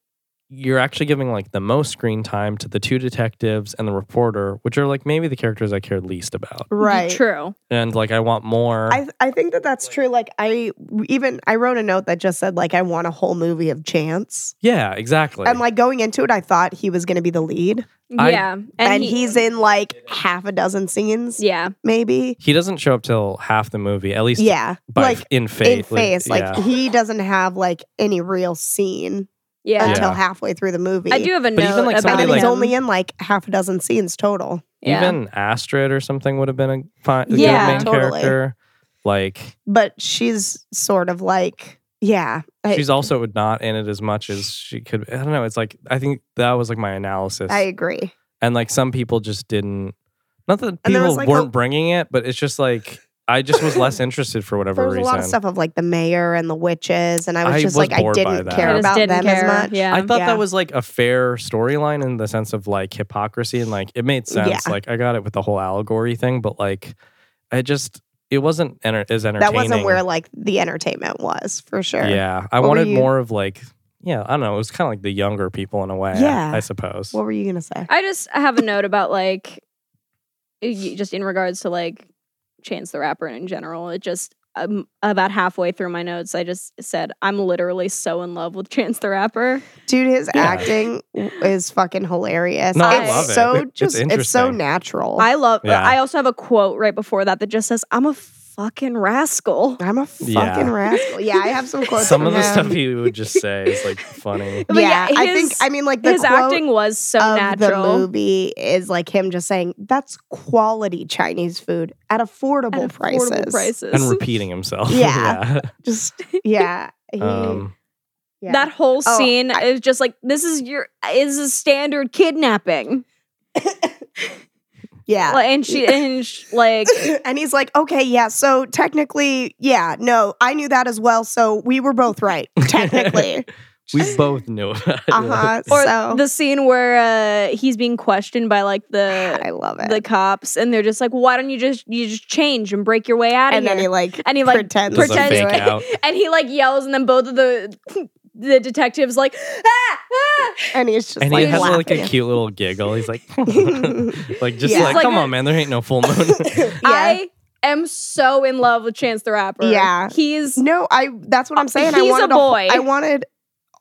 Speaker 5: you're actually giving like the most screen time to the two detectives and the reporter which are like maybe the characters I care least about.
Speaker 4: Right.
Speaker 3: True.
Speaker 5: And like I want more
Speaker 4: I, I think that that's true. Like I even I wrote a note that just said like I want a whole movie of chance.
Speaker 5: Yeah, exactly.
Speaker 4: And like going into it, I thought he was going to be the lead,
Speaker 5: I-
Speaker 3: yeah, and,
Speaker 4: and,
Speaker 3: he-
Speaker 4: he's in like half a dozen scenes,
Speaker 3: yeah,
Speaker 4: maybe.
Speaker 5: he doesn't show up till half the movie, at least
Speaker 4: Yeah,
Speaker 5: by
Speaker 4: like
Speaker 5: in
Speaker 4: in
Speaker 5: faith.
Speaker 4: face, like
Speaker 5: yeah.
Speaker 4: he doesn't have like any real scene
Speaker 3: yeah.
Speaker 4: until
Speaker 5: Yeah.
Speaker 4: halfway through the movie.
Speaker 3: I do have a
Speaker 5: But
Speaker 3: note
Speaker 5: even, like,
Speaker 3: about
Speaker 4: and
Speaker 5: somebody,
Speaker 4: he's
Speaker 3: him.
Speaker 5: like-
Speaker 4: only in like half a dozen scenes total.
Speaker 3: yeah.
Speaker 5: even Astrid or something would have been a fine
Speaker 4: Yeah,
Speaker 5: good main
Speaker 4: totally.
Speaker 5: character. Like
Speaker 4: But she's sort of like, yeah, I,
Speaker 5: she's also not in it as much as she could. I don't know. It's like I think that was like my analysis,
Speaker 4: I agree.
Speaker 5: and like some people just didn't. Not that
Speaker 4: And there
Speaker 5: people
Speaker 4: was, like,
Speaker 5: weren't
Speaker 4: a-
Speaker 5: bringing it, but it's just like I just was less interested for whatever
Speaker 4: There was a
Speaker 5: reason.
Speaker 4: lot of stuff of like the mayor and the witches, and I was
Speaker 5: I
Speaker 4: just
Speaker 5: was
Speaker 4: like, I
Speaker 5: bored by
Speaker 4: didn't
Speaker 5: that.
Speaker 3: I
Speaker 4: care
Speaker 3: just
Speaker 4: about
Speaker 3: didn't
Speaker 4: them
Speaker 3: care.
Speaker 4: as much.
Speaker 3: Yeah,
Speaker 5: uh, I thought
Speaker 4: Yeah.
Speaker 5: that was like a fair storyline in the sense of like hypocrisy and like it made sense.
Speaker 4: Yeah.
Speaker 5: Like I got it with the whole allegory thing, but like I just it wasn't enter- as entertaining.
Speaker 4: That wasn't where like the entertainment was for sure.
Speaker 5: Yeah, I
Speaker 4: What were
Speaker 5: wanted
Speaker 4: you-
Speaker 5: more of like yeah, I don't know. It was kind of like the younger people in a way.
Speaker 4: Yeah.
Speaker 5: I suppose.
Speaker 4: What were you gonna say?
Speaker 3: I just have a note about like, y- just in regards to like Chance the Rapper in general. It just um, about halfway through my notes, I just said I'm literally so in love with Chance the Rapper.
Speaker 4: Dude, his
Speaker 5: Yeah.
Speaker 4: acting is fucking hilarious.
Speaker 5: No,
Speaker 3: I
Speaker 4: it's
Speaker 3: love
Speaker 5: it.
Speaker 4: so
Speaker 5: It- it's
Speaker 4: just it's so
Speaker 5: interesting.
Speaker 4: natural.
Speaker 3: I love.
Speaker 5: Yeah.
Speaker 3: I also have a quote right before that that just says, "I'm a fucking rascal.
Speaker 4: I'm a fucking
Speaker 5: Yeah.
Speaker 4: rascal. Yeah, I have some quotes.
Speaker 5: Some
Speaker 4: from
Speaker 5: of the
Speaker 4: him.
Speaker 5: stuff he would just say is like funny.
Speaker 3: But
Speaker 4: Yeah, I think
Speaker 3: his-
Speaker 4: I mean like the
Speaker 3: His
Speaker 4: quote
Speaker 3: acting was so
Speaker 4: of the
Speaker 3: natural.
Speaker 4: movie is like him just saying that's quality Chinese food at affordable,
Speaker 3: at affordable
Speaker 4: prices.
Speaker 3: prices.
Speaker 5: And repeating himself.
Speaker 4: Yeah. Just yeah, he-
Speaker 5: Yeah. Um,
Speaker 4: yeah.
Speaker 3: That whole
Speaker 4: Oh,
Speaker 3: scene is just like this is your is a standard kidnapping.
Speaker 4: yeah.
Speaker 3: Like, and she and sh like
Speaker 4: and he's like, okay, yeah. So technically, yeah, no, I knew that as well. So we were both right, technically.
Speaker 5: we both knew about it.
Speaker 4: uh huh.
Speaker 3: or
Speaker 4: So
Speaker 3: the scene where uh, he's being questioned by like
Speaker 4: God,
Speaker 3: the
Speaker 4: Ah, I love it.
Speaker 3: the cops and they're just like why don't you just you just change and break your way out of
Speaker 4: and
Speaker 3: here
Speaker 4: then he like
Speaker 3: and he like
Speaker 4: pretends,
Speaker 5: Does a
Speaker 3: pretends-
Speaker 5: fake
Speaker 4: to do it.
Speaker 5: out.
Speaker 3: and he like yells and then both of the the detectives like ah, ah.
Speaker 4: and he's just
Speaker 5: And
Speaker 4: like
Speaker 5: he has like a
Speaker 4: laughing.
Speaker 5: cute little giggle. He's like, like just
Speaker 4: Yeah.
Speaker 5: like,
Speaker 3: Like
Speaker 5: come
Speaker 3: a-
Speaker 5: on, man, there ain't no full moon.
Speaker 4: Yeah.
Speaker 3: I am so in love with Chance the Rapper.
Speaker 4: Yeah.
Speaker 3: he's
Speaker 4: no, I. That's
Speaker 5: Um,
Speaker 4: what I'm saying. I
Speaker 3: He's a
Speaker 4: wanted whole-
Speaker 3: boy.
Speaker 4: I wanted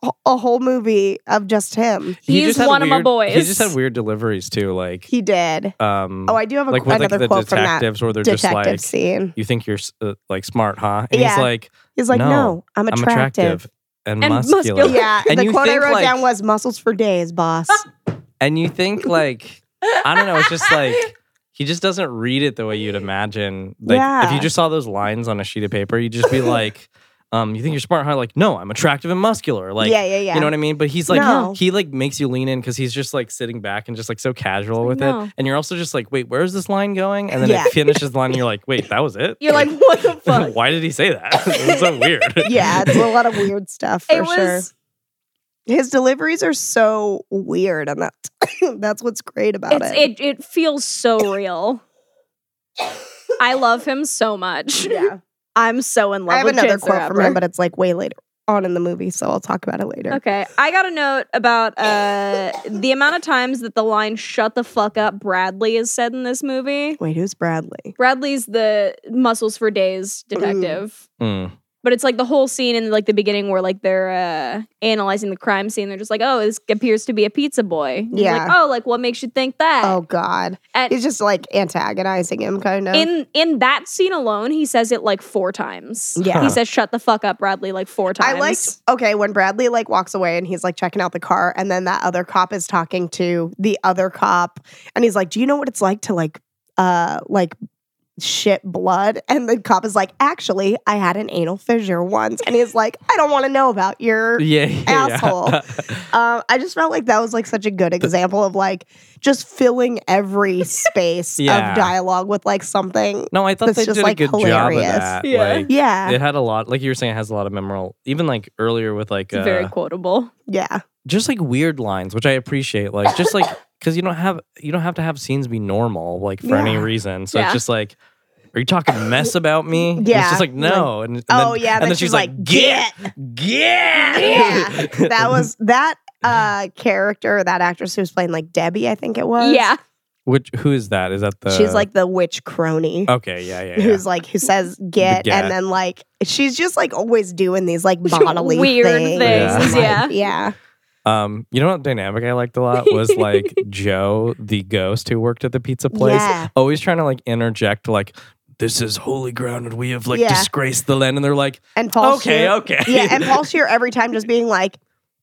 Speaker 4: a- a whole movie of just him.
Speaker 5: He
Speaker 3: He's
Speaker 5: just had
Speaker 3: one of my
Speaker 5: weird-
Speaker 3: boys.
Speaker 5: He just had weird deliveries too. Like,
Speaker 4: He did.
Speaker 5: um,
Speaker 4: Oh, I do have a,
Speaker 5: like with like
Speaker 4: another
Speaker 5: the
Speaker 4: quote from that
Speaker 5: detectives where they're just
Speaker 4: detective
Speaker 5: like,
Speaker 4: scene.
Speaker 5: you think you're s- uh, like smart, huh? And he's
Speaker 4: Yeah.
Speaker 5: like,
Speaker 4: He's like,
Speaker 5: no,
Speaker 4: no, I'm
Speaker 5: I'm
Speaker 4: attractive.
Speaker 5: attractive and,
Speaker 3: And
Speaker 5: muscular.
Speaker 3: muscular.
Speaker 4: Yeah,
Speaker 5: And
Speaker 4: the
Speaker 5: you
Speaker 4: quote I
Speaker 5: think,
Speaker 4: wrote
Speaker 5: like-
Speaker 4: down was "muscles for days, boss."
Speaker 5: And you think like, I don't know, it's just like he just doesn't read it the way you'd imagine. Like if you
Speaker 4: Yeah.
Speaker 5: just saw those lines on a sheet of paper, you'd just be like, um, you think you're smart, huh? Like, no, I'm attractive and muscular. Like,
Speaker 4: yeah, yeah, yeah.
Speaker 5: You know what I mean? But he's like,
Speaker 4: No.
Speaker 5: he like makes you lean in because he's just like sitting back and just like so casual with
Speaker 3: No.
Speaker 5: it. And you're also just like, wait, where's this line going? And then
Speaker 4: Yeah.
Speaker 5: it finishes the line and you're like, wait, that was it?
Speaker 3: you're like what the fuck.
Speaker 5: why did he say that? it's so weird.
Speaker 4: yeah, it's a lot of weird stuff for
Speaker 3: it was
Speaker 4: sure. His deliveries are so weird, and that's that's what's great about
Speaker 3: it's,
Speaker 4: it.
Speaker 3: it it feels so real. I love him so much.
Speaker 4: Yeah,
Speaker 3: I'm so in love.
Speaker 4: I have
Speaker 3: with
Speaker 4: another
Speaker 3: Chance the
Speaker 4: quote from him,
Speaker 3: Rapper.
Speaker 4: but it's like way later on in the movie, so I'll talk about it later.
Speaker 3: Okay, I got a note about uh, the amount of times that the line "Shut the fuck up, Bradley" is said in this movie.
Speaker 4: Wait, who's Bradley?
Speaker 3: Bradley's the muscles for days detective.
Speaker 5: Mm.
Speaker 3: but it's like the whole scene in like the beginning where like they're uh, analyzing the crime scene. They're just like, oh, this appears to be a pizza boy. And he's
Speaker 4: Yeah.
Speaker 3: like, oh, like what makes you think that?
Speaker 4: Oh God,
Speaker 3: And-
Speaker 4: he's just like antagonizing him, kind of.
Speaker 3: In in that scene alone, he says it like four times.
Speaker 4: Yeah.
Speaker 3: He says, "Shut the fuck up, Bradley," like four times.
Speaker 4: I liked okay when Bradley like walks away and he's like checking out the car, and then that other cop is talking to the other cop, and he's like, "Do you know what it's like to like, uh, like." Shit, blood, and the cop is like, "Actually, I had an anal fissure once," and he's like, "I don't want to know about your."
Speaker 5: Yeah. yeah, yeah.
Speaker 4: Asshole. Um, I just felt like that was like such a good example of like just filling every space
Speaker 5: Yeah.
Speaker 4: of dialogue with like something.
Speaker 5: no, I thought
Speaker 4: That's
Speaker 5: they
Speaker 4: just,
Speaker 5: did
Speaker 4: like,
Speaker 5: a good job
Speaker 4: hilarious.
Speaker 5: of that.
Speaker 3: Yeah.
Speaker 5: Like,
Speaker 4: Yeah,
Speaker 5: it had a lot, like you were saying, it has a lot of memorable, even like earlier with like
Speaker 3: It's
Speaker 5: uh,
Speaker 3: very quotable.
Speaker 4: yeah,
Speaker 5: just like weird lines, which I appreciate. Like just like because you don't have you don't have to have scenes be normal like for any
Speaker 4: Yeah.
Speaker 5: reason. So
Speaker 3: Yeah.
Speaker 5: it's just like, are you talking mess about me? And
Speaker 4: Yeah.
Speaker 5: it's just like no. And, and
Speaker 4: Oh
Speaker 5: then,
Speaker 4: yeah,
Speaker 5: and then she's, like, get, get.
Speaker 4: Yeah. that was that uh character, that actress who was playing like Debbie, I think it was.
Speaker 3: yeah,
Speaker 5: Which who is that? Is that the?
Speaker 4: she's like the witch crony.
Speaker 5: Okay, yeah, Uh, oh, yeah, yeah.
Speaker 4: Who's like who says get,
Speaker 5: get.
Speaker 4: and then like she's just like always doing these like bodily
Speaker 3: weird
Speaker 4: things.
Speaker 3: things.
Speaker 5: Yeah.
Speaker 3: Yeah.
Speaker 4: Like, yeah.
Speaker 5: Um, you know what dynamic I liked a lot was like Joe, the ghost who worked at the pizza place,
Speaker 4: Yeah.
Speaker 5: always trying to like interject like. This is holy ground, and we have like
Speaker 4: Yeah.
Speaker 5: disgraced the land. And they're like,
Speaker 4: And Paul
Speaker 5: okay,
Speaker 4: Scheer-
Speaker 5: okay,
Speaker 4: Yeah, and Paul Shear every time just being like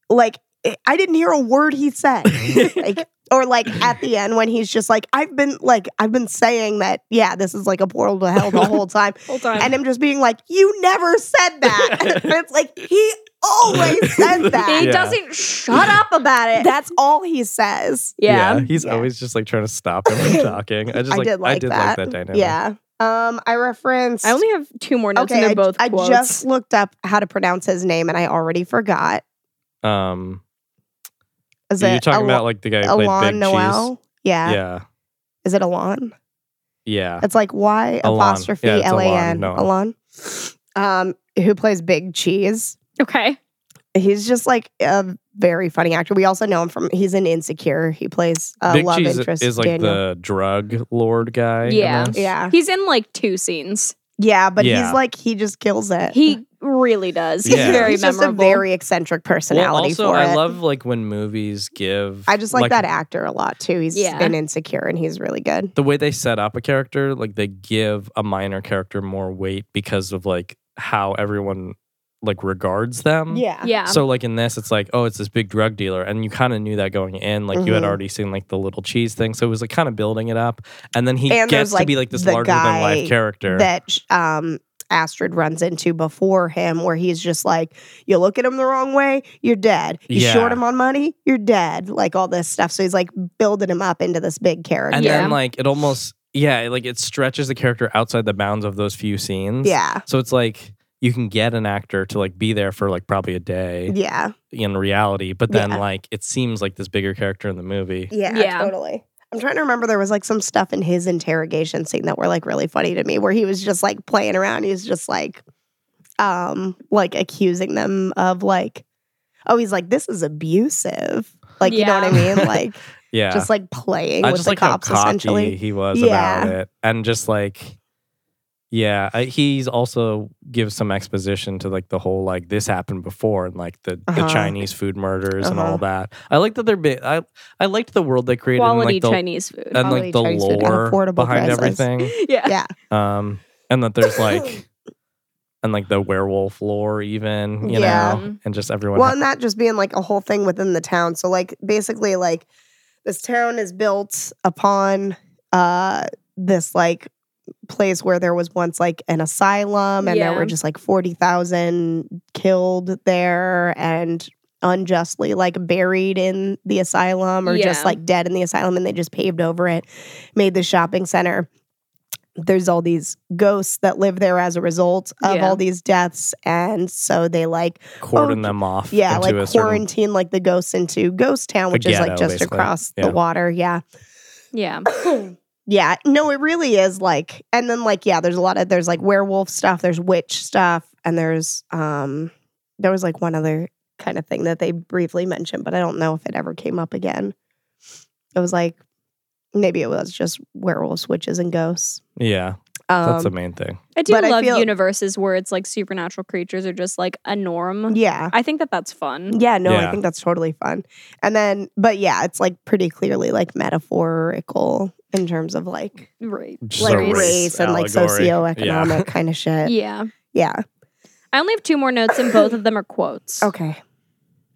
Speaker 4: like eh, I didn't hear a word he said. like or like at the end when he's just like, I've been like I've been saying that, yeah, this is like a portal to hell the whole time.
Speaker 3: whole time.
Speaker 4: and him just being like, "You never said that." and it's like he always says that.
Speaker 3: he
Speaker 5: Yeah.
Speaker 3: doesn't shut up about it.
Speaker 4: That's all he says.
Speaker 3: yeah.
Speaker 5: he's
Speaker 4: Yeah.
Speaker 5: always just like trying to stop him from talking. I just
Speaker 4: I
Speaker 5: like,
Speaker 4: did
Speaker 5: I
Speaker 4: like
Speaker 5: did
Speaker 4: that.
Speaker 5: like that dynamic.
Speaker 4: Yeah. Um, I referenced.
Speaker 3: I only have two more notes, and
Speaker 4: okay.
Speaker 3: they're
Speaker 4: I,
Speaker 3: both
Speaker 4: I
Speaker 3: quotes.
Speaker 4: just looked up how to pronounce his name, and I already forgot.
Speaker 5: Um,
Speaker 4: Is
Speaker 5: are
Speaker 4: it
Speaker 5: you talking
Speaker 4: Al-
Speaker 5: about like the guy who played
Speaker 4: Alon
Speaker 5: Big Cheese?
Speaker 4: Noel? Yeah.
Speaker 5: Yeah,
Speaker 4: Is it Alon?
Speaker 5: yeah.
Speaker 4: It's like Y
Speaker 5: Alon.
Speaker 4: apostrophe
Speaker 5: Yeah, it's
Speaker 4: L
Speaker 5: Alon
Speaker 4: A N.
Speaker 5: Noel.
Speaker 4: Alon. Um, who plays Big Cheese?
Speaker 3: okay.
Speaker 4: He's just like a very funny actor. We also know him from he's in Insecure. He plays uh,
Speaker 5: Big
Speaker 4: love
Speaker 5: Cheese
Speaker 4: interest
Speaker 5: is like
Speaker 4: Daniel.
Speaker 5: the drug lord guy. in
Speaker 3: Yeah.
Speaker 5: this.
Speaker 4: Yeah.
Speaker 3: He's in like two scenes.
Speaker 4: Yeah, but
Speaker 5: Yeah.
Speaker 4: he's like he just kills it.
Speaker 3: He really does. He's
Speaker 5: Yeah.
Speaker 3: very
Speaker 4: He's just a
Speaker 3: memorable.
Speaker 4: very eccentric personality
Speaker 5: Well, also,
Speaker 4: for
Speaker 5: I
Speaker 4: it.
Speaker 5: love like when movies give.
Speaker 4: I just like, that actor a lot too. He's
Speaker 3: Yeah.
Speaker 4: been insecure and he's really good.
Speaker 5: the way they set up a character, like they give a minor character more weight because of like how everyone like regards them.
Speaker 3: yeah.
Speaker 5: So like in this, it's like, oh, it's this big drug dealer, and you kind of knew that going in. Like you had
Speaker 4: Mhm.
Speaker 5: already seen like the little cheese thing, so it was like kind of building it up, and then he
Speaker 4: And there's,
Speaker 5: gets to
Speaker 4: like,
Speaker 5: be like this
Speaker 4: the
Speaker 5: larger than
Speaker 4: guy
Speaker 5: life character.
Speaker 4: That um Astrid runs into before him where he's just like, You look at him the wrong way, you're dead. You
Speaker 5: Yeah.
Speaker 4: short him on money, you're dead. Like all this stuff. So he's like building him up into this big character.
Speaker 5: and
Speaker 3: Yeah.
Speaker 5: then like it almost yeah, like it stretches the character outside the bounds of those few scenes.
Speaker 4: yeah.
Speaker 5: So it's like you can get an actor to like be there for like probably a day.
Speaker 4: Yeah.
Speaker 5: in reality, but then
Speaker 4: Yeah.
Speaker 5: like it seems like this bigger character in the movie.
Speaker 4: Yeah,
Speaker 3: Yeah.
Speaker 4: totally. I'm trying to remember there was like some stuff in his interrogation scene that were like really funny to me where he was just like playing around. He was just like um like accusing them of like oh he's like this is abusive. Like you know what I
Speaker 5: Yeah.
Speaker 4: mean? Like
Speaker 5: Yeah.
Speaker 4: just like playing
Speaker 5: I
Speaker 4: with
Speaker 5: just
Speaker 4: the
Speaker 5: like
Speaker 4: cops
Speaker 5: how cocky
Speaker 4: essentially.
Speaker 5: he was
Speaker 4: Yeah.
Speaker 5: about it. And just like yeah, I, he's also gives some exposition to like the whole like this happened before and like the, the
Speaker 4: Uh-huh.
Speaker 5: Chinese food murders and all
Speaker 4: Uh-huh.
Speaker 5: that. I like that they're big. I I liked the world they created
Speaker 3: Quality
Speaker 5: and like the
Speaker 3: Chinese food.
Speaker 5: and
Speaker 4: Quality
Speaker 5: like the
Speaker 4: Chinese food at
Speaker 5: lore
Speaker 4: affordable
Speaker 5: behind
Speaker 4: prices.
Speaker 5: everything.
Speaker 3: yeah.
Speaker 4: Yeah.
Speaker 5: Um, and that there's like and like the werewolf lore even you
Speaker 4: Yeah.
Speaker 5: know and just everyone.
Speaker 4: Well, and that just being like a whole thing within the town. So like basically like this town is built upon uh this like place where there was once like an asylum and there
Speaker 3: Yeah.
Speaker 4: were just like 40,000 killed there and unjustly like buried in the asylum or just
Speaker 3: Yeah.
Speaker 4: like dead in the asylum and they just paved over it made the shopping center there's all these ghosts that live there as a result of
Speaker 3: Yeah.
Speaker 4: all these deaths and so they like
Speaker 5: cordon
Speaker 4: oh,
Speaker 5: them off.
Speaker 4: yeah,
Speaker 5: into
Speaker 4: like
Speaker 5: a certain
Speaker 4: quarantine like the ghosts into Ghost Town,
Speaker 5: The
Speaker 4: which is
Speaker 5: ghetto,
Speaker 4: like just
Speaker 5: basically.
Speaker 4: across
Speaker 5: Yeah.
Speaker 4: the water. Yeah.
Speaker 3: Yeah.
Speaker 4: yeah. No, it really is like and then like, yeah, there's a lot of there's like werewolf stuff, there's witch stuff, and there's um there was like one other kind of thing that they briefly mentioned, but I don't know if it ever came up again. It was like maybe it was just werewolves, witches, and ghosts.
Speaker 5: Yeah,
Speaker 4: Um
Speaker 5: that's the main thing.
Speaker 3: I do
Speaker 4: But I
Speaker 3: love
Speaker 4: feel-
Speaker 3: universes where it's like supernatural creatures are just like a norm.
Speaker 4: yeah.
Speaker 3: I think that that's fun.
Speaker 4: Yeah, no,
Speaker 5: Yeah.
Speaker 4: I think that's totally fun. And then, but yeah, it's like pretty clearly like metaphorical in terms of like
Speaker 3: Right.
Speaker 5: Just
Speaker 4: like
Speaker 5: a
Speaker 4: race,
Speaker 5: race
Speaker 4: and like
Speaker 5: allegory.
Speaker 4: socioeconomic
Speaker 5: Yeah.
Speaker 4: kind of shit. Yeah.
Speaker 3: Yeah. I only have two more notes, and both of them are quotes.
Speaker 4: Okay.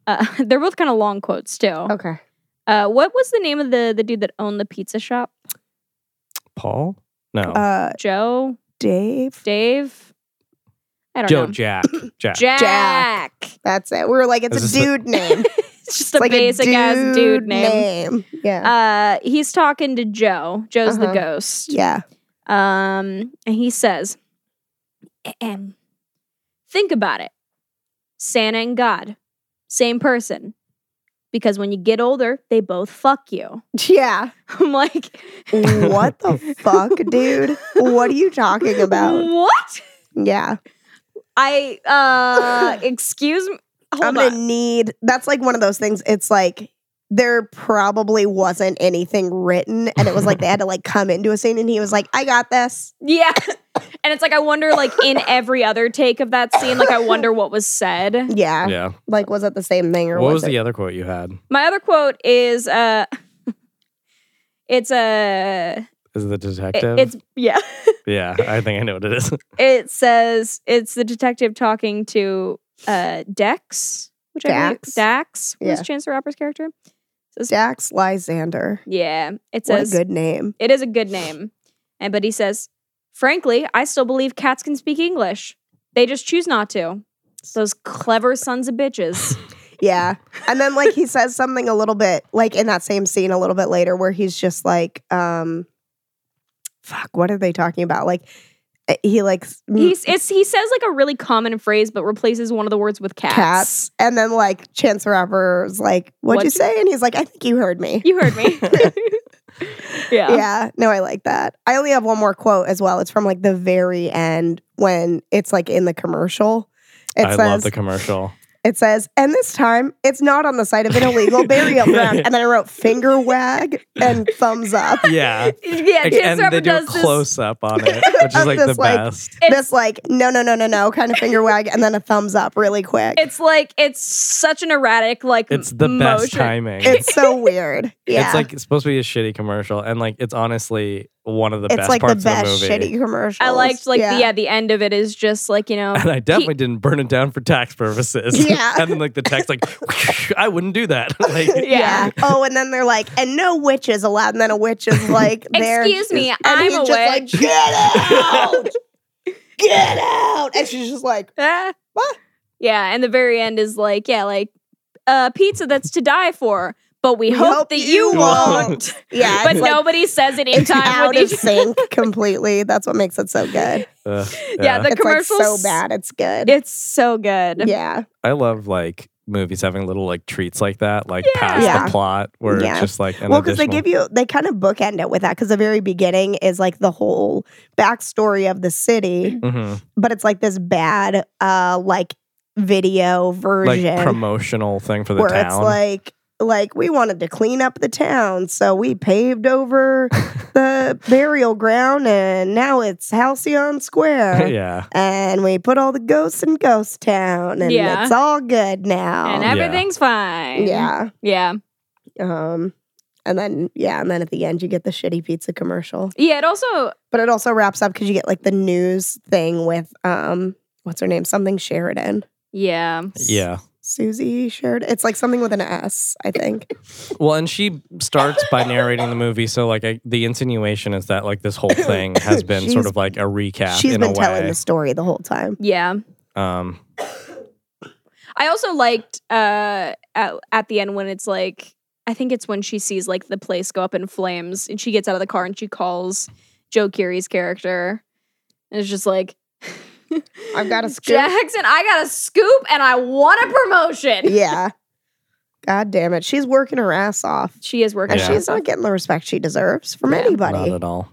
Speaker 3: Uh, they're both kind of long quotes too.
Speaker 4: Okay.
Speaker 3: Uh, what was the name of the the dude that owned the pizza shop?
Speaker 5: Paul? No.
Speaker 4: Uh,
Speaker 3: Joe,
Speaker 4: Dave.
Speaker 3: Dave. I don't
Speaker 5: Joe
Speaker 3: know.
Speaker 5: Jack. Jack.
Speaker 3: Jack.
Speaker 4: That's it. We were like, it's
Speaker 5: This is
Speaker 4: a
Speaker 5: the-
Speaker 4: dude name. It's
Speaker 3: It's just a basic ass dude name.
Speaker 4: Yeah.
Speaker 3: Uh, he's talking to Joe. Joe's the
Speaker 4: Uh-huh.
Speaker 3: ghost.
Speaker 4: yeah.
Speaker 3: Um, and he says, "Ahem. Think about it. Santa and God, same person. Because when you get older, they both fuck you.
Speaker 4: Yeah.
Speaker 3: I'm like,
Speaker 4: What the fuck, dude? What are you talking about?
Speaker 3: what?
Speaker 4: Yeah.
Speaker 3: I, uh, excuse me. Hold
Speaker 4: I'm
Speaker 3: on.
Speaker 4: gonna need. That's like one of those things. It's like there probably wasn't anything written, and it was like they had to like come into a scene, and he was like, "I got this."
Speaker 3: Yeah. And it's like, I wonder, like, in every other take of that scene, like, I wonder what was said.
Speaker 4: Yeah.
Speaker 5: Yeah.
Speaker 4: Like, was it the same thing or
Speaker 5: What was
Speaker 4: was, it?
Speaker 5: the other quote you had?
Speaker 3: My other quote is, uh, it's a,
Speaker 5: Is it the
Speaker 3: it-
Speaker 5: detective?
Speaker 3: it's, yeah.
Speaker 5: yeah, I think I know what it is.
Speaker 3: It says, it's the detective talking to, uh, Dex, which I believe,
Speaker 4: Dax.
Speaker 3: Dax was
Speaker 4: Yeah.
Speaker 3: Chance the Rapper's character.
Speaker 4: Dax Lysander.
Speaker 3: Yeah. It
Speaker 4: What a
Speaker 3: says,
Speaker 4: good name.
Speaker 3: it is a good name. And, but he says, frankly, I still believe cats can speak English. They just choose not to. Those clever sons of bitches.
Speaker 4: Yeah. And then like he says something a little bit like in that same scene a little bit later where he's just like, um, fuck, what are they talking about? Like eh, he like s-
Speaker 3: He's, it's, he says like a really common phrase, but replaces one of the words with cats.
Speaker 4: cats. And then like Chance the Rapper's like, What'd
Speaker 3: What'd
Speaker 4: you
Speaker 3: you-
Speaker 4: say? And he's like, I think you heard me.
Speaker 3: You heard me. yeah.
Speaker 4: Yeah, no, I like that. I only have one more quote as well. It's from like the very end when it's like in the commercial. It
Speaker 5: I
Speaker 4: says,
Speaker 5: love the commercial.
Speaker 4: It says, and this time it's not on the site of an illegal burial ground. And then I wrote finger wag and thumbs up.
Speaker 5: Yeah.
Speaker 3: Yeah, Chance
Speaker 5: Ex- and
Speaker 3: Rapper
Speaker 5: they do a
Speaker 3: does this.
Speaker 5: close up on it, which is
Speaker 4: Of
Speaker 5: like the
Speaker 4: this, like-
Speaker 5: best.
Speaker 3: It's-
Speaker 4: this like no no no no no kind of finger wag and then a thumbs up really quick. It's,
Speaker 3: It's like it's such an erratic like
Speaker 5: It's the
Speaker 3: motion.
Speaker 5: best timing.
Speaker 4: so weird. Yeah.
Speaker 5: It's like it's supposed to be a shitty commercial, and like it's honestly one of the
Speaker 4: It's
Speaker 5: best
Speaker 4: like the
Speaker 5: parts
Speaker 4: best
Speaker 5: of the movie.
Speaker 4: shitty commercial.
Speaker 3: I liked like the yeah the end of it is just like you know
Speaker 5: And I definitely didn't burn it down for tax purposes.
Speaker 4: Yeah.
Speaker 5: and then like the text, like I wouldn't do that. like
Speaker 3: yeah.
Speaker 4: Oh, and then they're like, and no witch is allowed. And then a witch is like, there.
Speaker 3: Excuse me,
Speaker 4: and
Speaker 3: I'm
Speaker 4: he's
Speaker 3: a
Speaker 4: just like,
Speaker 3: witch.
Speaker 4: get out, get out. And she's just like,
Speaker 3: Ah.
Speaker 4: What?
Speaker 3: Yeah, and the very end is like yeah like uh, pizza that's to die for, but we,
Speaker 4: We
Speaker 3: hope,
Speaker 4: hope
Speaker 3: that
Speaker 4: you
Speaker 3: you won't.
Speaker 4: yeah.
Speaker 3: but
Speaker 4: it's like,
Speaker 3: nobody says it in
Speaker 4: it's
Speaker 3: time
Speaker 4: out
Speaker 3: with
Speaker 4: of
Speaker 3: each.
Speaker 4: sync completely. That's what makes it so good.
Speaker 5: Ugh,
Speaker 3: Yeah, the
Speaker 4: It's like
Speaker 3: commercials.
Speaker 4: so bad. It's good.
Speaker 3: It's so good.
Speaker 4: yeah.
Speaker 5: I love like movies having little like treats like that, like
Speaker 3: Yeah.
Speaker 5: past
Speaker 4: Yeah.
Speaker 5: the plot, where
Speaker 4: Yeah.
Speaker 5: it's just like an
Speaker 4: well, because they
Speaker 5: additional-
Speaker 4: give you, they kind of bookend it with that. Because the very beginning is like the whole backstory of the city,
Speaker 5: Mhm.
Speaker 4: but it's like this bad, uh, like video version.
Speaker 5: like promotional thing for the
Speaker 4: where
Speaker 5: town.
Speaker 4: it's like like we wanted to clean up the town so we paved over the burial ground and now it's halcyon square
Speaker 5: yeah,
Speaker 4: and we put all the ghosts in ghost town and
Speaker 3: Yeah.
Speaker 4: it's all good now
Speaker 3: And
Speaker 5: I-
Speaker 3: everything's fine.
Speaker 4: yeah
Speaker 3: Yeah.
Speaker 4: um and then yeah and then at the end you get the shitty pizza commercial
Speaker 3: Yeah, it also
Speaker 4: but it also wraps up because you get like the news thing with um what's her name something sheridan
Speaker 3: yeah.
Speaker 5: yeah.
Speaker 4: susie sheridan it's like something with an s i think
Speaker 5: Well, and she starts by narrating the movie, so like I, the insinuation is that like this whole thing has been
Speaker 4: She's-
Speaker 5: sort of like a recap
Speaker 4: she's
Speaker 5: in
Speaker 4: been
Speaker 5: a
Speaker 4: telling
Speaker 5: way.
Speaker 4: the story the whole time
Speaker 3: Yeah.
Speaker 5: Um,
Speaker 3: I also liked uh at, at the end when it's like I think it's when she sees like the place go up in flames and she gets out of the car and she calls Joe Curie's character. And it's just like
Speaker 4: I've got a scoop.
Speaker 3: Jackson, I got a scoop and I want a promotion.
Speaker 4: yeah. God damn it. She's working her ass off.
Speaker 3: She is working.
Speaker 4: And
Speaker 5: Yeah.
Speaker 3: on
Speaker 4: she's
Speaker 3: herself.
Speaker 4: not getting the respect she deserves from
Speaker 3: Yeah.
Speaker 5: not
Speaker 4: anybody.
Speaker 5: at all.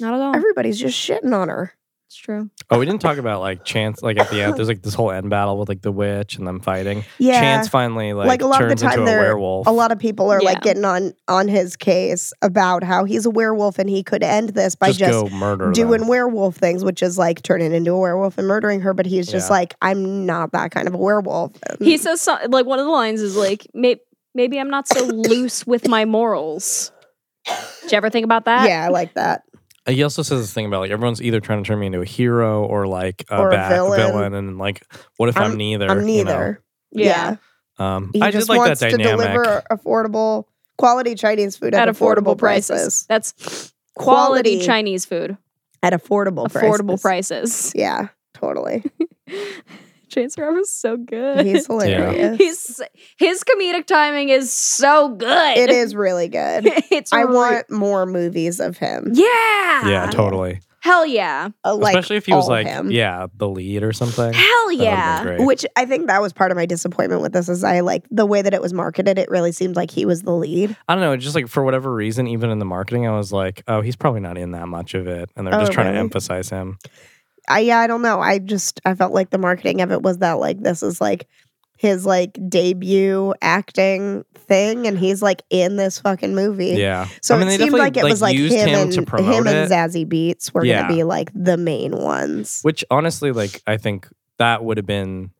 Speaker 3: not at all.
Speaker 4: Everybody's just shitting on her.
Speaker 3: It's true.
Speaker 5: Oh, we didn't talk about like chance. Like at the end, there's like this whole end battle with like the witch and them fighting.
Speaker 4: Yeah.
Speaker 5: Chance finally like,
Speaker 4: Like, a lot of the
Speaker 5: turns
Speaker 4: time
Speaker 5: into a
Speaker 4: they're-
Speaker 5: werewolf.
Speaker 4: a lot of people are
Speaker 3: Yeah.
Speaker 4: like getting on on his case about how he's a werewolf and he could end this by
Speaker 5: just,
Speaker 4: just,
Speaker 5: go murder
Speaker 4: doing
Speaker 5: them.
Speaker 4: werewolf things, which is like turning into a werewolf and murdering her. But he's just
Speaker 5: Yeah.
Speaker 4: like, I'm not that kind of a werewolf. And
Speaker 3: He says so, like one of the lines is like may- maybe I'm not so loose with my morals. Did you ever think about that?
Speaker 4: yeah, I like that.
Speaker 5: Uh, He also says this thing about like everyone's either trying to turn me into a hero or like a
Speaker 4: Or a
Speaker 5: bad
Speaker 4: villain.
Speaker 5: villain. and like what if I'm,
Speaker 4: I'm-
Speaker 5: neither?
Speaker 4: I'm
Speaker 5: you know?
Speaker 4: neither.
Speaker 3: Yeah.
Speaker 5: Um,
Speaker 4: He
Speaker 5: I
Speaker 4: just
Speaker 5: just like
Speaker 4: wants
Speaker 5: that
Speaker 4: to
Speaker 5: dynamic.
Speaker 4: deliver affordable quality Chinese food at,
Speaker 3: At affordable prices. That's quality,
Speaker 4: Quality.
Speaker 3: Chinese food.
Speaker 4: At affordable prices.
Speaker 3: Affordable prices.
Speaker 4: Yeah, totally.
Speaker 3: Chance Rob is so good.
Speaker 4: He's hilarious.
Speaker 3: He's- his comedic timing is so good.
Speaker 4: It is really good.
Speaker 3: it's
Speaker 4: I
Speaker 3: re-
Speaker 4: want more movies of him.
Speaker 3: Yeah.
Speaker 5: yeah, totally.
Speaker 3: Hell yeah.
Speaker 4: Uh, like,
Speaker 5: Especially if he was
Speaker 4: all
Speaker 5: like,
Speaker 4: him.
Speaker 5: yeah, the lead or something.
Speaker 3: Hell
Speaker 5: That would've been
Speaker 3: yeah.
Speaker 5: great.
Speaker 4: Which I think that was part of my disappointment with this is I like the way that it was marketed. It really seemed like he was the lead.
Speaker 5: I don't know. Just like for whatever reason, even in the marketing, I was like, oh, he's probably not in that much of it, and they're
Speaker 4: Oh,
Speaker 5: just trying
Speaker 4: really?
Speaker 5: to emphasize him.
Speaker 4: I yeah, I don't know. I just I felt like the marketing of it was that like this is like his like debut acting thing, and he's like in this fucking movie.
Speaker 5: Yeah.
Speaker 4: So
Speaker 5: I mean,
Speaker 4: it
Speaker 5: they
Speaker 4: seemed
Speaker 5: definitely,
Speaker 4: like it was like him,
Speaker 5: used him
Speaker 4: and
Speaker 5: to promote
Speaker 4: him and
Speaker 5: it.
Speaker 4: Zazie Beats were
Speaker 5: Yeah.
Speaker 4: gonna be like the main ones.
Speaker 5: Which honestly, like, I think that would have been.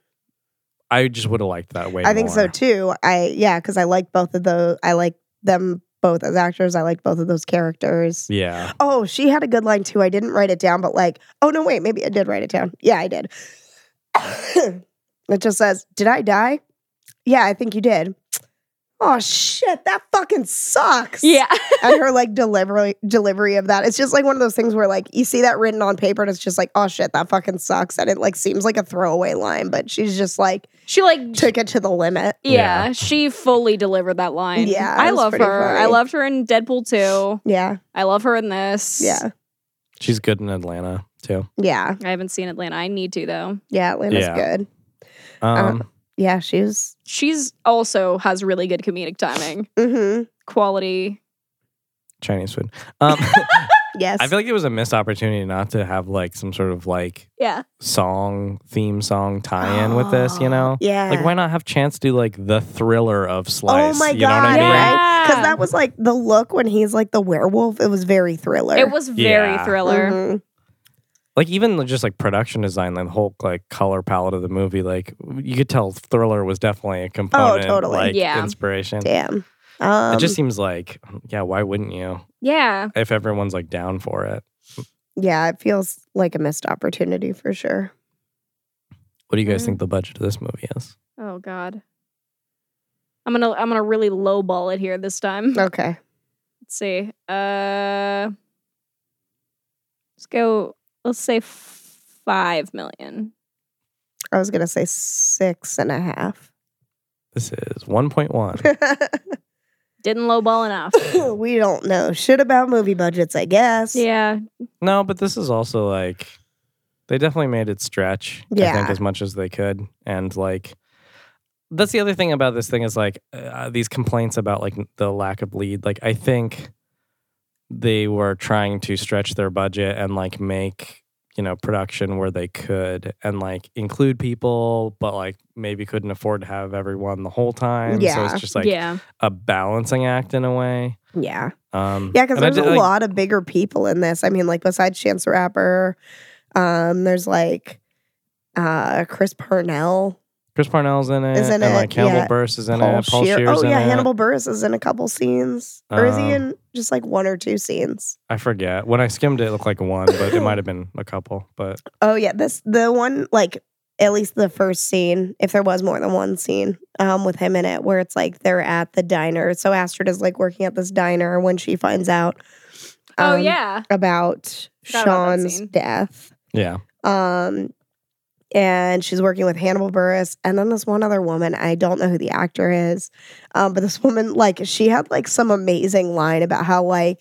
Speaker 5: I just would have liked that way.
Speaker 4: I think so
Speaker 5: more.
Speaker 4: too. I yeah, because I like both of those. I like them both as actors. I like both of those characters.
Speaker 5: Yeah.
Speaker 4: Oh, she had a good line too. I didn't write it down, but like, oh no, wait, maybe I did write it down. Yeah, I did. it just says, "Did I die?" Yeah, I think you did. Oh shit, that fucking sucks.
Speaker 3: Yeah.
Speaker 4: and her like delivery delivery of that. It's just like one of those things where like you see that written on paper and it's just like, oh shit, that fucking sucks. And it like seems like a throwaway line, but she's just like
Speaker 3: she like
Speaker 4: took it to the limit.
Speaker 3: yeah, she fully delivered that line.
Speaker 4: Yeah, it
Speaker 3: I
Speaker 4: was
Speaker 3: love her.
Speaker 4: pretty
Speaker 3: I
Speaker 4: funny.
Speaker 3: loved her in Deadpool 2.
Speaker 4: Yeah.
Speaker 3: I love her in this.
Speaker 4: Yeah.
Speaker 5: She's good in Atlanta too.
Speaker 4: Yeah.
Speaker 3: I haven't seen Atlanta. I need to though.
Speaker 4: Yeah. Atlanta's
Speaker 5: Yeah.
Speaker 4: good. Uh,
Speaker 5: Um,
Speaker 4: Yeah, she was
Speaker 3: She's also has really good comedic timing.
Speaker 4: mm-hmm.
Speaker 3: Quality.
Speaker 5: Chinese food. Um,
Speaker 4: Yes.
Speaker 5: I feel like it was a missed opportunity not to have like some sort of like
Speaker 3: Yeah.
Speaker 5: song theme song tie in with this, you know?
Speaker 4: Oh, yeah.
Speaker 5: Like why not have Chance do like the thriller of Slice?
Speaker 4: Oh my
Speaker 5: you know what I
Speaker 4: God,
Speaker 5: mean?
Speaker 4: right?
Speaker 3: Yeah.
Speaker 4: Because that was like the look when he's like the werewolf. It was very thriller.
Speaker 3: It was very
Speaker 5: Yeah.
Speaker 3: thriller.
Speaker 4: Mhm.
Speaker 5: Like even the- just like production design, the whole like color palette of the movie, like you could tell thriller was definitely a component,
Speaker 4: Oh, totally.
Speaker 5: like
Speaker 3: Yeah.
Speaker 5: inspiration.
Speaker 4: Damn. Um,
Speaker 5: it just seems like, yeah, why wouldn't you?
Speaker 3: Yeah.
Speaker 5: If everyone's like down for it,
Speaker 4: yeah, it feels like a missed opportunity for sure.
Speaker 5: what do you guys
Speaker 4: Mm-hmm.
Speaker 3: Mm.
Speaker 5: think the budget of this movie is?
Speaker 3: Oh God. I'm gonna I'm gonna really lowball it here this time. Let's
Speaker 4: Okay.
Speaker 3: see. Uh, let's go. Let's say f- five million.
Speaker 4: I was going to say six and a half.
Speaker 5: This is one point one.
Speaker 3: Didn't lowball enough.
Speaker 4: we don't know shit about movie budgets, I guess.
Speaker 3: yeah.
Speaker 5: No, but this is also like they definitely made it stretch. I
Speaker 4: Yeah.
Speaker 5: think as much as they could, and like that's the other thing about this thing is like uh, these complaints about like the lack of lead. Like I think they were trying to stretch their budget and like make you know production where they could and like include people, but like maybe couldn't afford to have everyone the whole time. So
Speaker 4: Yeah.
Speaker 5: it's just like
Speaker 3: yeah.
Speaker 5: a balancing act in a way.
Speaker 4: Yeah.
Speaker 5: Um,
Speaker 4: Yeah, because
Speaker 5: and I
Speaker 4: there's
Speaker 5: did,
Speaker 4: a
Speaker 5: like-
Speaker 4: lot of bigger people in this. I mean, like besides Chance the Rapper, um, there's like uh Chris Parnell,
Speaker 5: Chris Parnell's in it,
Speaker 4: Is in
Speaker 5: and like
Speaker 4: it,
Speaker 5: Hannibal
Speaker 4: yeah.
Speaker 5: Buress is in
Speaker 4: Paul
Speaker 5: it. uh, Paul
Speaker 4: Scheer-
Speaker 5: Shear's
Speaker 4: Oh
Speaker 5: in
Speaker 4: yeah,
Speaker 5: it.
Speaker 4: Hannibal Burris is in a couple scenes, or is he
Speaker 5: Um,
Speaker 4: in just like one or two scenes?
Speaker 5: I forget. When I skimmed it, it looked like one, but it might have been a couple. But
Speaker 4: Oh yeah, this the one like at least the first scene, if there was more than one scene, um, with him in it, where it's like they're at the diner. So Astrid is like working at this diner when she finds out.
Speaker 3: oh
Speaker 4: um,
Speaker 3: yeah.
Speaker 4: about
Speaker 3: Forgot about that
Speaker 4: Sean's
Speaker 3: scene.
Speaker 4: death.
Speaker 5: yeah,
Speaker 4: Um, and she's working with Hannibal Burris, and then this one other woman. I don't know who the actor is, um, but this woman, like, she had like some amazing line about how like,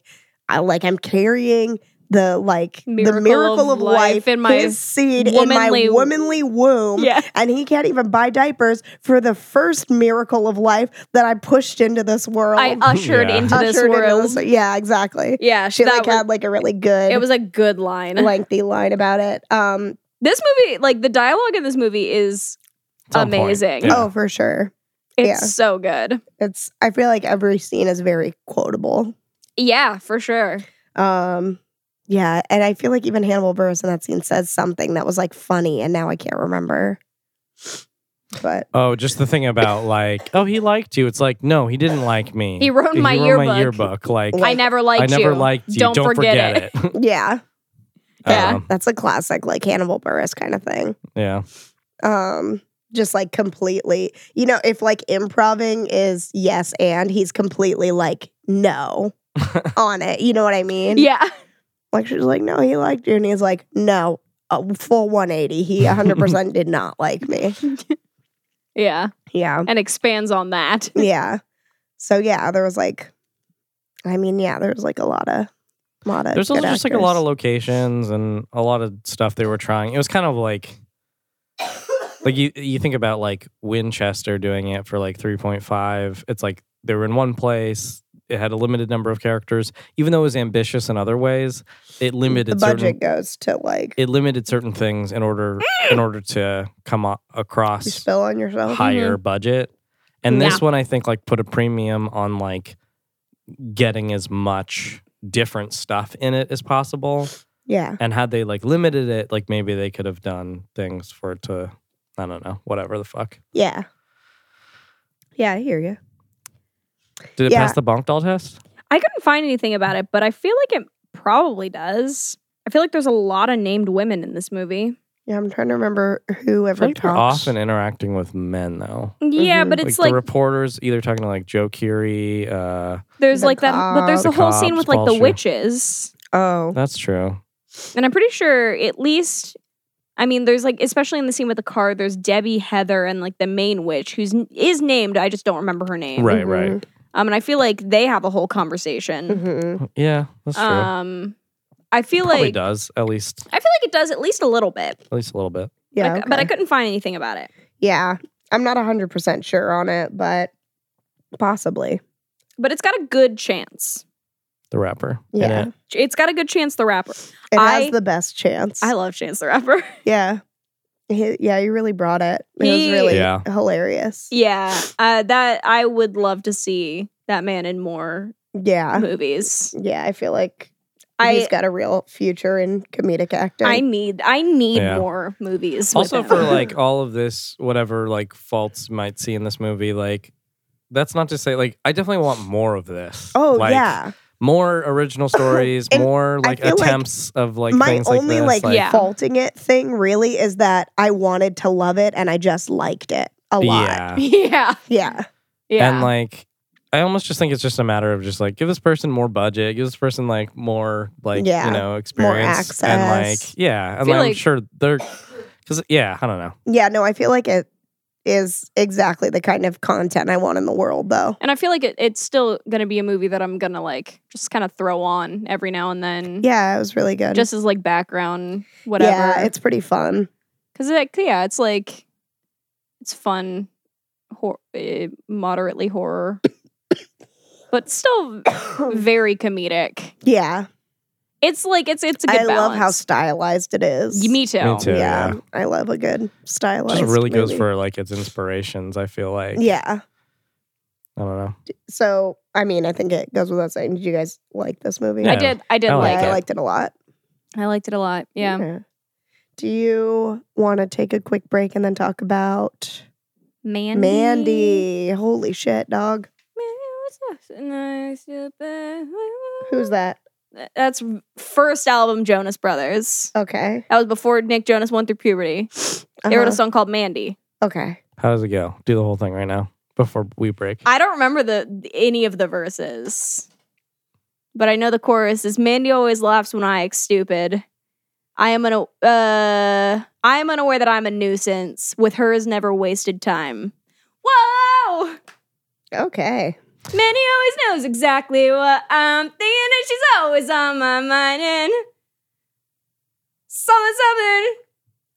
Speaker 4: I like I'm carrying the like the
Speaker 3: Miracle
Speaker 4: miracle
Speaker 3: of
Speaker 4: of
Speaker 3: life
Speaker 4: life,
Speaker 3: in my
Speaker 4: his seed in my
Speaker 3: womanly-
Speaker 4: womanly womb.
Speaker 3: Yeah.
Speaker 4: And he can't even buy diapers for the first miracle of life that I pushed into this world.
Speaker 3: I ushered
Speaker 5: Yeah.
Speaker 3: into this
Speaker 4: Ushered into
Speaker 3: world.
Speaker 4: this- yeah, exactly.
Speaker 3: yeah.
Speaker 4: She
Speaker 3: that
Speaker 4: like
Speaker 3: was-
Speaker 4: had like a really good.
Speaker 3: it was a good line.
Speaker 4: lengthy line about it. Um,
Speaker 3: this movie, like the dialogue in this movie is
Speaker 5: It's on point.
Speaker 3: Amazing.
Speaker 5: Yeah.
Speaker 4: oh, for sure.
Speaker 3: it's
Speaker 4: Yeah.
Speaker 3: so good.
Speaker 4: It's I feel like every scene is very quotable.
Speaker 3: Yeah, for sure.
Speaker 4: Um, yeah, and I feel like even Hannibal Burris in that scene says something that was like funny, and now I can't remember. But
Speaker 5: Oh, just the thing about like, oh, he liked you. It's like, no, he didn't like me.
Speaker 3: He ruined my
Speaker 5: ruined my
Speaker 3: yearbook.
Speaker 5: yearbook. Like,
Speaker 4: Like,
Speaker 3: I never
Speaker 5: I
Speaker 3: liked you.
Speaker 5: never liked you.
Speaker 3: Don't
Speaker 5: Don't,
Speaker 3: forget
Speaker 5: forget, it.
Speaker 4: yeah,
Speaker 3: Yeah.
Speaker 5: Um,
Speaker 4: that's a classic like Hannibal Burris kind of thing.
Speaker 5: yeah.
Speaker 4: Um, just like completely, you know, if like improving is yes and he's completely like no on it. You know what I mean?
Speaker 3: Yeah.
Speaker 4: Like she's like, no, he liked you, and he's like, no, a full 180. He 100 percent did not like me.
Speaker 3: Yeah.
Speaker 4: Yeah,
Speaker 3: And expands on that.
Speaker 4: yeah. So yeah, there was like, I mean, yeah, there was like a lot of, lot of.
Speaker 5: There's also
Speaker 4: good
Speaker 5: just like a lot of
Speaker 4: actors.
Speaker 5: locations and a lot of stuff they were trying. It was kind of like like you you think about like Winchester doing it for like 3.5. It's like they were in one place. It had a limited number of characters, even though it was ambitious in other ways. It
Speaker 4: The
Speaker 5: limited certain
Speaker 4: budget goes to like
Speaker 5: it limited certain things in order in order to come o-
Speaker 4: you
Speaker 5: across
Speaker 4: spill on yourself.
Speaker 5: higher budget. And
Speaker 3: Yeah.
Speaker 5: this one I think like put a premium on like getting as much different stuff in it as possible.
Speaker 4: Mm-hmm. Yeah,
Speaker 5: And had they like limited it, like maybe they could have done things for it to, I don't know, whatever the fuck.
Speaker 4: yeah, yeah. I hear you.
Speaker 5: Did it
Speaker 4: Yeah.
Speaker 5: pass the bonk doll test?
Speaker 3: I couldn't find anything about it, but I feel like it probably does. I feel like there's a lot of named women in this movie.
Speaker 4: Yeah, I'm trying to remember who
Speaker 5: I feel
Speaker 4: ever
Speaker 5: like they're
Speaker 4: talks.
Speaker 5: often interacting with men though.
Speaker 3: Yeah,
Speaker 4: Mhm.
Speaker 3: but it's
Speaker 5: Mm-hmm. like
Speaker 3: like,
Speaker 5: the reporters either talking to like Joe Curie. Uh,
Speaker 3: there's
Speaker 4: the
Speaker 3: like that, but there's
Speaker 4: cops,
Speaker 3: the whole scene
Speaker 5: cops,
Speaker 3: with like the
Speaker 5: Vulture.
Speaker 3: witches,
Speaker 4: oh,
Speaker 5: that's true.
Speaker 3: and I'm pretty sure at least, I mean, there's like especially in the scene with the car, there's Debbie Heather and like the main witch who's is named. I just don't remember her name.
Speaker 5: Right, right.
Speaker 3: Um, and I feel like they have a whole
Speaker 5: Mm-hmm.
Speaker 3: conversation.
Speaker 4: hmm
Speaker 5: Yeah, that's true.
Speaker 3: Um, I feel
Speaker 5: Probably
Speaker 3: like
Speaker 5: does at least
Speaker 3: I feel like it does at least a little bit.
Speaker 5: at least a little bit.
Speaker 4: yeah.
Speaker 3: I c- But I
Speaker 4: okay.
Speaker 3: couldn't find anything about it.
Speaker 4: Yeah. I'm not 100% sure on it, but possibly.
Speaker 3: But it's got a good chance.
Speaker 5: the rapper. in
Speaker 4: Yeah.
Speaker 5: it.
Speaker 3: It's got a good chance the rapper.
Speaker 4: It has
Speaker 3: I-
Speaker 4: the best chance.
Speaker 3: I love Chance the Rapper.
Speaker 4: yeah. He- yeah, you really brought it. It
Speaker 3: He-
Speaker 4: was really
Speaker 5: Yeah.
Speaker 4: hilarious.
Speaker 3: yeah. Uh, that I would love to see that man in more
Speaker 4: Yeah.
Speaker 3: movies.
Speaker 4: Yeah, I feel like he's
Speaker 3: I
Speaker 4: got a real future in comedic acting.
Speaker 3: I need I need
Speaker 5: Yeah.
Speaker 3: more movies. with
Speaker 5: Also
Speaker 3: him.
Speaker 5: for like all of this, whatever like faults might see in this movie, like that's not to say like I definitely want more of this.
Speaker 4: oh,
Speaker 5: Like,
Speaker 4: yeah.
Speaker 5: more original stories,
Speaker 4: And
Speaker 5: more like
Speaker 4: feel like
Speaker 5: attempts of like
Speaker 4: My
Speaker 5: things
Speaker 4: only
Speaker 5: like
Speaker 4: like,
Speaker 5: this. Like,
Speaker 3: Yeah.
Speaker 4: faulting it thing really is that I wanted to love it and I just liked it a lot.
Speaker 5: yeah.
Speaker 3: yeah,
Speaker 4: Yeah.
Speaker 3: yeah.
Speaker 5: And like I almost just think it's just a matter of just like give this person more budget, give this person like more like
Speaker 4: Yeah.
Speaker 5: you know experience and like
Speaker 4: access.
Speaker 5: yeah, and
Speaker 3: Feel
Speaker 5: like, I'm
Speaker 3: like-
Speaker 5: sure they're because yeah, I don't know.
Speaker 4: Yeah, no, I feel like it is exactly the kind of content I want in the world though.
Speaker 3: and I feel like it, it's still gonna be a movie that I'm gonna like just kind of throw on every now and then.
Speaker 4: Yeah, it was really good.
Speaker 3: Just as like background, whatever.
Speaker 4: Yeah, it's pretty fun.
Speaker 3: Because like, yeah, it's like it's fun, hor- eh, moderately horror, but still very comedic.
Speaker 4: yeah.
Speaker 3: It's like it's it's a good
Speaker 4: I love how
Speaker 3: balance.
Speaker 4: stylized it is.
Speaker 3: Y- Me too.
Speaker 5: Me too.
Speaker 4: yeah,
Speaker 5: yeah.
Speaker 4: I love a good stylized.
Speaker 5: uh, Just really goes
Speaker 4: movie.
Speaker 5: for like its inspirations. I feel like
Speaker 4: Yeah.
Speaker 5: I don't know.
Speaker 4: So, I mean, I think it goes without saying. Did you guys like this movie?
Speaker 5: Yeah.
Speaker 3: I did. I did
Speaker 5: I
Speaker 4: Yeah,
Speaker 3: like,
Speaker 5: liked
Speaker 4: I
Speaker 3: it.
Speaker 4: liked it a lot.
Speaker 3: I liked it a lot. Yeah.
Speaker 4: Do you want to take a quick break and then talk about
Speaker 3: Mandy.
Speaker 4: Mandy? Holy shit, dog. Who's that?
Speaker 3: That's first album Jonas Brothers.
Speaker 4: Okay.
Speaker 3: That was before Nick Jonas went through puberty. They wrote a
Speaker 4: Uh-huh.
Speaker 3: song called Mandy.
Speaker 4: okay.
Speaker 5: How does it go? Do the whole thing right now before we break.
Speaker 3: I don't remember the any of the verses, but I know the chorus is Mandy always laughs when I act stupid. I am an uh, I am unaware that I'm a nuisance. With her is never wasted time. Whoa!
Speaker 4: Okay.
Speaker 3: Mandy always knows exactly what I'm thinking, and she's always on my mind. And something, something,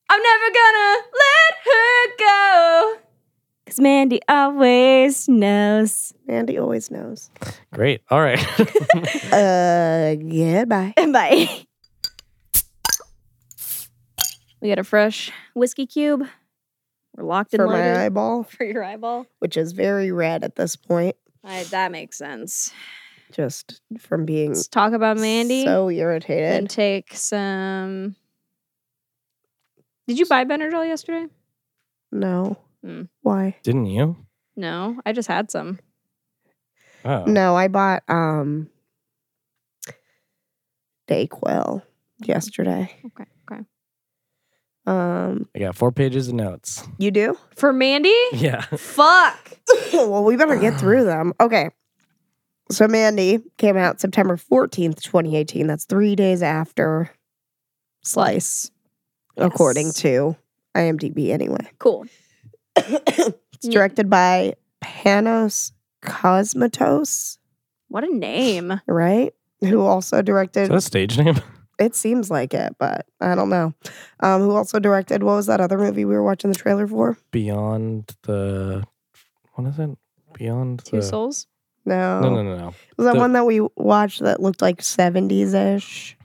Speaker 3: I'm never gonna let her go. Cause Mandy always knows.
Speaker 4: Mandy always knows.
Speaker 5: Great. All right.
Speaker 4: Uh, goodbye.
Speaker 3: Bye. We got a fresh whiskey cube. We're locked and
Speaker 4: For
Speaker 3: loaded
Speaker 4: my eyeball,
Speaker 3: for your eyeball.
Speaker 4: which is very red at this point,
Speaker 3: I, that makes sense.
Speaker 4: just from being
Speaker 3: Let's talk about Mandy.
Speaker 4: Mm. so
Speaker 3: and
Speaker 4: irritated.
Speaker 3: take some. Did you buy Benadryl yesterday?
Speaker 4: No.
Speaker 3: Hmm.
Speaker 4: Why?
Speaker 5: Didn't you?
Speaker 3: No, I just had some.
Speaker 5: Oh.
Speaker 4: No, I bought um Dayquil yesterday.
Speaker 3: Okay, okay.
Speaker 4: Um,
Speaker 5: I got four pages of notes.
Speaker 4: you do?
Speaker 3: For Mandy?
Speaker 5: Yeah.
Speaker 3: Fuck.
Speaker 4: well, we better get through them. Okay. So Mandy came out September 14th, 2018. That's 3 days after Slice according
Speaker 3: Yes.
Speaker 4: to IMDb anyway.
Speaker 3: Cool.
Speaker 4: It's directed by Panos Cosmatos,
Speaker 3: What a name.
Speaker 4: right? Who also
Speaker 5: Is
Speaker 4: directed
Speaker 5: that a stage name?
Speaker 4: It seems like it, but I don't know. Um, who also directed? What was that other movie we were watching the trailer for?
Speaker 5: Beyond the. What is it? Beyond
Speaker 3: Two
Speaker 5: the.
Speaker 3: souls.
Speaker 4: No,
Speaker 5: No, no, no, no.
Speaker 4: was that
Speaker 5: The-
Speaker 4: one that we watched that looked like seventies ish?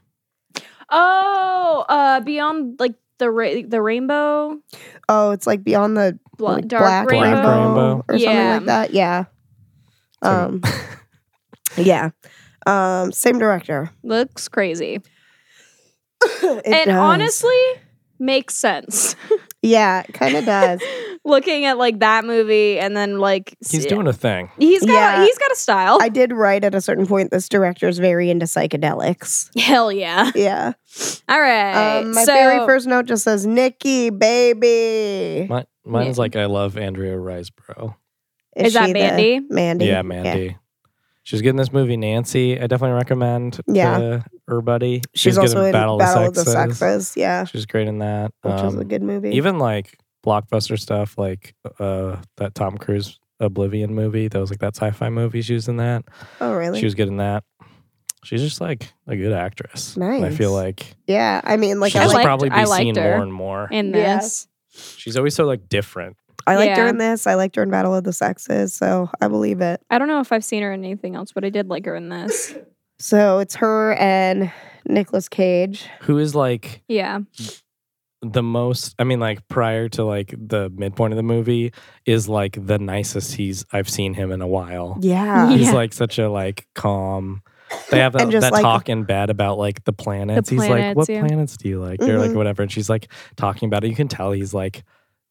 Speaker 3: Oh, uh, beyond like the ra- the rainbow,
Speaker 4: Oh, it's like Beyond the
Speaker 3: Bla-
Speaker 4: like,
Speaker 3: dark,
Speaker 4: Black
Speaker 3: rainbow.
Speaker 4: Rainbow,
Speaker 5: Black Rainbow.
Speaker 4: or something
Speaker 3: Yeah.
Speaker 4: like that. Yeah. Um, yeah, um, same director.
Speaker 3: looks crazy.
Speaker 4: It
Speaker 3: and
Speaker 4: does.
Speaker 3: honestly, makes sense.
Speaker 4: yeah, it kind of does.
Speaker 3: Looking at like that movie and then like
Speaker 5: He's
Speaker 3: s-
Speaker 5: doing a thing.
Speaker 3: He's got
Speaker 4: Yeah.
Speaker 3: he's got a style.
Speaker 4: I did write at a certain point. This director's very into psychedelics.
Speaker 3: Hell yeah.
Speaker 4: Yeah.
Speaker 3: All right.
Speaker 4: Um, my
Speaker 3: so,
Speaker 4: very first note just says Nikki, baby.
Speaker 5: Mi- mine's like, I love Andrea Riseborough.
Speaker 3: Is that
Speaker 4: she the-
Speaker 3: Mandy?
Speaker 4: Mandy.
Speaker 5: Yeah,
Speaker 4: Okay.
Speaker 5: Mandy. She's getting this movie, Nancy. I definitely recommend
Speaker 4: Yeah.
Speaker 5: to everybody.
Speaker 4: She's,
Speaker 5: good
Speaker 4: also in Battle, of the
Speaker 5: Sexes.
Speaker 4: Sexes. Yeah,
Speaker 5: She's great in that.
Speaker 4: which is
Speaker 5: Um,
Speaker 4: a good movie.
Speaker 5: Even like blockbuster stuff, like uh, that Tom Cruise Oblivion movie. That was like that sci-fi movie. She was in that.
Speaker 4: oh, really?
Speaker 5: She was good in that. She's just like a good actress. And I feel
Speaker 4: Nice.
Speaker 5: like,
Speaker 4: yeah, I mean, like
Speaker 5: she'll
Speaker 4: I
Speaker 5: just
Speaker 4: like
Speaker 3: liked-
Speaker 5: probably be
Speaker 3: I liked
Speaker 5: seen
Speaker 3: her.
Speaker 5: more and more.
Speaker 3: in
Speaker 4: Yeah.
Speaker 3: this.
Speaker 5: She's always so like different.
Speaker 4: I liked her
Speaker 3: yeah.
Speaker 4: in this. I liked her in Battle of the Sexes, so I believe it.
Speaker 3: I don't know if I've seen her in anything else, but I did like her in this.
Speaker 4: So it's her and Nicolas Cage.
Speaker 5: Who is like
Speaker 3: Yeah.
Speaker 5: the most I mean like prior to like the midpoint of the movie is like the nicest he's I've seen him in a while.
Speaker 4: Yeah.
Speaker 5: He's
Speaker 3: Yeah.
Speaker 5: like such a like calm they have that,
Speaker 4: And just,
Speaker 5: that
Speaker 4: like-
Speaker 5: talk in bed about like the planets. he's like,
Speaker 3: planets,
Speaker 5: What
Speaker 3: yeah.
Speaker 5: planets do you like? Or like
Speaker 4: Mhm.
Speaker 5: whatever. And she's like talking about it. You can tell he's like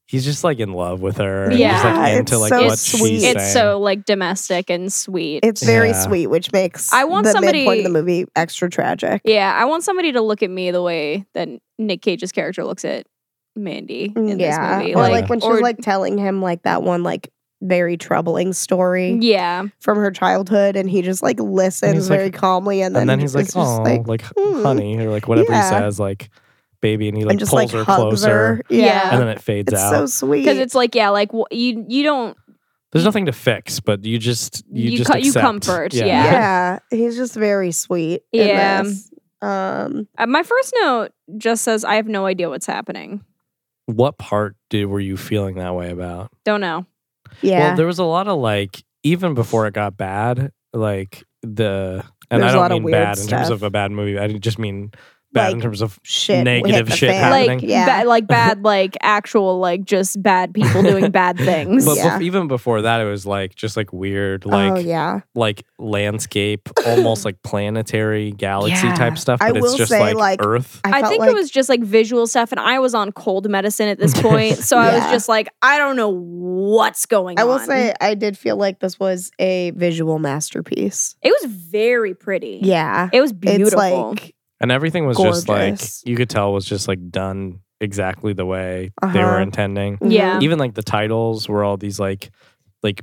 Speaker 5: he's just like in love with her. and just
Speaker 3: Yeah,
Speaker 5: like
Speaker 4: it's
Speaker 5: into like
Speaker 4: so
Speaker 5: what
Speaker 4: sweet.
Speaker 5: she's
Speaker 4: He's
Speaker 3: It's
Speaker 5: saying.
Speaker 3: so like domestic and sweet.
Speaker 4: It's very
Speaker 5: Yeah.
Speaker 4: sweet, which makes
Speaker 3: I want
Speaker 4: the
Speaker 3: somebody-
Speaker 4: midpoint of the movie extra tragic.
Speaker 3: yeah, I want somebody to look at me the way that Nick Cage's character looks at Mandy in
Speaker 4: yeah.
Speaker 3: this movie.
Speaker 4: Or like,
Speaker 5: like-
Speaker 4: when she's
Speaker 3: or-
Speaker 4: like telling him like that one like very troubling story
Speaker 3: yeah,
Speaker 4: from her childhood and he just like listens
Speaker 5: like-
Speaker 4: very calmly and then,
Speaker 5: and then he's like,
Speaker 4: is just
Speaker 5: "Oh, like,
Speaker 4: "Hmm."
Speaker 5: honey," or like whatever
Speaker 4: Yeah.
Speaker 5: he says, like baby, and he like
Speaker 4: and
Speaker 5: pulls
Speaker 4: just like
Speaker 5: her
Speaker 4: hugs
Speaker 5: closer,
Speaker 4: her. Yeah.
Speaker 3: Yeah.
Speaker 5: and then it fades
Speaker 4: It's
Speaker 5: out.
Speaker 4: so sweet.
Speaker 3: because it's like yeah, like wh- you you don't
Speaker 5: There's nothing to fix, but you just you,
Speaker 3: You
Speaker 5: just
Speaker 3: co- you
Speaker 5: accept.
Speaker 3: comfort, yeah.
Speaker 4: yeah. He's just very sweet. in
Speaker 3: Yeah.
Speaker 4: this. Um
Speaker 3: Uh, my first note just says, I have no idea what's happening.
Speaker 5: What part did were you feeling that way about?
Speaker 3: Don't know.
Speaker 4: yeah.
Speaker 5: Well, there was a lot of like even before it got bad, like the and
Speaker 4: There's
Speaker 5: I
Speaker 4: a lot of
Speaker 5: don't mean
Speaker 4: weird
Speaker 5: bad in terms
Speaker 4: stuff.
Speaker 5: of a bad movie. I just mean bad in
Speaker 4: Like,
Speaker 5: terms of
Speaker 4: shit
Speaker 5: negative
Speaker 4: hit the
Speaker 5: shit
Speaker 4: fan.
Speaker 5: happening.
Speaker 3: Like,
Speaker 4: Yeah.
Speaker 3: ba- like bad, like actual, like just bad people doing bad things.
Speaker 5: but bef-
Speaker 4: yeah.
Speaker 5: even before that, it was like just like weird, like
Speaker 4: oh yeah.
Speaker 5: like landscape, almost like planetary galaxy
Speaker 3: Yeah.
Speaker 5: type stuff.
Speaker 4: I
Speaker 5: But it's
Speaker 4: will
Speaker 5: just
Speaker 4: say,
Speaker 5: like,
Speaker 4: like,
Speaker 5: Earth.
Speaker 3: I,
Speaker 4: felt
Speaker 3: think
Speaker 4: like-
Speaker 3: it was just like visual stuff, and I was on cold medicine at this point, so I was
Speaker 4: Yeah.
Speaker 3: just like, I don't know what's going
Speaker 4: I
Speaker 3: on.
Speaker 4: will say I did feel like this was a visual masterpiece.
Speaker 3: it was very pretty.
Speaker 4: Yeah.
Speaker 3: it was beautiful.
Speaker 4: It's like
Speaker 5: And everything was just
Speaker 4: Gorgeous.
Speaker 5: like you could tell was just like done exactly the way they were
Speaker 4: Uh-huh.
Speaker 5: intending.
Speaker 3: Yeah.
Speaker 5: Even like the titles were all these like like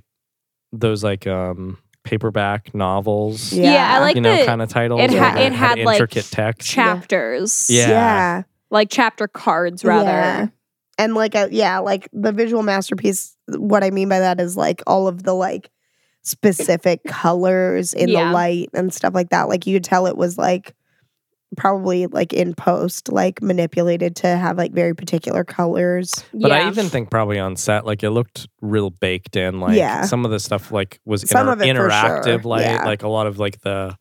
Speaker 5: those like um paperback novels.
Speaker 4: Yeah.
Speaker 3: yeah. I like
Speaker 5: you know,
Speaker 3: that
Speaker 5: kind of titles.
Speaker 3: it
Speaker 5: where
Speaker 4: ha-
Speaker 5: they
Speaker 4: it
Speaker 3: had, like,
Speaker 5: intricate text.
Speaker 3: chapters,
Speaker 5: Yeah.
Speaker 4: yeah.
Speaker 3: like chapter cards
Speaker 4: Yeah.
Speaker 3: rather.
Speaker 4: And like uh, yeah, like the visual masterpiece what I mean by that is like all of the like specific colors in
Speaker 3: Yeah.
Speaker 4: the light and stuff like that. Like you could tell it was like probably like in post like manipulated to have like very particular colors.
Speaker 5: But
Speaker 3: yeah.
Speaker 5: I even think probably on set, like it looked real baked in. Like
Speaker 4: Yeah.
Speaker 5: some of the stuff like was
Speaker 4: Some
Speaker 5: inter-
Speaker 4: of it for
Speaker 5: interactive,
Speaker 4: sure,
Speaker 5: like
Speaker 4: yeah.
Speaker 5: like a lot of like the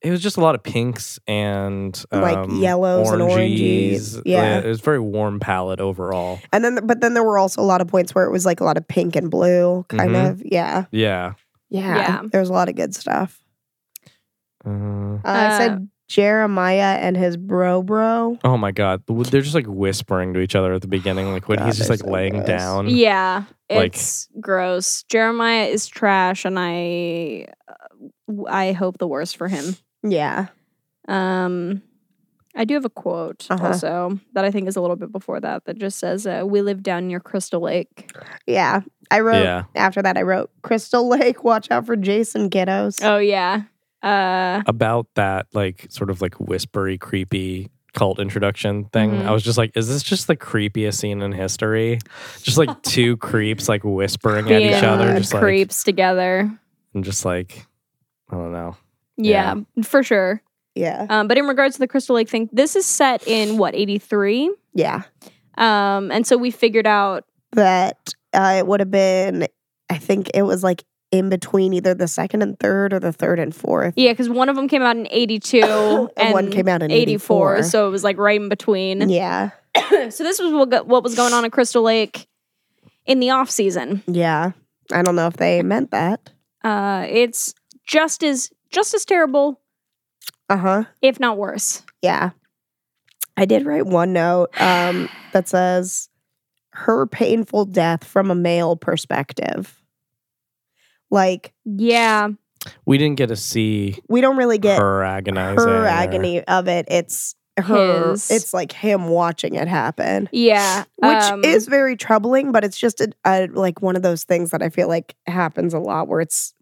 Speaker 5: it was just a lot of pinks and um,
Speaker 4: Like yellows and oranges,
Speaker 5: oranges.
Speaker 4: yeah.
Speaker 5: It was very warm palette overall.
Speaker 4: And then but then there were also a lot of points where it was like a lot of pink and blue kind
Speaker 5: Mhm.
Speaker 4: of. Yeah.
Speaker 5: Yeah.
Speaker 4: Yeah.
Speaker 3: Yeah.
Speaker 4: There was a lot of good stuff.
Speaker 5: Uh,
Speaker 4: Uh, I
Speaker 3: Uh,
Speaker 4: said Jeremiah and his bro bro.
Speaker 5: oh my god, The- they're just like whispering to each other at the beginning, like when
Speaker 4: God,
Speaker 5: he's just
Speaker 4: they're
Speaker 5: like
Speaker 4: so
Speaker 5: laying
Speaker 4: gross.
Speaker 5: down.
Speaker 3: Yeah,
Speaker 5: Like-
Speaker 3: it's gross. Jeremiah is trash, and I, uh, I hope the worst for him.
Speaker 4: Yeah.
Speaker 3: Um, I do have a quote
Speaker 4: Uh-huh.
Speaker 3: also that I think is a little bit before that that just says, uh, "We live down near Crystal Lake."
Speaker 4: Yeah. I wrote
Speaker 5: Yeah.
Speaker 4: after that I wrote Crystal Lake, watch out for Jason Ghettos.
Speaker 3: Oh yeah. Uh,
Speaker 5: About that, like sort of like whispery, creepy cult introduction thing.
Speaker 3: Mhm.
Speaker 5: I was just like, is this just the creepiest scene in history? Just like two creeps like whispering at each other,
Speaker 4: God,
Speaker 5: just like
Speaker 3: creeps together.
Speaker 5: and just like I don't know.
Speaker 3: Yeah, for sure.
Speaker 4: Yeah.
Speaker 3: Um, but in regards to the Crystal Lake thing, this is set in what eighty three.
Speaker 4: Yeah.
Speaker 3: Um, and so we figured out.
Speaker 4: That uh, it would have been I think it was like in between either the second and third or the third and fourth.
Speaker 3: Yeah, because one of them came out in eighty two, and,
Speaker 4: and one came out in
Speaker 3: eighty four.
Speaker 4: 84.
Speaker 3: So it was like right in between.
Speaker 4: yeah.
Speaker 3: so this was what, go- what was going on at Crystal Lake in the off season.
Speaker 4: Yeah. I don't know if they meant that.
Speaker 3: Uh, it's just as just as terrible,
Speaker 4: Uh-huh.
Speaker 3: if not worse.
Speaker 4: Yeah. I did write one note um, that says her painful death from a male perspective. Like,
Speaker 3: Yeah,
Speaker 5: We didn't get to see
Speaker 4: we don't really get her,
Speaker 5: her agonizing. or-
Speaker 4: agony of it. It's her,
Speaker 3: His.
Speaker 4: it's like him watching it happen,
Speaker 3: yeah,
Speaker 4: which
Speaker 3: um,
Speaker 4: is very troubling, but it's just a, a, like one of those things that I feel like happens a lot where it's.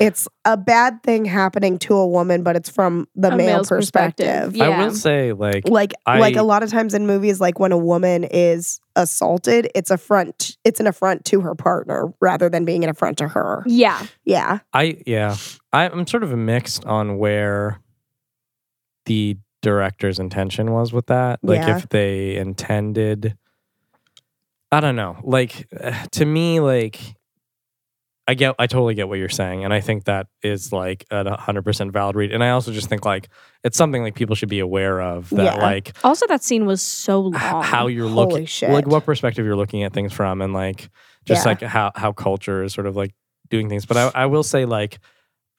Speaker 4: It's a bad thing happening to a woman, but it's from the
Speaker 3: A
Speaker 4: male
Speaker 3: male's perspective.
Speaker 4: perspective.
Speaker 5: I
Speaker 3: Yeah.
Speaker 5: will say, like
Speaker 4: like
Speaker 5: I-
Speaker 4: like a lot of times in movies like when a woman is assaulted it's affront it's an affront to her partner rather than being an affront to her
Speaker 3: yeah,
Speaker 4: yeah
Speaker 5: I yeah, I, I'm sort of mixed on where the director's intention was with that. Like
Speaker 4: Yeah.
Speaker 5: if they intended, I don't know. Like eh, to me, like I get, I totally get what you're saying, and I think that is like a hundred percent valid read. And I also just think like it's something like people should be aware of that
Speaker 4: Yeah.
Speaker 5: like
Speaker 3: Also, that scene was so
Speaker 5: h-
Speaker 3: long.
Speaker 5: how you're
Speaker 4: Um, Holy
Speaker 5: looking,
Speaker 4: shit.
Speaker 5: like what perspective you're looking at things from, and like just
Speaker 4: Yeah.
Speaker 5: like how how culture is sort of like doing things. But I, I will say like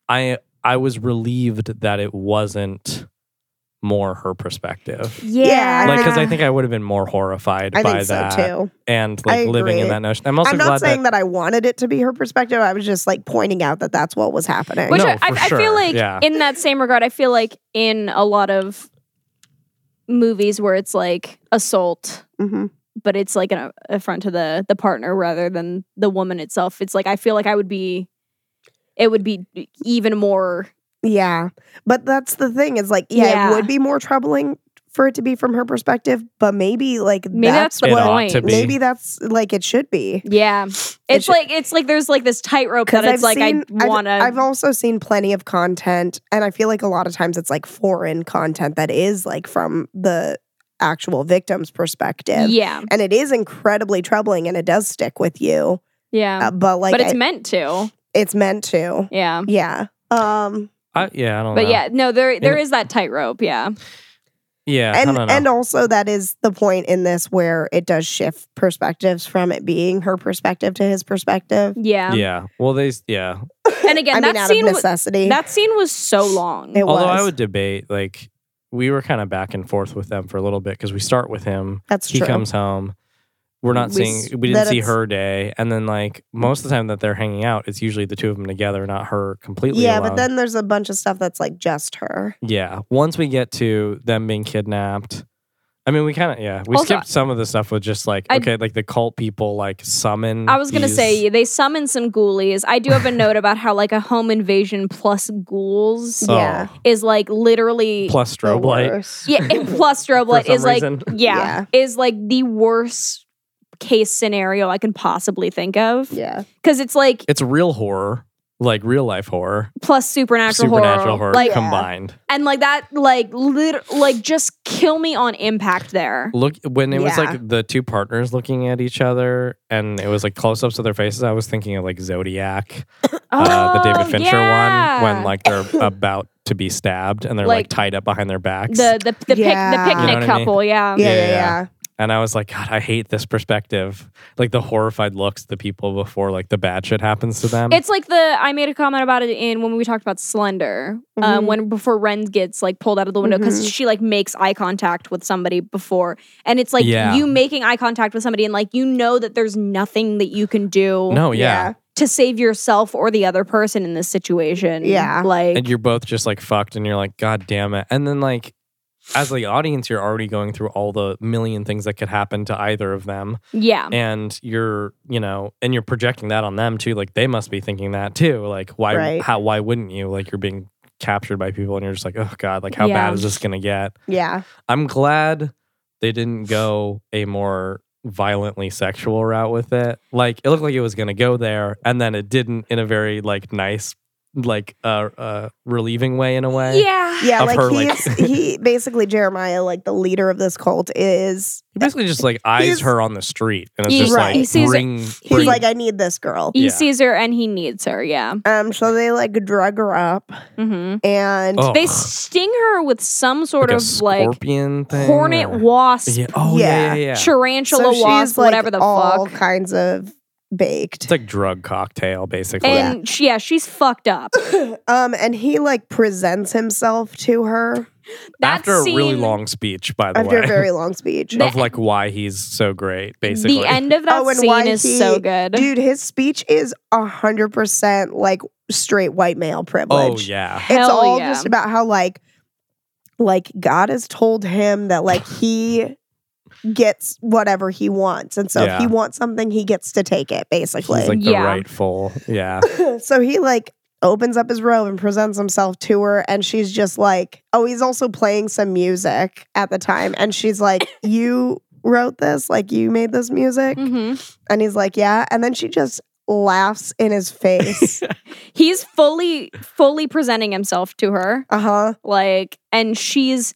Speaker 5: I I was relieved that it wasn't more her perspective.
Speaker 3: yeah,
Speaker 4: Yeah,
Speaker 5: Like, because I think I would have been more horrified
Speaker 4: I
Speaker 5: by
Speaker 4: think so
Speaker 5: that,
Speaker 4: too.
Speaker 5: and
Speaker 4: I
Speaker 5: like living in
Speaker 4: agree.
Speaker 5: that notion. I'm also
Speaker 4: I'm
Speaker 5: glad
Speaker 4: not
Speaker 5: that
Speaker 4: saying that, I wanted it to be her perspective. I was just like pointing out that that's what was happening.
Speaker 3: Which
Speaker 5: No,
Speaker 3: I, I,
Speaker 5: for
Speaker 3: I
Speaker 5: sure,
Speaker 3: feel like
Speaker 5: yeah.
Speaker 3: in that same regard, I feel like in a lot of movies where it's like assault,
Speaker 4: Mhm.
Speaker 3: but it's like an affront to the the partner rather than the woman itself. It's like I feel like I would be, it would be e, even more.
Speaker 4: Yeah. But that's the thing is like, yeah,
Speaker 3: Yeah.
Speaker 4: it would be more troubling for it to be from her perspective, but maybe like
Speaker 3: Maybe that's,
Speaker 4: that's,
Speaker 3: the
Speaker 5: It ought
Speaker 3: point.
Speaker 5: to be.
Speaker 4: maybe that's like it should be.
Speaker 3: Yeah, it's,
Speaker 4: should-
Speaker 3: like it's like there's like this tightrope that
Speaker 4: Because
Speaker 3: it's
Speaker 4: I've
Speaker 3: like
Speaker 4: seen-
Speaker 3: I
Speaker 4: I've-
Speaker 3: want
Speaker 4: I've
Speaker 3: to.
Speaker 4: also seen plenty of content, and I feel like a lot of times it's like foreign content that is like from the actual victim's perspective.
Speaker 3: Yeah,
Speaker 4: And it is incredibly troubling and it does stick with you.
Speaker 3: yeah,
Speaker 4: uh, but like
Speaker 3: but it's
Speaker 4: I-
Speaker 3: meant to.
Speaker 4: it's meant to.
Speaker 3: Yeah.
Speaker 4: Yeah. Um
Speaker 5: I, yeah, I don't
Speaker 3: But
Speaker 5: know.
Speaker 3: yeah, no, there there
Speaker 5: know-
Speaker 3: is that tightrope. Yeah,
Speaker 5: yeah, I
Speaker 4: and
Speaker 5: don't know.
Speaker 4: and also that is the point in this where it does shift perspectives from it being her perspective to his perspective.
Speaker 3: yeah.
Speaker 5: yeah. Well, they s- yeah.
Speaker 3: And again,
Speaker 4: I
Speaker 3: that
Speaker 4: mean out
Speaker 3: scene
Speaker 4: of
Speaker 3: was
Speaker 4: necessity.
Speaker 3: that scene was so long.
Speaker 4: It
Speaker 5: Although I
Speaker 4: was.
Speaker 5: would debate, like we were kind of back and forth with them for a little bit because we start with him,
Speaker 4: That's
Speaker 5: he
Speaker 4: true.
Speaker 5: comes home, we're not
Speaker 4: We s-
Speaker 5: seeing, we didn't
Speaker 4: that
Speaker 5: see
Speaker 4: it's-
Speaker 5: her day, and then like most of the time that they're hanging out, it's usually the two of them together, not her completely.
Speaker 4: yeah,
Speaker 5: alone.
Speaker 4: but then there's a bunch of stuff that's like just her.
Speaker 5: yeah, once we get to them being kidnapped. I mean, we kind of yeah. We
Speaker 3: Also-
Speaker 5: skipped some of the stuff with just like
Speaker 3: I-
Speaker 5: okay, like the cult people like summon.
Speaker 3: I was gonna
Speaker 5: these-
Speaker 3: say they summon some ghoulies. I do have a note about how like a home invasion plus ghouls
Speaker 5: oh,
Speaker 4: Yeah.
Speaker 3: is like literally
Speaker 5: plus
Speaker 4: The
Speaker 5: strobe light.
Speaker 4: worst.
Speaker 3: yeah and plus strobe
Speaker 5: For some
Speaker 3: is like
Speaker 5: reason.
Speaker 3: yeah, is like the worst case scenario I can possibly think of
Speaker 4: Yeah.
Speaker 3: because it's like
Speaker 5: It's real horror, like real life horror,
Speaker 3: plus supernatural,
Speaker 5: supernatural horror
Speaker 3: like
Speaker 4: Yeah.
Speaker 5: combined.
Speaker 3: and like that like lit- like just kill me on impact there.
Speaker 5: look when it was
Speaker 4: Yeah.
Speaker 5: like the two partners looking at each other and it was like close-ups of their faces i was thinking of like zodiac uh, the david
Speaker 3: Oh,
Speaker 5: fincher
Speaker 3: yeah.
Speaker 5: one when like they're about to be stabbed and they're like,
Speaker 3: Like,
Speaker 5: tied up behind their backs
Speaker 3: the the, the, pic,
Speaker 4: Yeah.
Speaker 3: the
Speaker 4: You know
Speaker 3: picnic
Speaker 5: what I mean?
Speaker 3: couple, yeah.
Speaker 4: Yeah, yeah,
Speaker 5: Yeah.
Speaker 4: yeah.
Speaker 5: and i was like god i hate this perspective like the horrified looks the people before like the bad shit happens to them
Speaker 3: It's like the I made a comment about it in when we talked about Slender, um,
Speaker 5: Mm-hmm.
Speaker 4: Mhm.
Speaker 3: when before Ren gets like pulled out of the window because
Speaker 4: Mhm.
Speaker 3: she like makes eye contact with somebody before, and it's like
Speaker 5: Yeah.
Speaker 3: you making eye contact with somebody and like you know that there's nothing that you can do
Speaker 5: no yeah.
Speaker 4: yeah.
Speaker 3: to save yourself or the other person in this situation.
Speaker 4: Yeah.
Speaker 3: like
Speaker 5: and you're both just like fucked and you're like god damn it and then like as the audience you're already going through all the million things that could happen to either of them
Speaker 3: yeah,
Speaker 5: and you're you know and you're projecting that on them too like they must be thinking that too like why
Speaker 4: Right.
Speaker 5: how why wouldn't you like you're being captured by people and you're just like oh god like how
Speaker 3: Yeah.
Speaker 5: bad is this gonna get
Speaker 4: Yeah.
Speaker 5: i'm glad they didn't go a more violently sexual route with it like it looked like it was gonna go there and then it didn't in a very like nice like uh uh relieving way in a way
Speaker 3: yeah,
Speaker 4: Yeah,
Speaker 5: Of
Speaker 4: like
Speaker 5: her, like-
Speaker 4: he's he basically Jeremiah, like the leader of this cult, is
Speaker 5: he basically just like eyes
Speaker 4: He's-
Speaker 5: her on the street and it's
Speaker 3: He's
Speaker 5: just
Speaker 4: right. He
Speaker 5: like
Speaker 3: sees it.
Speaker 5: bring,
Speaker 4: he's
Speaker 5: bring
Speaker 4: like, I need this girl.
Speaker 3: He
Speaker 5: Yeah.
Speaker 3: sees her and he needs her. Yeah,
Speaker 4: Um, so they like drug her up
Speaker 3: hmm
Speaker 4: and
Speaker 5: oh,
Speaker 3: they sting her with some sort
Speaker 5: like a
Speaker 3: of like
Speaker 5: scorpion thing
Speaker 3: hornet
Speaker 5: or-
Speaker 3: wasp.
Speaker 5: Yeah. Oh yeah, yeah,
Speaker 4: Yeah.
Speaker 5: yeah.
Speaker 3: tarantula
Speaker 4: so
Speaker 3: wasp,
Speaker 4: she's, like,
Speaker 3: whatever the
Speaker 4: all
Speaker 3: fuck.
Speaker 4: kinds of
Speaker 5: It's
Speaker 4: baked.
Speaker 5: like drug cocktail, basically.
Speaker 3: And she, yeah, she's fucked up.
Speaker 4: Um, and he like presents himself to her
Speaker 3: That
Speaker 5: After
Speaker 3: scene,
Speaker 5: a really long speech, by the
Speaker 4: after
Speaker 5: way,
Speaker 4: a very long speech.
Speaker 5: of like why he's so great, basically.
Speaker 3: the end of that
Speaker 4: Oh, and why
Speaker 3: scene is
Speaker 4: he-
Speaker 3: so good.
Speaker 4: Dude, his speech is a hundred percent like straight white male privilege.
Speaker 5: Oh yeah,
Speaker 4: It's
Speaker 3: Hell
Speaker 4: all
Speaker 3: yeah.
Speaker 4: just about how like like God has told him that like he gets whatever he wants. And so
Speaker 5: Yeah.
Speaker 4: if he wants something, he gets to take it basically.
Speaker 5: he's like
Speaker 3: Yeah.
Speaker 5: the rightful. Yeah,
Speaker 4: so he like opens up his robe and presents himself to her and she's just like oh he's also playing some music at the time and she's like you wrote this like you made this music
Speaker 3: Mhm.
Speaker 4: and he's like yeah and then she just laughs in his face
Speaker 3: He's fully, fully presenting himself to her,
Speaker 4: uh-huh
Speaker 3: like, and she's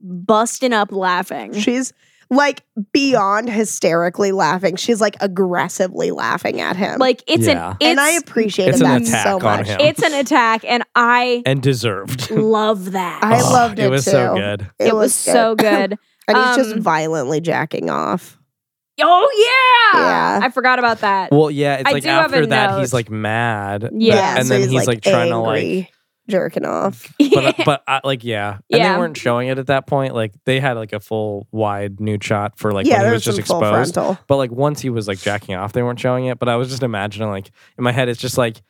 Speaker 3: busting up laughing.
Speaker 4: she's like beyond hysterically laughing. She's like aggressively laughing at him.
Speaker 3: Like it's
Speaker 5: Yeah.
Speaker 3: an it's,
Speaker 4: and I appreciated
Speaker 5: It's an
Speaker 4: that
Speaker 5: attack
Speaker 4: so
Speaker 5: on
Speaker 4: much.
Speaker 5: him.
Speaker 3: it's an attack, and I
Speaker 5: and deserved.
Speaker 3: love that.
Speaker 4: I
Speaker 5: Oh,
Speaker 4: loved it
Speaker 5: It was so
Speaker 4: too.
Speaker 5: good.
Speaker 3: it, was, so good.
Speaker 4: and he's just
Speaker 3: Um,
Speaker 4: violently jacking off.
Speaker 3: oh yeah!
Speaker 4: Yeah.
Speaker 3: I forgot about that.
Speaker 5: Well, yeah, it's
Speaker 3: I
Speaker 5: like
Speaker 3: do have
Speaker 5: after
Speaker 3: a
Speaker 5: that he's
Speaker 3: note.
Speaker 5: like mad.
Speaker 3: Yeah.
Speaker 5: but- and
Speaker 4: so
Speaker 5: then he's, like, trying to like
Speaker 4: angry, jerking off.
Speaker 5: but uh, but I, like yeah, and
Speaker 3: Yeah.
Speaker 5: they weren't showing it at that point. Like they had like a full wide nude shot for like
Speaker 4: yeah,
Speaker 5: when
Speaker 4: there
Speaker 5: he was just
Speaker 4: some full
Speaker 5: exposed.
Speaker 4: frontal.
Speaker 5: But like once he was like jacking off, they weren't showing it. But I was just imagining like in my head, it's just like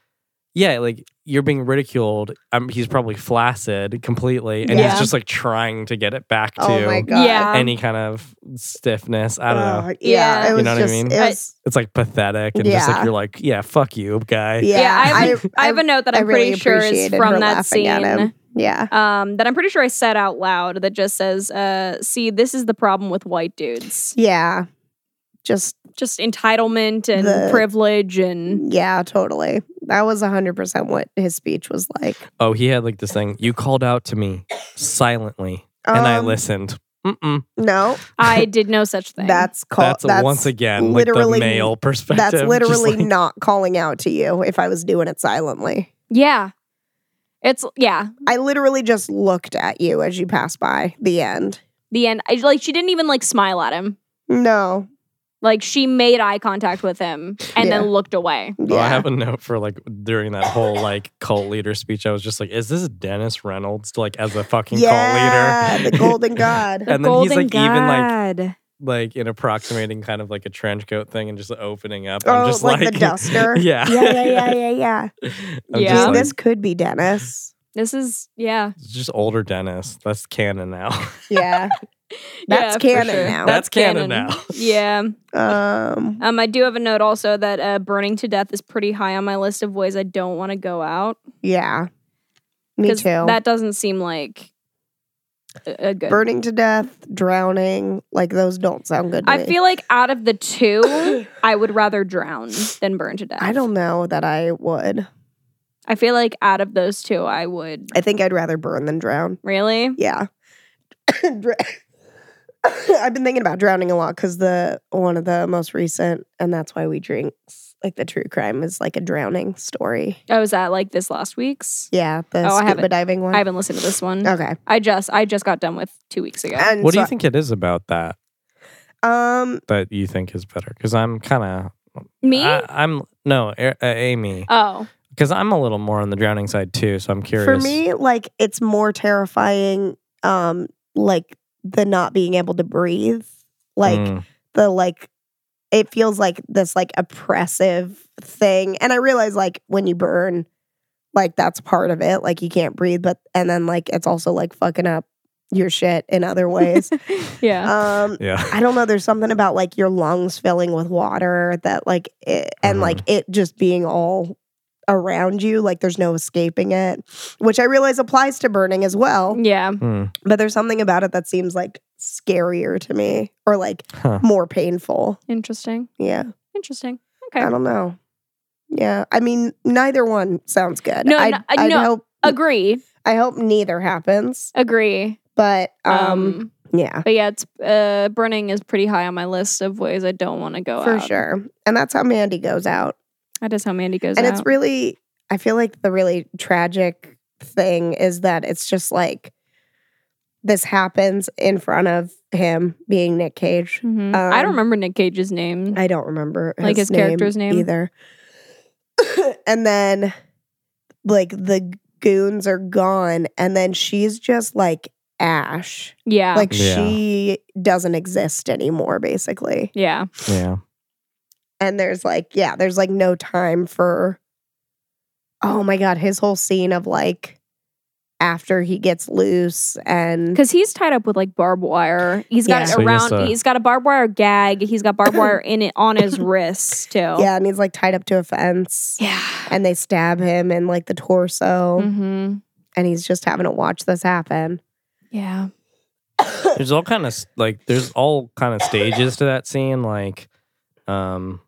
Speaker 5: yeah, like you're being ridiculed. Um, he's probably flaccid completely, and
Speaker 3: Yeah.
Speaker 5: he's just like trying to get it back to
Speaker 4: Oh my god.
Speaker 3: Yeah.
Speaker 5: any kind of stiffness. I don't know.
Speaker 4: Oh, yeah,
Speaker 3: Yeah.
Speaker 4: it
Speaker 3: You
Speaker 4: was
Speaker 5: know what I
Speaker 4: just
Speaker 5: mean?
Speaker 4: it was,
Speaker 5: It's like pathetic and just
Speaker 4: Yeah.
Speaker 5: like you're like yeah, fuck you, guy.
Speaker 4: yeah.
Speaker 3: Yeah, I have, a- I have a note that
Speaker 4: I
Speaker 3: I'm
Speaker 4: really
Speaker 3: pretty sure is
Speaker 4: appreciated her
Speaker 3: from that
Speaker 4: laughing at
Speaker 3: scene.
Speaker 4: him. Yeah.
Speaker 3: Um, that I'm pretty sure I said out loud that just says, uh, "See, this is the problem with white dudes:
Speaker 4: Yeah. Just
Speaker 3: just entitlement and
Speaker 4: The-
Speaker 3: privilege and
Speaker 4: yeah, totally. That was 100% what his speech was like.
Speaker 5: Oh, he had like this thing. You called out to me silently, and I
Speaker 4: Um,
Speaker 5: listened. Mm-mm.
Speaker 4: No,
Speaker 3: I did no such thing."
Speaker 4: that's called
Speaker 5: That's, once again like the
Speaker 4: literally-
Speaker 5: male perspective.
Speaker 4: That's
Speaker 5: Just
Speaker 4: literally
Speaker 5: like-
Speaker 4: not calling out to you if I was doing it silently.
Speaker 3: yeah, it's yeah.
Speaker 4: I literally just looked at you as you passed by. The end.
Speaker 3: The end. I, like she didn't even like smile at him.
Speaker 4: No.
Speaker 3: Like she made eye contact with him and
Speaker 4: Yeah.
Speaker 3: then looked away.
Speaker 5: Oh, I
Speaker 4: Yeah.
Speaker 5: have a note for like during that whole like cult leader speech. I was just like, "Is this Dennis Reynolds like as a fucking
Speaker 4: yeah,
Speaker 5: cult leader?"
Speaker 4: the golden god.
Speaker 5: and then he's like even like
Speaker 3: like
Speaker 5: like in approximating kind of like a trench coat thing and just opening up.
Speaker 4: Oh,
Speaker 5: I'm just
Speaker 4: like the duster?
Speaker 5: yeah,
Speaker 4: yeah, yeah, yeah, yeah, yeah.
Speaker 5: I'm
Speaker 3: Yeah.
Speaker 5: just
Speaker 4: See,
Speaker 5: like,
Speaker 4: this could be Dennis.
Speaker 3: this is yeah.
Speaker 5: it's just older Dennis. That's canon now.
Speaker 4: Yeah. That's
Speaker 3: Yeah, for
Speaker 4: canon
Speaker 3: sure.
Speaker 4: now.
Speaker 5: That's canon now.
Speaker 3: Yeah.
Speaker 4: Um
Speaker 3: Um, I do have a note also that uh, burning to death is pretty high on my list of ways I don't want to go out.
Speaker 4: yeah. Me
Speaker 3: 'Cause
Speaker 4: too.
Speaker 3: That doesn't seem like a, a good.
Speaker 4: burning to death, drowning, like those don't sound good to
Speaker 3: I
Speaker 4: me.
Speaker 3: feel like out of the two, I would rather drown than burn to death.
Speaker 4: I don't know that I would.
Speaker 3: I feel like out of those two, I would
Speaker 4: I think I'd rather burn than drown.
Speaker 3: really.
Speaker 4: Yeah. Dr- I've been thinking about drowning a lot because the one of the most recent, and that's why we drink like the true crime is like a drowning story.
Speaker 3: Oh, is that like this last week's?
Speaker 4: Yeah, the
Speaker 3: Oh, I
Speaker 4: scuba
Speaker 3: haven't-
Speaker 4: diving one.
Speaker 3: I haven't listened to this one.
Speaker 4: okay.
Speaker 3: I just I just got done with two weeks ago.
Speaker 4: And
Speaker 5: what do
Speaker 4: so-
Speaker 5: you think it is about that
Speaker 4: Um,
Speaker 5: that you think is better? Because I'm kind of
Speaker 3: Me?
Speaker 5: I, am no A- uh, Amy
Speaker 3: oh,
Speaker 5: because I'm a little more on the drowning side too. So I'm curious.
Speaker 4: for me, like it's more terrifying. Um, like the not being able to breathe, like
Speaker 5: Mm.
Speaker 4: the like it feels like this like oppressive thing and i realize like when you burn like that's part of it like you can't breathe but and then like it's also like fucking up your shit in other ways
Speaker 3: yeah.
Speaker 4: um
Speaker 5: yeah,
Speaker 4: i don't know there's something about like your lungs filling with water that like it, and
Speaker 5: Mhm.
Speaker 4: like it just being all around you like there's no escaping it which i realize applies to burning as well
Speaker 3: yeah.
Speaker 5: Mm.
Speaker 4: but there's something about it that seems like scarier to me or like
Speaker 5: Huh.
Speaker 4: more painful
Speaker 3: Interesting.
Speaker 4: yeah
Speaker 3: Interesting. Okay.
Speaker 4: I don't know. Yeah, I mean, neither one sounds good.
Speaker 3: No, uh,
Speaker 4: I
Speaker 3: no,
Speaker 4: I
Speaker 3: no.
Speaker 4: hope
Speaker 3: Agree.
Speaker 4: I hope neither happens.
Speaker 3: Agree.
Speaker 4: But um,
Speaker 3: Um,
Speaker 4: yeah,
Speaker 3: but yeah, it's uh, burning is pretty high on my list of ways I don't want to go
Speaker 4: for
Speaker 3: out.
Speaker 4: sure. And that's how Mandy goes out.
Speaker 3: That is how Mandy goes
Speaker 4: and
Speaker 3: out.
Speaker 4: it's really, I feel like the really tragic thing is that it's just like this happens in front of him being Nick Cage.
Speaker 3: Mhm. I
Speaker 4: um,
Speaker 3: don't remember Nick Cage's name.
Speaker 4: I don't remember
Speaker 3: Like his character's name?
Speaker 4: either. and then like the goons are gone and then she's just like ash.
Speaker 3: yeah.
Speaker 4: Like
Speaker 5: Yeah.
Speaker 4: she doesn't exist anymore basically.
Speaker 3: yeah.
Speaker 5: yeah.
Speaker 4: And there's like yeah, there's like no time for Oh my god, his whole scene of like after he gets loose and
Speaker 3: Because he's tied up with like barbed wire. He's got
Speaker 4: Yeah.
Speaker 5: So
Speaker 3: it
Speaker 5: he has
Speaker 3: around.
Speaker 5: to-
Speaker 3: he's got a barbed wire gag. He's got barbed wire in it on his wrist too.
Speaker 4: yeah, and he's like tied up to a fence
Speaker 3: Yeah.
Speaker 4: and they stab him in like the torso
Speaker 5: Mm-hmm.
Speaker 3: hmm
Speaker 4: and he's just having to watch this happen.
Speaker 3: Yeah.
Speaker 5: There's all kind of like there's all kind of stages to that scene. Like, um,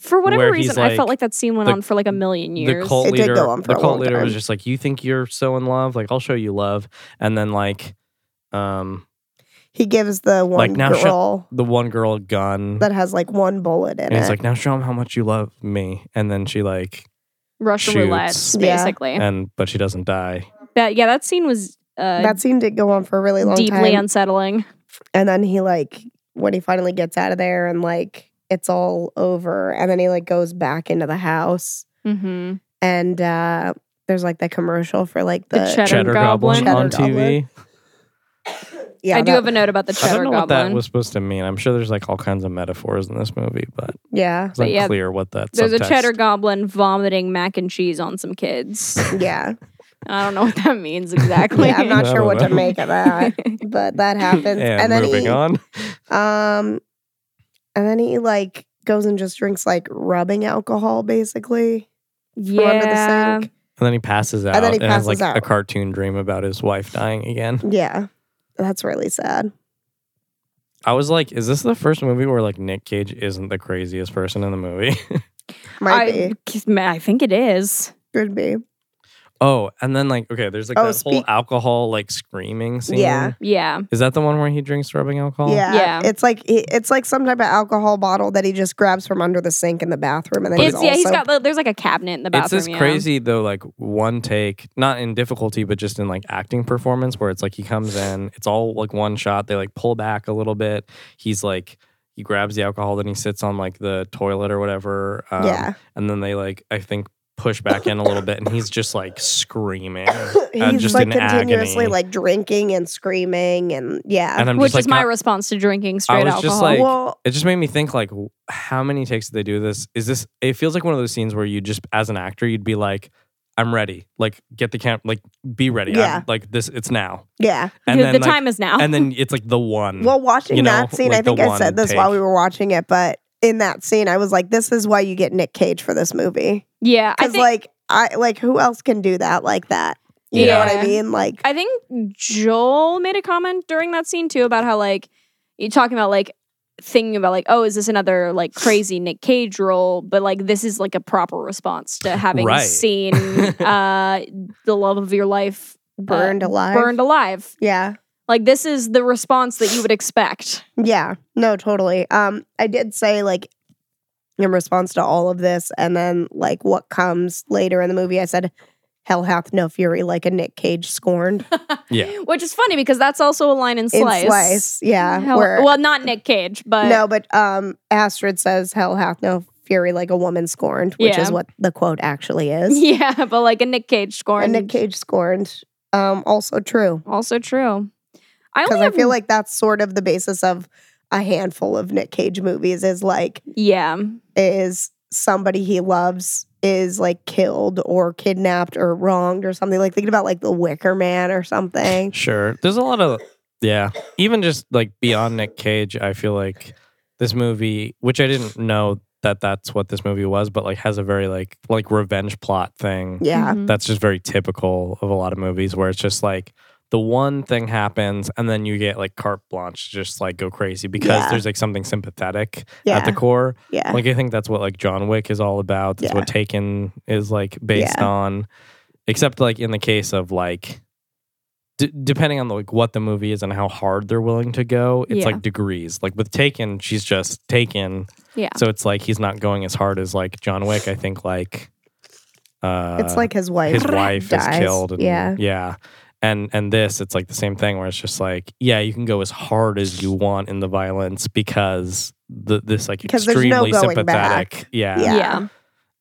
Speaker 3: For whatever
Speaker 5: Where he's
Speaker 3: reason, I felt
Speaker 5: like-
Speaker 3: like that scene went
Speaker 5: the-
Speaker 3: on for like a million years.
Speaker 5: the cult
Speaker 4: It did
Speaker 5: leader,
Speaker 4: go on for
Speaker 5: the
Speaker 4: a
Speaker 5: cult
Speaker 4: long
Speaker 5: leader
Speaker 4: time.
Speaker 5: was just like, "You think you're so in love? Like, I'll show you love." And then like, um,
Speaker 4: He gives the one
Speaker 5: Like, now shut-
Speaker 4: girl
Speaker 5: the one girl a gun,
Speaker 4: that has like one bullet in
Speaker 5: and he's
Speaker 4: it.
Speaker 5: like, "Now show him how much you love me." And then she like,
Speaker 3: Russian
Speaker 5: Shoots.
Speaker 3: roulette,
Speaker 4: Yeah.
Speaker 3: basically.
Speaker 5: and but she doesn't die.
Speaker 3: That yeah, that scene was uh,
Speaker 4: that scene did go on for a really long
Speaker 3: deeply
Speaker 4: time.
Speaker 3: unsettling.
Speaker 4: and then he like when he finally gets out of there and like it's all over and then he like goes back into the house
Speaker 3: Mm-hmm.
Speaker 4: and uh there's like that commercial for like
Speaker 3: The
Speaker 4: the,
Speaker 3: cheddar
Speaker 5: Cheddar Goblin,
Speaker 4: Goblin.
Speaker 5: on
Speaker 4: Cheddar
Speaker 5: TV.
Speaker 4: yeah
Speaker 3: I do
Speaker 4: that-
Speaker 3: have a note about the
Speaker 5: I
Speaker 3: cheddar
Speaker 5: don't know what
Speaker 3: goblin.
Speaker 5: that was supposed to mean. I'm sure there's like all kinds of metaphors in this movie, but
Speaker 4: yeah
Speaker 5: it's
Speaker 3: But yeah,
Speaker 5: unclear what that.
Speaker 3: There's a
Speaker 5: subtext-
Speaker 3: cheddar goblin vomiting mac and cheese on some kids.
Speaker 4: yeah
Speaker 3: I don't know what that means exactly.
Speaker 4: yeah i'm not
Speaker 5: I
Speaker 4: sure
Speaker 5: don't
Speaker 4: what to
Speaker 5: know.
Speaker 4: make of that but that happens
Speaker 5: And,
Speaker 4: and, then
Speaker 5: moving
Speaker 4: he
Speaker 5: on,
Speaker 4: um and then he like goes and just drinks like rubbing alcohol basically from under
Speaker 3: yeah.
Speaker 4: the sink
Speaker 5: and then he passes out,
Speaker 4: And then he
Speaker 5: has like
Speaker 4: passes
Speaker 5: a
Speaker 4: out.
Speaker 5: cartoon dream about his wife dying again.
Speaker 4: yeah that's really sad
Speaker 5: I was like, is this the first movie where like Nick Cage isn't the craziest person in the movie?
Speaker 4: might
Speaker 3: I,
Speaker 4: be
Speaker 3: I think it is.
Speaker 4: could be
Speaker 5: oh, and then like okay, there's like
Speaker 4: Oh,
Speaker 5: that whole
Speaker 4: speak-
Speaker 5: alcohol like screaming scene.
Speaker 4: Yeah.
Speaker 3: Yeah.
Speaker 5: Is that the one where he drinks rubbing alcohol?
Speaker 4: Yeah,
Speaker 3: Yeah.
Speaker 4: It's like he- it's like some type of alcohol bottle that he just grabs from under the sink in the bathroom, and then he's
Speaker 3: It's, yeah, he's
Speaker 4: also-
Speaker 3: got the, there's like a cabinet in the bathroom.
Speaker 5: it's this
Speaker 3: yeah.
Speaker 5: crazy though, like one take, not in difficulty, but just in like acting performance, where it's like he comes in, it's all like one shot. They like pull back a little bit. He's like, he grabs the alcohol, then he sits on like the toilet or whatever. Um,
Speaker 4: yeah.
Speaker 5: And then they like, I think, push back in a little bit, and he's just like screaming.
Speaker 4: He's
Speaker 5: just
Speaker 4: like
Speaker 5: in
Speaker 4: continuously
Speaker 5: agony.
Speaker 4: like drinking and screaming, and yeah.
Speaker 5: And I'm
Speaker 3: Which
Speaker 5: just like,
Speaker 3: is my
Speaker 5: not-
Speaker 3: response to drinking straight
Speaker 5: was just
Speaker 3: alcohol.
Speaker 5: like-
Speaker 4: well,
Speaker 5: it just made me think like, w- how many takes did they do this? Is this? It feels like one of those scenes where you just, as an actor, you'd be like. I'm ready. Like, get the camp. Like, be ready. I'm-
Speaker 4: Yeah.
Speaker 5: like this. It's now.
Speaker 4: yeah.
Speaker 5: And
Speaker 3: the
Speaker 5: then,
Speaker 3: the
Speaker 5: like,
Speaker 3: time is now.
Speaker 5: and then it's like the one.
Speaker 4: Well, watching
Speaker 5: mm, you know,
Speaker 4: that scene,
Speaker 5: like
Speaker 4: I think
Speaker 5: the
Speaker 4: I said
Speaker 5: one
Speaker 4: this while
Speaker 5: take.
Speaker 4: we were watching it, but in that scene, I was like, "This is why you get Nick Cage for this movie,"
Speaker 3: yeah, I
Speaker 4: because
Speaker 3: think
Speaker 4: like I like who else can do that like that? You know what
Speaker 3: Yeah.
Speaker 4: I mean? Like,
Speaker 3: I think Joel made a comment during that scene too about how like you're talking about like thinking about like oh is this another like crazy Nick Cage role but like this is like a proper response to having
Speaker 5: Right.
Speaker 3: seen uh the love of your life uh,
Speaker 4: burned alive.
Speaker 3: burned alive
Speaker 4: Yeah.
Speaker 3: like this is the response that you would expect
Speaker 4: Yeah, no, totally. Um, I did say like in response to all of this, and then like what comes later in the movie, I said, "Hell hath no fury like a Nick Cage scorned
Speaker 5: Yeah.
Speaker 3: which is funny because that's also a line in
Speaker 4: in
Speaker 3: Slice,
Speaker 4: Slice." Yeah,
Speaker 3: Hell-
Speaker 4: where
Speaker 3: well not Nick Cage but
Speaker 4: no, but um, Astrid says, "Hell hath no fury like a woman scorned," which
Speaker 3: Yeah.
Speaker 4: is what the quote actually is.
Speaker 3: yeah but like a Nick Cage scorn
Speaker 4: And Nick Cage scorned, um, also true
Speaker 3: also true I
Speaker 4: because
Speaker 3: only
Speaker 4: I
Speaker 3: have,
Speaker 4: feel like that's sort of the basis of a handful of Nick Cage movies is like
Speaker 3: yeah
Speaker 4: is somebody he loves is like killed or kidnapped or wronged or something. Like thinking about like the Wicker Man or something.
Speaker 5: Sure. There's a lot of yeah. Even just like beyond Nick Cage, I feel like this movie, which I didn't know that that's what this movie was, but like has a very like like revenge plot thing.
Speaker 4: Yeah.
Speaker 3: Mhm.
Speaker 5: That's just very typical of a lot of movies where it's just like the one thing happens and then you get like carte blanche to just like go crazy because
Speaker 4: Yeah.
Speaker 5: there's like something sympathetic
Speaker 4: Yeah.
Speaker 5: at the core.
Speaker 4: yeah.
Speaker 5: Like I think that's what like John Wick is all about. That's
Speaker 4: Yeah.
Speaker 5: what Taken is like based
Speaker 4: Yeah.
Speaker 5: on. Except like in the case of like d- depending on like what the movie is and how hard they're willing to go, it's
Speaker 3: Yeah.
Speaker 5: like degrees. Like with Taken, she's just Taken.
Speaker 3: Yeah.
Speaker 5: So it's like he's not going as hard as like John Wick. I think like uh
Speaker 4: it's like his wife.
Speaker 5: his wife
Speaker 4: dies.
Speaker 5: is killed. And,
Speaker 4: yeah.
Speaker 5: Yeah. And and this, it's like the same thing where it's just like, yeah, you can go as hard as you want in the violence because the, this like
Speaker 4: 'Cause there's no
Speaker 5: extremely
Speaker 4: going
Speaker 5: sympathetic.
Speaker 4: back.
Speaker 5: Yeah.
Speaker 4: Yeah.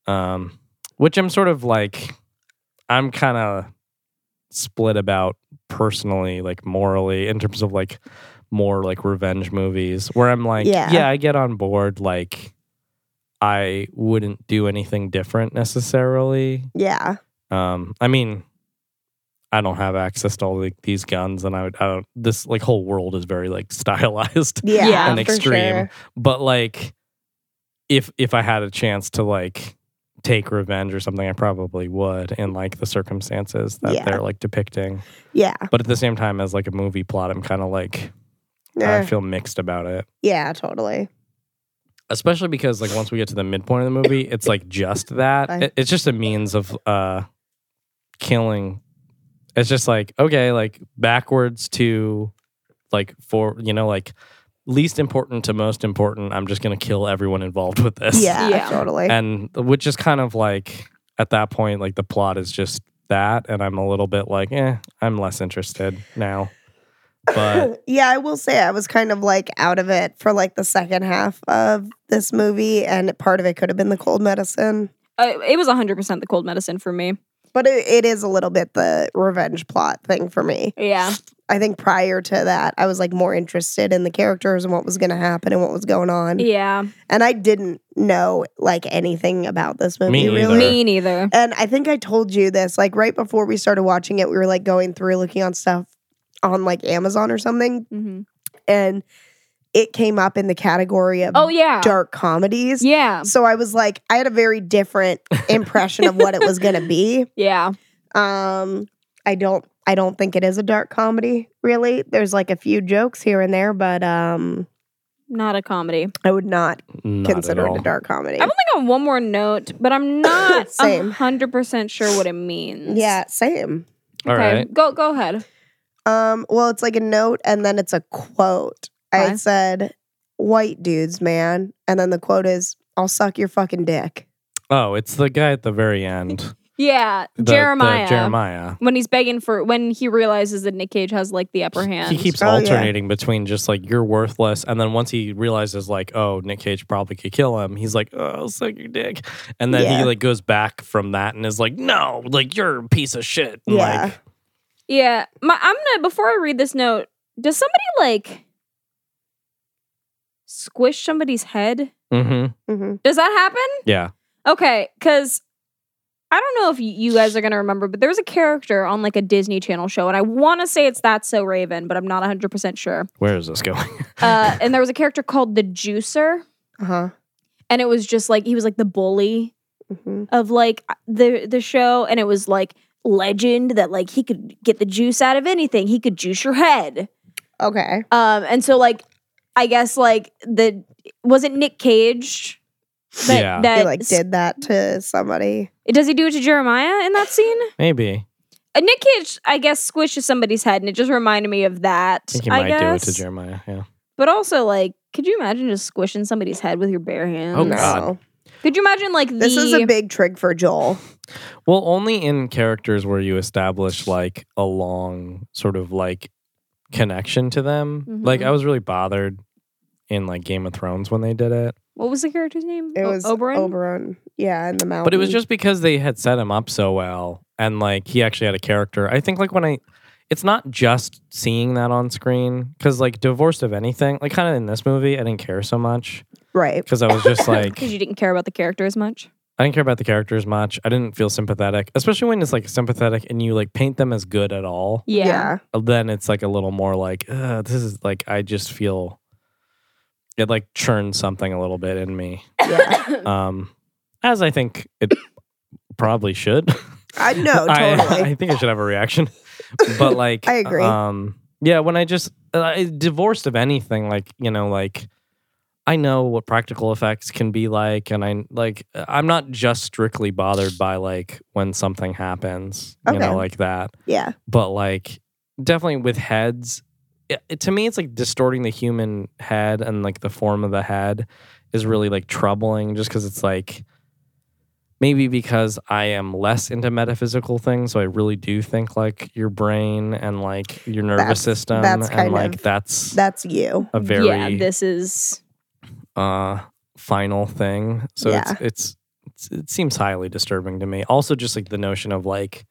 Speaker 3: yeah.
Speaker 5: Um, which I'm sort of like, I'm kind of split about personally, like morally, in terms of like more like revenge movies where I'm like,
Speaker 4: Yeah.
Speaker 5: yeah I get on board. Like, I wouldn't do anything different necessarily.
Speaker 4: Yeah.
Speaker 5: Um, I mean, I don't have access to all like these guns, and I, would, I don't. This like whole world is very like stylized,
Speaker 4: Yeah.
Speaker 3: Yeah.
Speaker 5: And
Speaker 4: for
Speaker 5: extreme.
Speaker 4: sure.
Speaker 5: but like, if if I had a chance to like take revenge or something, I probably would in like the circumstances that
Speaker 4: Yeah.
Speaker 5: they're like depicting.
Speaker 4: Yeah.
Speaker 5: But at the same time, as like a movie plot, I'm kind of like I
Speaker 4: Eh,
Speaker 5: feel mixed about it,
Speaker 4: yeah, totally.
Speaker 5: especially because like once we get to the midpoint of the movie, it's like just that.
Speaker 4: I-
Speaker 5: It- it's just a means of uh killing. It's just like okay, like backwards to like for you know like least important to most important. I'm just gonna kill everyone involved with this.
Speaker 4: Yeah,
Speaker 3: Yeah.
Speaker 4: totally.
Speaker 5: and which is kind of like at that point like the plot is just that, and I'm a little bit like, eh, I'm less interested now. But
Speaker 4: yeah, I will say I was kind of like out of it for like the second half of this movie, and part of it could have been the cold medicine,
Speaker 3: Uh, it was 100% the cold medicine for me.
Speaker 4: but it, it is a little bit the revenge plot thing for me.
Speaker 3: Yeah.
Speaker 4: I think prior to that, I was like more interested in the characters and what was going to happen and what was going on,
Speaker 3: Yeah.
Speaker 4: and I didn't know like anything about this movie
Speaker 5: Me
Speaker 4: really.
Speaker 5: either.
Speaker 3: Me neither.
Speaker 4: And I think I told you this like right before we started watching it, we were like going through looking on stuff on like Amazon or something,
Speaker 3: Mhm.
Speaker 4: and it came up in the category of
Speaker 3: Oh, yeah.
Speaker 4: dark comedies.
Speaker 3: Yeah.
Speaker 4: So I was like, I had a very different impression of what it was going to be.
Speaker 3: Yeah.
Speaker 4: Um, I don't, I don't think it is a dark comedy. Really, there's like a few jokes here and there, but um,
Speaker 3: Not a comedy.
Speaker 4: I would not,
Speaker 5: not
Speaker 4: consider
Speaker 5: at
Speaker 4: it
Speaker 5: all.
Speaker 4: a dark comedy.
Speaker 3: I have only got one more note, but I'm not
Speaker 4: Same.
Speaker 3: 100% sure what it means.
Speaker 4: yeah, same.
Speaker 5: All right.
Speaker 3: Go go ahead.
Speaker 4: Um, well, it's like a note and then it's a quote. I
Speaker 3: Okay.
Speaker 4: said, "White dudes, man," and then the quote is, "I'll suck your fucking dick."
Speaker 5: Oh, it's the guy at the very end.
Speaker 3: Yeah.
Speaker 5: The- the
Speaker 3: Jeremiah.
Speaker 5: Jeremiah.
Speaker 3: When he's begging for when he realizes that Nick Cage has like the upper hand.
Speaker 5: He keeps
Speaker 4: Oh, yeah.
Speaker 5: alternating between just like you're worthless, and then once he realizes like, oh, Nick Cage probably could kill him, he's like, oh, I'll suck your dick, and then he
Speaker 4: Yeah.
Speaker 5: like goes back from that and is like, no, like you're a piece of shit. And,
Speaker 4: Yeah.
Speaker 5: Like,
Speaker 3: Yeah. My I'm gonna before I read this note, does somebody like squish somebody's head?
Speaker 5: mm-hmm.
Speaker 4: hmm
Speaker 3: Does that happen?
Speaker 5: Yeah.
Speaker 3: Okay, because I don't know if y- you guys are gonna remember, but there was a character on like a Disney Channel show, and I want to say it's that so Raven, but I'm not 100 percent sure.
Speaker 5: Where is this going?
Speaker 3: Uh, and there was a character called the Juicer,
Speaker 4: Uh huh.
Speaker 3: and it was just like he was like the bully
Speaker 4: hmm
Speaker 3: of like uh, the the show, and it was like legend that like he could get the juice out of anything. He could juice your head.
Speaker 4: Okay.
Speaker 3: Um, and so like, I guess like the wasn't Nick Cage that
Speaker 5: Yeah.
Speaker 3: that
Speaker 4: They like did that to somebody.
Speaker 3: does he do it to Jeremiah in that scene?
Speaker 5: Maybe
Speaker 3: Uh, Nick Cage, I guess, squishes somebody's head, and it just reminded me of that.
Speaker 5: I think he
Speaker 3: I
Speaker 5: might
Speaker 3: guess,
Speaker 5: do it to Jeremiah. Yeah.
Speaker 3: but also like, could you imagine just squishing somebody's head with your bare hands?
Speaker 5: Oh,
Speaker 4: no.
Speaker 5: God.
Speaker 3: Could you imagine like the
Speaker 4: This is a big trick for Joel.
Speaker 5: Well, only in characters where you establish like a long sort of like connection to them. Like
Speaker 3: Mhm.
Speaker 5: I was really bothered in like Game of Thrones when they did it.
Speaker 3: what was the character's name?
Speaker 4: It
Speaker 3: O-
Speaker 4: was
Speaker 3: Oberyn.
Speaker 4: Oberon. Yeah, in the mountain.
Speaker 5: But it was just because they had set him up so well and like he actually had a character. I think like when I it's not just seeing that on screen cuz like divorced of anything, like kind of in this movie I didn't care so much
Speaker 4: right.
Speaker 5: cuz I was just like
Speaker 3: because you didn't care about the character as much.
Speaker 5: I didn't care about the characters much. I didn't feel sympathetic, especially when it's like sympathetic and you like paint them as good at all.
Speaker 3: Yeah.
Speaker 5: Then it's like a little more like Ugh, this is like I just feel it like churns something a little bit in me.
Speaker 4: Yeah. yeah.
Speaker 5: Um as I think it probably should.
Speaker 4: I know
Speaker 5: I-
Speaker 4: totally.
Speaker 5: I, think I should have a reaction, but like
Speaker 4: I agree.
Speaker 5: Um, yeah, when I just uh, I- divorced of anything, like you know, like I know what practical effects can be like, and I like I'm not just strictly bothered by like when something happens, you
Speaker 4: Okay.
Speaker 5: know, like that.
Speaker 4: yeah.
Speaker 5: But like definitely with heads, it, it- to me, it's like distorting the human head and like the form of the head is really like troubling just because it's like maybe because I am less into metaphysical things. So I really do think like your brain and like your nervous
Speaker 4: That's-
Speaker 5: system.
Speaker 4: that's
Speaker 5: and
Speaker 4: kind
Speaker 5: like
Speaker 4: of-
Speaker 5: that's
Speaker 4: That's you.
Speaker 5: a very
Speaker 3: yeah. This is
Speaker 5: uh, final thing. So it's, it's it's it seems highly disturbing to me. Also, just like the notion of like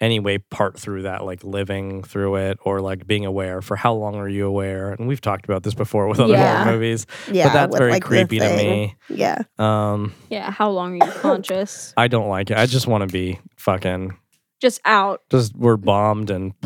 Speaker 5: anyway part through that like living through it or like being aware for how long are you aware and we've talked about this before with other
Speaker 3: Yeah.
Speaker 5: horror movies
Speaker 4: Yeah.
Speaker 5: but that's
Speaker 4: with,
Speaker 5: very
Speaker 4: like, the
Speaker 5: creepy to
Speaker 4: thing.
Speaker 5: me
Speaker 4: Yeah.
Speaker 5: um
Speaker 3: yeah. How long are you conscious?
Speaker 5: i don't like it i just want to be fucking
Speaker 3: Just out.
Speaker 5: just we're bombed and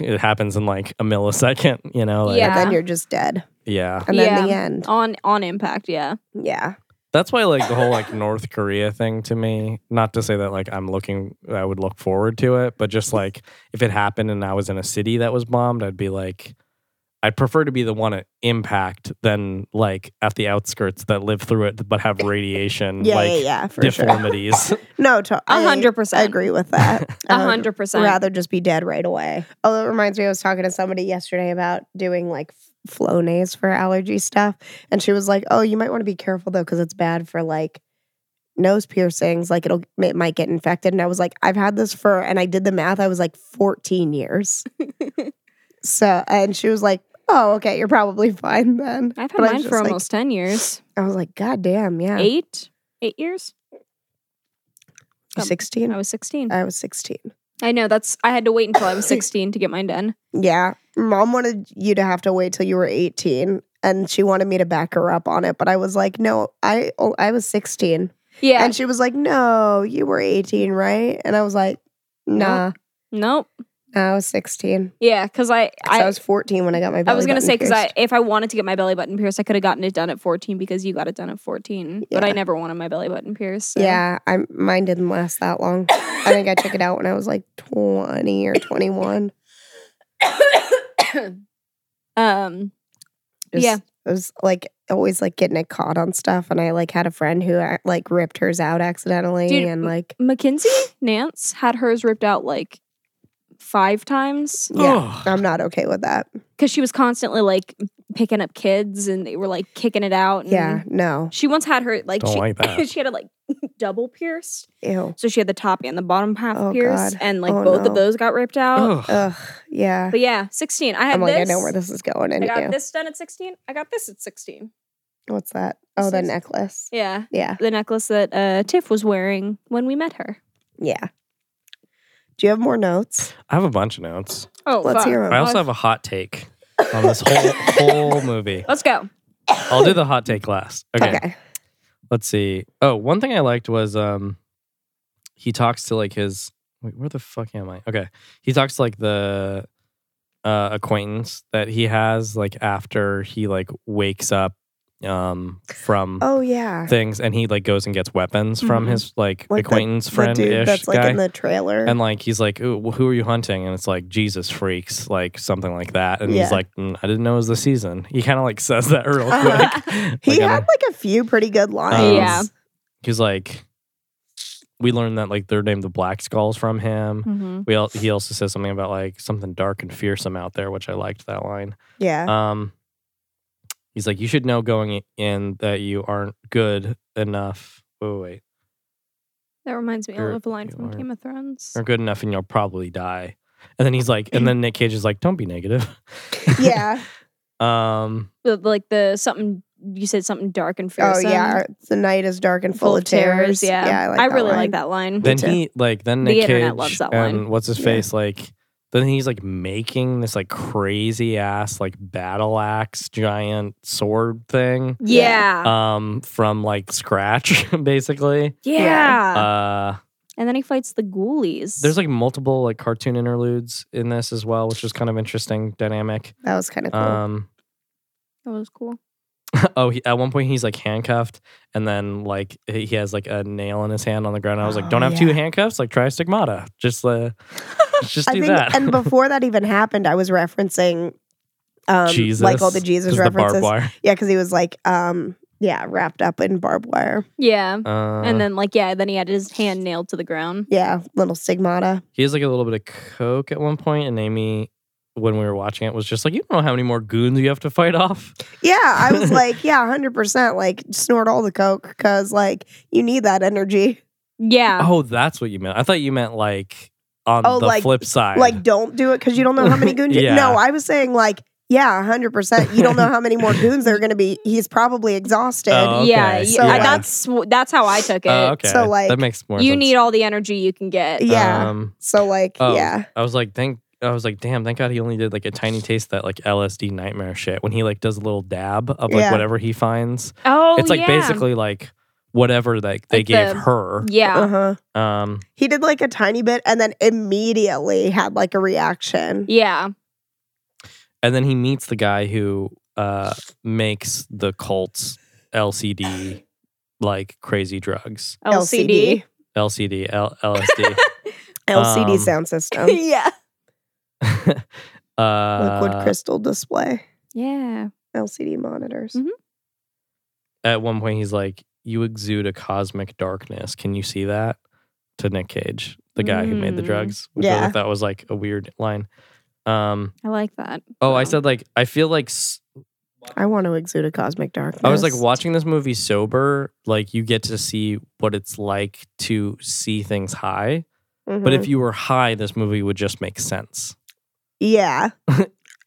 Speaker 5: it happens in like a millisecond you know like,
Speaker 4: But
Speaker 3: Yeah.
Speaker 4: then you're just dead.
Speaker 5: yeah
Speaker 4: And then the end.
Speaker 3: on on impact yeah
Speaker 4: Yeah.
Speaker 5: That's why, like, the whole like North Korea thing to me, not to say that like I'm looking, I would look forward to it, but just like if it happened and I was in a city that was bombed, I'd be like, I prefer to be the one at impact than like at the outskirts that live through it but have radiation
Speaker 4: Yeah,
Speaker 5: like
Speaker 4: yeah, yeah, for sure.
Speaker 5: deformities.
Speaker 4: No, to-
Speaker 3: A
Speaker 4: I
Speaker 3: hundred percent.
Speaker 4: agree with that.
Speaker 3: A
Speaker 4: I would
Speaker 3: hundred percent.
Speaker 4: rather just be dead right away. Although it reminds me, I was talking to somebody yesterday about doing like Flonase for allergy stuff, and she was like, "Oh, you might want to be careful though, because it's bad for like." Nose piercings, like it'll it might get infected, and I was like, I've had this for, and I did the math. I was like, fourteen years. so, and she was like, "Oh, okay, you're probably fine then."
Speaker 3: I've had
Speaker 4: But I was
Speaker 3: mine
Speaker 4: just
Speaker 3: for
Speaker 4: like-
Speaker 3: almost ten years.
Speaker 4: I was like, "God damn, yeah,
Speaker 3: Eight, eight years.
Speaker 4: You're
Speaker 3: um,
Speaker 4: 16?
Speaker 3: I was sixteen.
Speaker 4: I was sixteen.
Speaker 3: I know that's. I had to wait until I was sixteen to get mine done.
Speaker 4: Yeah. Mom wanted you to have to wait till you were 18 and she wanted me to back her up on it, but I was like, "No, I oh, I was 16."
Speaker 3: Yeah.
Speaker 4: And she was like, "No, you were 18, right?" And I was like, "Nah,
Speaker 3: nope.
Speaker 4: nah, I was 16."
Speaker 3: Yeah, because I
Speaker 4: 'Cause
Speaker 3: I,
Speaker 4: I was 14 when I got my belly
Speaker 3: I was gonna
Speaker 4: button
Speaker 3: say because I
Speaker 4: pierced.
Speaker 3: if I wanted to get my belly button pierced, I could have gotten it done at fourteen because you got it done at fourteen. But I
Speaker 4: Yeah.
Speaker 3: never wanted my belly button pierced. so-
Speaker 4: Yeah, I mine didn't last that long. I think I took it out when I was like 20 or 21.
Speaker 3: um.
Speaker 4: It was-
Speaker 3: Yeah.
Speaker 4: It was like always like getting it caught on stuff and I like had a friend who uh, like ripped hers out accidentally
Speaker 3: Dude,
Speaker 4: and like
Speaker 3: Mackenzie Nance had hers ripped out like five times
Speaker 4: yeah, Uh,
Speaker 5: Ugh.
Speaker 4: I'm not okay with that.
Speaker 3: because she was constantly like picking up kids and they were like kicking it out. And
Speaker 4: Yeah, no.
Speaker 3: She once had her like
Speaker 5: Don't
Speaker 3: she
Speaker 5: like that.
Speaker 3: she had it like double pierced.
Speaker 4: Ew.
Speaker 3: So she had the top and the bottom half
Speaker 4: Oh,
Speaker 3: pierced,
Speaker 4: God.
Speaker 3: and like
Speaker 4: Oh,
Speaker 3: both
Speaker 4: no.
Speaker 3: of those got ripped out.
Speaker 5: Ugh.
Speaker 4: Ugh. Yeah.
Speaker 3: But yeah, sixteen. I had
Speaker 4: I'm like,
Speaker 3: this.
Speaker 4: I know where this is going. And
Speaker 3: I got
Speaker 4: yeah.
Speaker 3: this done at 16. I got this at 16.
Speaker 4: what's that? Oh, the
Speaker 3: This is-
Speaker 4: necklace.
Speaker 3: Yeah.
Speaker 4: Yeah.
Speaker 3: The necklace that uh, Tiff was wearing when we met her.
Speaker 4: Yeah. Do you have more notes?
Speaker 5: I have a bunch of notes.
Speaker 3: Oh,
Speaker 4: Let's
Speaker 3: fuck.
Speaker 4: hear 'em.
Speaker 5: I also have a hot take on this whole whole movie.
Speaker 3: Let's go.
Speaker 5: I'll do the hot take last.
Speaker 4: Okay.
Speaker 5: let's see. Oh, one thing I liked was um he talks to like his wait, where the fuck am I? Okay. He talks to like the uh acquaintance that he has like after he like wakes up um from
Speaker 4: Oh yeah.
Speaker 5: things and he like goes and gets weapons from
Speaker 3: Mhm.
Speaker 5: his like,
Speaker 4: Like the-
Speaker 5: acquaintance friend
Speaker 4: the dude
Speaker 5: ish
Speaker 4: that's like
Speaker 5: guy.
Speaker 4: in the trailer.
Speaker 5: and like he's like, "Ooh, wh- who are you hunting? And it's like Jesus freaks, like something like that. And
Speaker 4: Yeah.
Speaker 5: he's like, "Mm, I didn't know it was the season. He kind of like says that real
Speaker 4: Uh-huh.
Speaker 5: quick.
Speaker 4: he
Speaker 5: Like, I'm
Speaker 4: had like a few pretty good lines.
Speaker 5: Um,
Speaker 3: yeah.
Speaker 5: He's like, we learned that like they're named the Black Skulls from him.
Speaker 3: Mm-hmm.
Speaker 5: We al- he also says something about like something dark and fearsome out there, which I liked that line.
Speaker 4: Yeah.
Speaker 5: Um, he's like, you should know going in that you aren't good enough. Wait, wait, wait.
Speaker 3: That reminds me
Speaker 5: You're-
Speaker 3: of a line
Speaker 5: you
Speaker 3: from
Speaker 5: are-
Speaker 3: Game of Thrones.
Speaker 5: You're good enough, and you'll probably die. And then he's like, and then Nick Cage is like, don't be negative.
Speaker 4: yeah.
Speaker 5: um,
Speaker 3: The- Like the something, you said something dark and
Speaker 4: Oh
Speaker 3: fearsome.
Speaker 4: yeah. The night is dark and full, of terrors.
Speaker 3: Yeah.
Speaker 4: Yeah. I, like that
Speaker 3: really
Speaker 4: line.
Speaker 3: like that line.
Speaker 5: then
Speaker 4: too.
Speaker 5: he like then
Speaker 3: The
Speaker 5: Nick
Speaker 3: internet
Speaker 5: Cage
Speaker 3: loves that
Speaker 5: and
Speaker 3: line.
Speaker 5: what's his
Speaker 4: Yeah.
Speaker 5: face like then he's like making this like crazy ass like battle axe giant sword thing
Speaker 3: yeah.
Speaker 5: um from like scratch basically
Speaker 3: Yeah.
Speaker 5: uh
Speaker 3: and then he fights the ghoulies.
Speaker 5: there's like multiple like cartoon interludes in this as well which is kind of interesting dynamic
Speaker 4: That was kind of cool.
Speaker 5: um
Speaker 3: that was cool.
Speaker 5: oh he, at one point he's like handcuffed and then like he he has like a nail in his hand on the ground i was like
Speaker 4: Oh,
Speaker 5: don't have two
Speaker 4: yeah.
Speaker 5: handcuffs like try stigmata just uh just do
Speaker 4: I think,
Speaker 5: that
Speaker 4: and before that even happened, I was referencing um,
Speaker 5: Jesus.
Speaker 4: like all the Jesus
Speaker 5: 'Cause the barbed
Speaker 4: references.
Speaker 5: wire.
Speaker 4: Yeah, because he was like, um, yeah, wrapped up in barbed wire.
Speaker 3: Yeah.
Speaker 5: Uh,
Speaker 3: and then, like, yeah, then he had his hand nailed to the ground.
Speaker 4: Yeah, little stigmata.
Speaker 5: he has like a little bit of coke at one point, and Amy, when we were watching it, was just like, "You don't know how many more goons you have to fight off."
Speaker 4: Yeah, I was like, yeah, hundred percent. Like snort all the coke because like you need that energy.
Speaker 3: Yeah.
Speaker 5: oh, that's what you meant. I thought you meant like on
Speaker 4: Oh,
Speaker 5: the
Speaker 4: like-
Speaker 5: flip side.
Speaker 4: Like don't do it because you don't know how many goons. you-
Speaker 5: Yeah.
Speaker 4: No, I was saying like. Yeah, hundred percent. You don't know how many more goons there are going to be. He's probably exhausted.
Speaker 5: Oh, okay.
Speaker 3: Yeah, yeah,
Speaker 4: So,
Speaker 3: I-
Speaker 4: like-
Speaker 3: that's w- that's how I took it.
Speaker 5: Oh, okay.
Speaker 4: uh, So, like,
Speaker 5: that makes more.
Speaker 3: you
Speaker 5: sense.
Speaker 3: need all the energy you can get.
Speaker 4: Yeah.
Speaker 5: Um,
Speaker 4: So like,
Speaker 5: Oh.
Speaker 4: yeah,
Speaker 5: I was like, thank. I was like, damn, thank God he only did like a tiny taste of that like LSD nightmare shit when he like does a little dab of like
Speaker 4: Yeah.
Speaker 5: whatever he finds.
Speaker 3: Oh,
Speaker 5: it's like
Speaker 3: yeah.
Speaker 5: basically like whatever like they
Speaker 3: Like the-
Speaker 5: gave her.
Speaker 4: uh
Speaker 3: yeah,
Speaker 4: huh.
Speaker 5: Um,
Speaker 4: He did like a tiny bit, and then immediately had like a reaction.
Speaker 3: yeah,
Speaker 5: and then he meets the guy who uh makes the cult's LCD like crazy drugs.
Speaker 3: LCD.
Speaker 5: LCD, L- LSD.
Speaker 4: LCD
Speaker 5: Um,
Speaker 4: sound system,
Speaker 3: yeah,
Speaker 5: uh,
Speaker 4: liquid crystal display.
Speaker 3: Yeah.
Speaker 4: LCD monitors.
Speaker 3: Mhm.
Speaker 5: At one point, he's like, "You exude a cosmic darkness. Can you see that?" To Nick Cage, the guy who made the
Speaker 3: Mm.
Speaker 5: drugs, which I
Speaker 4: Yeah.
Speaker 5: thought was like a weird line. Um.
Speaker 3: I like that.
Speaker 5: Oh, I
Speaker 3: Wow.
Speaker 5: said like I feel like s-
Speaker 4: I want to exude a cosmic darkness.
Speaker 5: I was like watching this movie sober. Like you get to see what it's like to see things high. But
Speaker 4: Mm-hmm.
Speaker 5: if you were high, this movie would just make sense.
Speaker 4: yeah,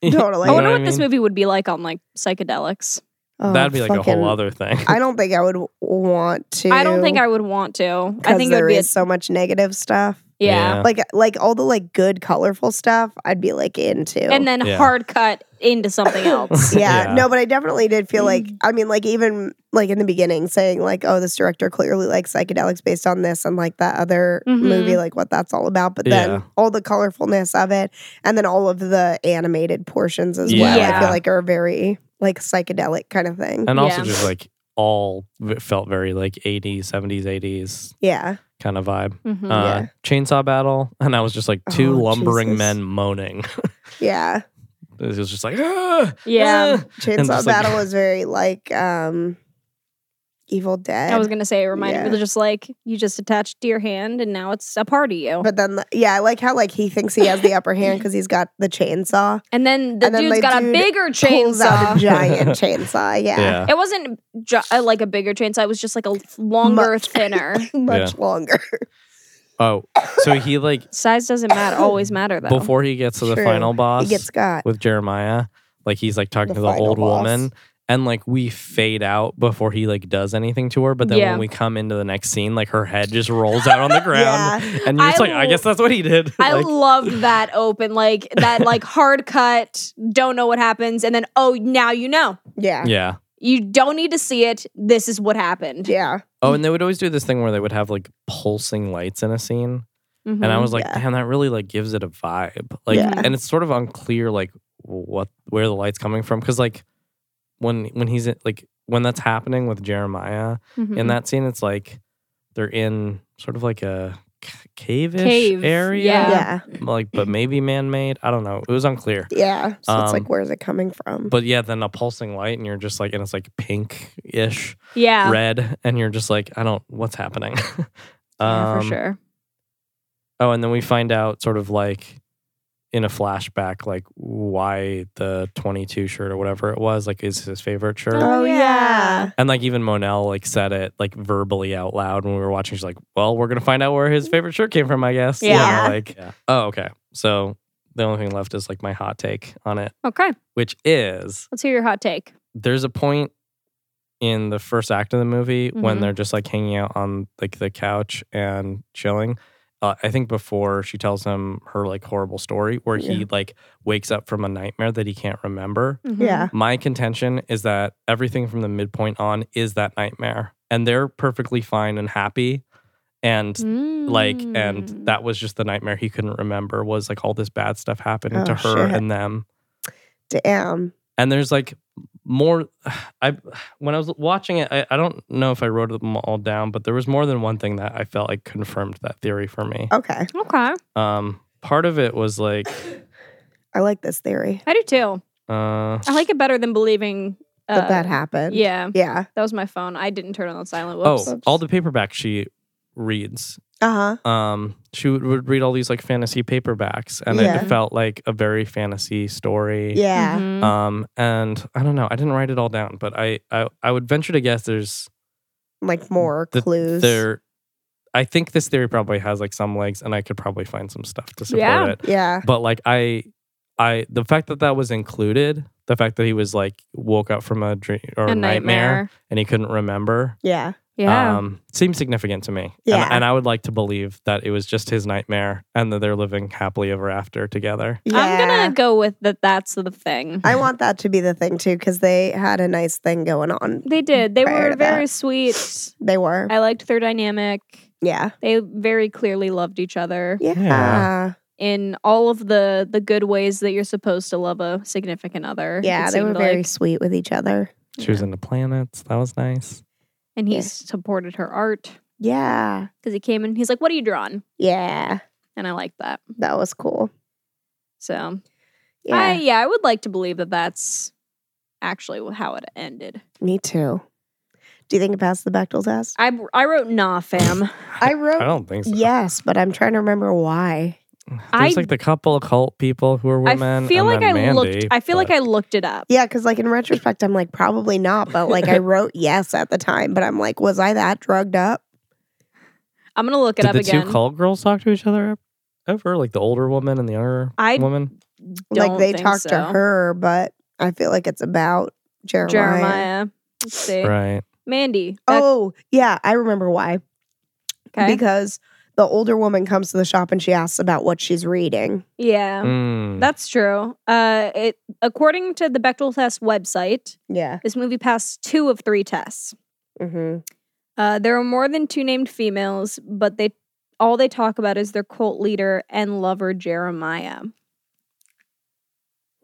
Speaker 5: You
Speaker 4: Totally.
Speaker 3: I
Speaker 5: know
Speaker 3: wonder what
Speaker 5: I
Speaker 3: this
Speaker 5: mean?
Speaker 3: movie would be like on like psychedelics.
Speaker 4: Oh,
Speaker 5: That'd be like a
Speaker 4: fucking-
Speaker 5: whole other thing.
Speaker 4: I don't think I would w- want to.
Speaker 3: I don't think I would want to. I
Speaker 4: 'cause
Speaker 3: think it
Speaker 4: there
Speaker 3: would be a,
Speaker 4: is so much negative stuff.
Speaker 3: yeah.
Speaker 4: Like like all the like good colorful stuff, I'd be like into.
Speaker 3: and then
Speaker 5: Yeah.
Speaker 3: hard cut into something else.
Speaker 4: yeah,
Speaker 5: Yeah.
Speaker 4: no, but I definitely did feel like
Speaker 3: Mm.
Speaker 4: I mean, like even like in the beginning, saying like, "Oh, this director clearly likes psychedelics based on this and like that other
Speaker 3: Mhm.
Speaker 4: movie, like what that's all about." But then
Speaker 5: Yeah.
Speaker 4: all the colorfulness of it, and then all of the animated portions as well, I
Speaker 3: Yeah.
Speaker 4: feel like are very like psychedelic kind of thing.
Speaker 5: And also
Speaker 3: Yeah.
Speaker 5: just like all it felt very like 80s, 70s, 80s
Speaker 4: yeah,
Speaker 5: kind of vibe.
Speaker 3: Mhm.
Speaker 4: Mm,
Speaker 5: Uh,
Speaker 4: Yeah.
Speaker 5: Chainsaw battle. And I was just like two
Speaker 4: Oh,
Speaker 5: lumbering
Speaker 4: Jesus.
Speaker 5: men moaning.
Speaker 4: yeah.
Speaker 5: it was just like, ah,
Speaker 3: yeah.
Speaker 5: ah. And
Speaker 4: Chainsaw
Speaker 5: just, like-
Speaker 4: Battle was very like um Evil Dead.
Speaker 3: I was gonna say it reminded me
Speaker 4: uh, Yeah.
Speaker 3: just like you just attached to your hand and now it's a part of you.
Speaker 4: but then, the- yeah, I like how like he thinks he has the upper hand because he's got the chainsaw.
Speaker 3: and then the
Speaker 4: and then
Speaker 3: dude's
Speaker 4: the
Speaker 3: got a
Speaker 4: dude
Speaker 3: bigger
Speaker 4: Pulls out a
Speaker 3: chainsaw.
Speaker 4: giant chainsaw. Yeah.
Speaker 5: Yeah.
Speaker 3: It wasn't ju- uh, like a bigger chainsaw. It was just like a longer,
Speaker 4: Much.
Speaker 3: thinner.
Speaker 4: much longer.
Speaker 5: Oh, so he like,
Speaker 3: Size doesn't matter. Always matter though.
Speaker 5: before he gets to the
Speaker 4: True.
Speaker 5: final boss
Speaker 4: He gets got.
Speaker 5: with Jeremiah, like he's like talking
Speaker 4: The
Speaker 5: to the
Speaker 4: final
Speaker 5: old
Speaker 4: boss.
Speaker 5: woman. And like we fade out before he like does anything to her, but then
Speaker 3: Yeah.
Speaker 5: when we come into the next scene, like her head just rolls out on the ground, and you're
Speaker 3: I
Speaker 5: just like, I
Speaker 3: l-
Speaker 5: guess that's what he did.
Speaker 3: I
Speaker 5: Like-
Speaker 3: loved that open, like that, like hard cut. Don't know what happens, and then oh, now you know.
Speaker 4: Yeah. Yeah.
Speaker 5: Yeah.
Speaker 3: You don't need to see it. This is what happened.
Speaker 4: Yeah.
Speaker 5: Oh, and they would always do this thing where they would have like pulsing lights in a scene. And I was like,
Speaker 4: Mm-hmm. Yeah.
Speaker 5: damn, that really like gives it a vibe. Like
Speaker 4: Yeah.
Speaker 5: and it's sort of unclear like what where the light's coming from. Cause like when when he's in, like when that's happening with Jeremiah
Speaker 3: Mm-hmm.
Speaker 5: in that scene, it's like they're in sort of like a c- cave-ish
Speaker 3: Cave,
Speaker 5: area.
Speaker 3: yeah.
Speaker 4: Yeah.
Speaker 5: Like, but maybe man-made. I don't know. It was unclear.
Speaker 4: So it's
Speaker 5: Um,
Speaker 4: like, where's it coming from?
Speaker 5: But yeah, then a pulsing light and you're just like and it's like pink-ish.
Speaker 3: yeah,
Speaker 5: red and you're just like i don't what's happening
Speaker 3: yeah, for
Speaker 5: Um,
Speaker 3: sure.
Speaker 5: oh and then we find out sort of like in a flashback like why the 22 shirt or whatever it was like is his favorite shirt
Speaker 3: Oh, yeah.
Speaker 5: and like even monel like said it like verbally out loud when we were watching she's like well we're gonna find out where his favorite shirt came from i guess You know,
Speaker 3: Yeah.
Speaker 5: like oh okay so the only thing left is like my hot take on it
Speaker 3: Okay,
Speaker 5: which is
Speaker 3: let's hear your hot take.
Speaker 5: there's a point in the first act of the movie when
Speaker 3: Mhm.
Speaker 5: they're just like hanging out on like the couch and chilling. Uh, I think before she tells him her like horrible story where he like wakes up from a nightmare that he can't remember.
Speaker 3: Mm-hmm.
Speaker 4: Yeah.
Speaker 5: My contention is that everything from the midpoint on is that nightmare and they're perfectly fine and happy and like
Speaker 3: Hmm. Mm.
Speaker 5: and that was just the nightmare he couldn't remember was like all this bad stuff happening to
Speaker 4: Oh,
Speaker 5: her
Speaker 4: shit.
Speaker 5: and them
Speaker 4: Damn.
Speaker 5: and there's like more i when i was watching it I, I don't know if i wrote them all down but there was more than one thing that i felt like confirmed that theory for me
Speaker 4: Okay.
Speaker 3: Okay,
Speaker 5: um part of it was like
Speaker 4: I like this theory
Speaker 3: I do too.
Speaker 5: uh
Speaker 3: I like it better than believing uh,
Speaker 4: that that happened.
Speaker 3: Yeah,
Speaker 4: Yeah.
Speaker 3: that was my phone. I didn't turn on silent. Whoops.
Speaker 5: oh all the paperback she reads
Speaker 4: Uh huh.
Speaker 5: um she would, would read all these like fantasy paperbacks and
Speaker 4: Yeah.
Speaker 5: it felt like a very fantasy story
Speaker 4: Yeah.
Speaker 3: Mhm.
Speaker 5: um and i don't know i didn't write it all down but i i, I would venture to guess there's
Speaker 3: Mm-hmm.
Speaker 4: Like more
Speaker 5: the-
Speaker 4: clues.
Speaker 5: There, I think this theory probably has like some legs, and I could probably find some stuff to support
Speaker 3: Yeah.
Speaker 5: it.
Speaker 4: yeah.
Speaker 5: But like I, I the fact that that was included, the fact that he was like woke up from a dream or
Speaker 3: a
Speaker 5: a nightmare,
Speaker 3: nightmare.
Speaker 5: and he couldn't remember,
Speaker 4: Yeah.
Speaker 3: Yeah.
Speaker 5: um, seems significant to me.
Speaker 4: Yeah.
Speaker 5: And, and I would like to believe that it was just his nightmare, and that they're living happily ever after together.
Speaker 4: Yeah.
Speaker 3: I'm gonna go with that. That's the thing.
Speaker 4: I want that to be the thing too, because they had a nice thing going on.
Speaker 3: They did. They
Speaker 4: Prior
Speaker 3: were
Speaker 4: to
Speaker 3: very
Speaker 4: that.
Speaker 3: sweet.
Speaker 4: They were.
Speaker 3: I liked their dynamic.
Speaker 4: Yeah.
Speaker 3: They very clearly loved each other
Speaker 4: Yeah.
Speaker 5: Yeah.
Speaker 3: in all of the the good ways that you're supposed to love a significant other.
Speaker 4: Yeah,
Speaker 3: it
Speaker 4: they were
Speaker 3: seemed
Speaker 4: very
Speaker 3: like.
Speaker 4: sweet with each other.
Speaker 5: Choosing the planets, that was nice.
Speaker 3: and he
Speaker 4: Yeah.
Speaker 3: supported her art
Speaker 4: Yeah.
Speaker 3: because he came in. He's like, "What are you drawing?"
Speaker 4: Yeah.
Speaker 3: And I like that.
Speaker 4: That was cool.
Speaker 3: So
Speaker 4: Yeah.
Speaker 3: I yeah, I would like to believe that that's actually how it ended.
Speaker 4: Me too. Do you think it passed the Bechtel test?
Speaker 3: I I wrote nah, fam.
Speaker 4: I
Speaker 3: Oh,
Speaker 5: I
Speaker 4: wrote
Speaker 5: don't think so.
Speaker 4: yes, but I'm trying to remember why.
Speaker 3: I-
Speaker 5: There's like the couple cult people who are
Speaker 3: I
Speaker 5: women.
Speaker 3: feel
Speaker 5: and
Speaker 3: like I
Speaker 5: then Mandy,
Speaker 3: looked. I feel like
Speaker 5: but
Speaker 3: I looked it up.
Speaker 4: Yeah, because like in retrospect, I'm like probably not, but like I wrote yes at the time, but I'm like, was I that drugged up?
Speaker 3: I'm gonna look it
Speaker 5: Did
Speaker 3: up
Speaker 5: the
Speaker 3: again.
Speaker 5: two cult girls talk to each other e-, ever? Like the older woman and the younger
Speaker 3: I
Speaker 5: woman?
Speaker 3: Don't
Speaker 4: like they
Speaker 3: think
Speaker 4: talked to
Speaker 3: so.
Speaker 4: her, but I feel like it's about Jeremiah.
Speaker 3: Jeremiah. Let's see.
Speaker 5: Right.
Speaker 3: Mandy. that-
Speaker 4: Oh yeah, I remember why.
Speaker 3: okay.
Speaker 4: Because the older woman comes to the shop and she asks about what she's reading.
Speaker 3: yeah.
Speaker 5: Mm.
Speaker 3: That's true. Uh, it according to the Bechtel test website,
Speaker 4: Yeah.
Speaker 3: this movie passed two of three tests.
Speaker 4: Mm-hmm.
Speaker 3: Uh, there are more than two named females, but they all they talk about is their cult leader and lover Jeremiah.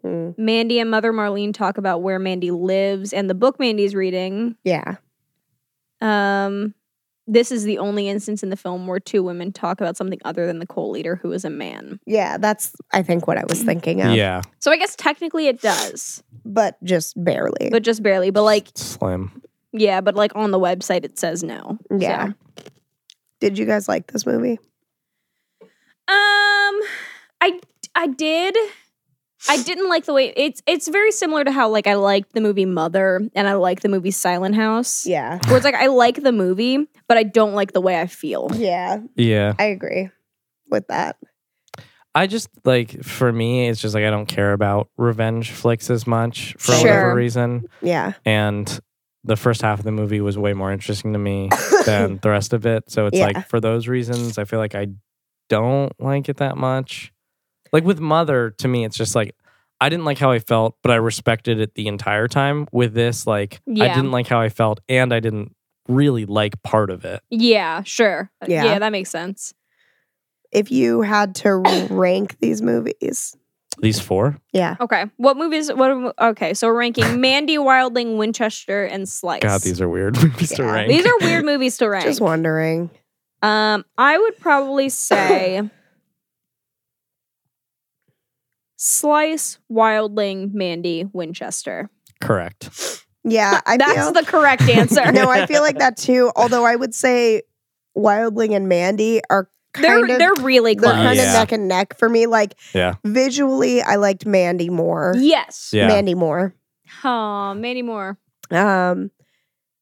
Speaker 3: Mandy and Mother Marlene talk about where Mandy lives and the book Mandy's reading.
Speaker 4: Yeah.
Speaker 3: Um, this is the only instance in the film where two women talk about something other than the cult leader, who is a man.
Speaker 4: Yeah, that's I think what I was thinking of.
Speaker 5: yeah.
Speaker 3: So I guess technically it does,
Speaker 4: But just barely.
Speaker 3: but just barely. But like,
Speaker 5: Slim.
Speaker 3: yeah, but like on the website it says no. So.
Speaker 4: yeah. Did you guys like this movie?
Speaker 3: Um, I I did. I didn't like the way it's it's very similar to how like I liked the movie Mother and I like the movie Silent House.
Speaker 4: Yeah.
Speaker 3: Where it's like I like the movie, but I don't like the way I feel.
Speaker 4: Yeah.
Speaker 5: Yeah.
Speaker 4: I agree with that.
Speaker 5: I just like for me, it's just like I don't care about revenge flicks as much for
Speaker 3: Sure.
Speaker 5: whatever reason.
Speaker 4: Yeah.
Speaker 5: And the first half of the movie was way more interesting to me than the rest of it. So it's
Speaker 4: Yeah.
Speaker 5: like for those reasons, I feel like I don't like it that much. Like with Mother, to me, it's just like I didn't like how I felt, but I respected it the entire time. With this, like I
Speaker 3: Yeah.
Speaker 5: didn't like how I felt, and I didn't really like part of it.
Speaker 3: Yeah, sure.
Speaker 4: Yeah.
Speaker 3: that makes sense.
Speaker 4: If you had to rank these movies.
Speaker 5: These four,
Speaker 4: Yeah.
Speaker 3: Okay. What movies what are mo- okay, so ranking Mandy Wilding, Winchester, and Slice.
Speaker 5: God, these are weird movies to
Speaker 4: Yeah.
Speaker 5: rank.
Speaker 3: These are weird movies to rank.
Speaker 4: Just wondering.
Speaker 3: Um, I would probably say Slice, Wildling, Mandy, Winchester.
Speaker 5: correct.
Speaker 4: Yeah. I
Speaker 3: That's
Speaker 4: feel,
Speaker 3: the correct answer.
Speaker 4: No, I feel like that too. Although I would say Wildling and Mandy are
Speaker 3: they're
Speaker 4: kind of
Speaker 3: they're really
Speaker 4: they're
Speaker 3: close.
Speaker 4: kind of
Speaker 5: Yeah.
Speaker 4: neck and neck for me. Like
Speaker 5: Yeah.
Speaker 4: visually, I liked Mandy more.
Speaker 3: Yes.
Speaker 5: Yeah.
Speaker 4: Mandy more.
Speaker 3: Oh, Mandy Moore.
Speaker 4: Um,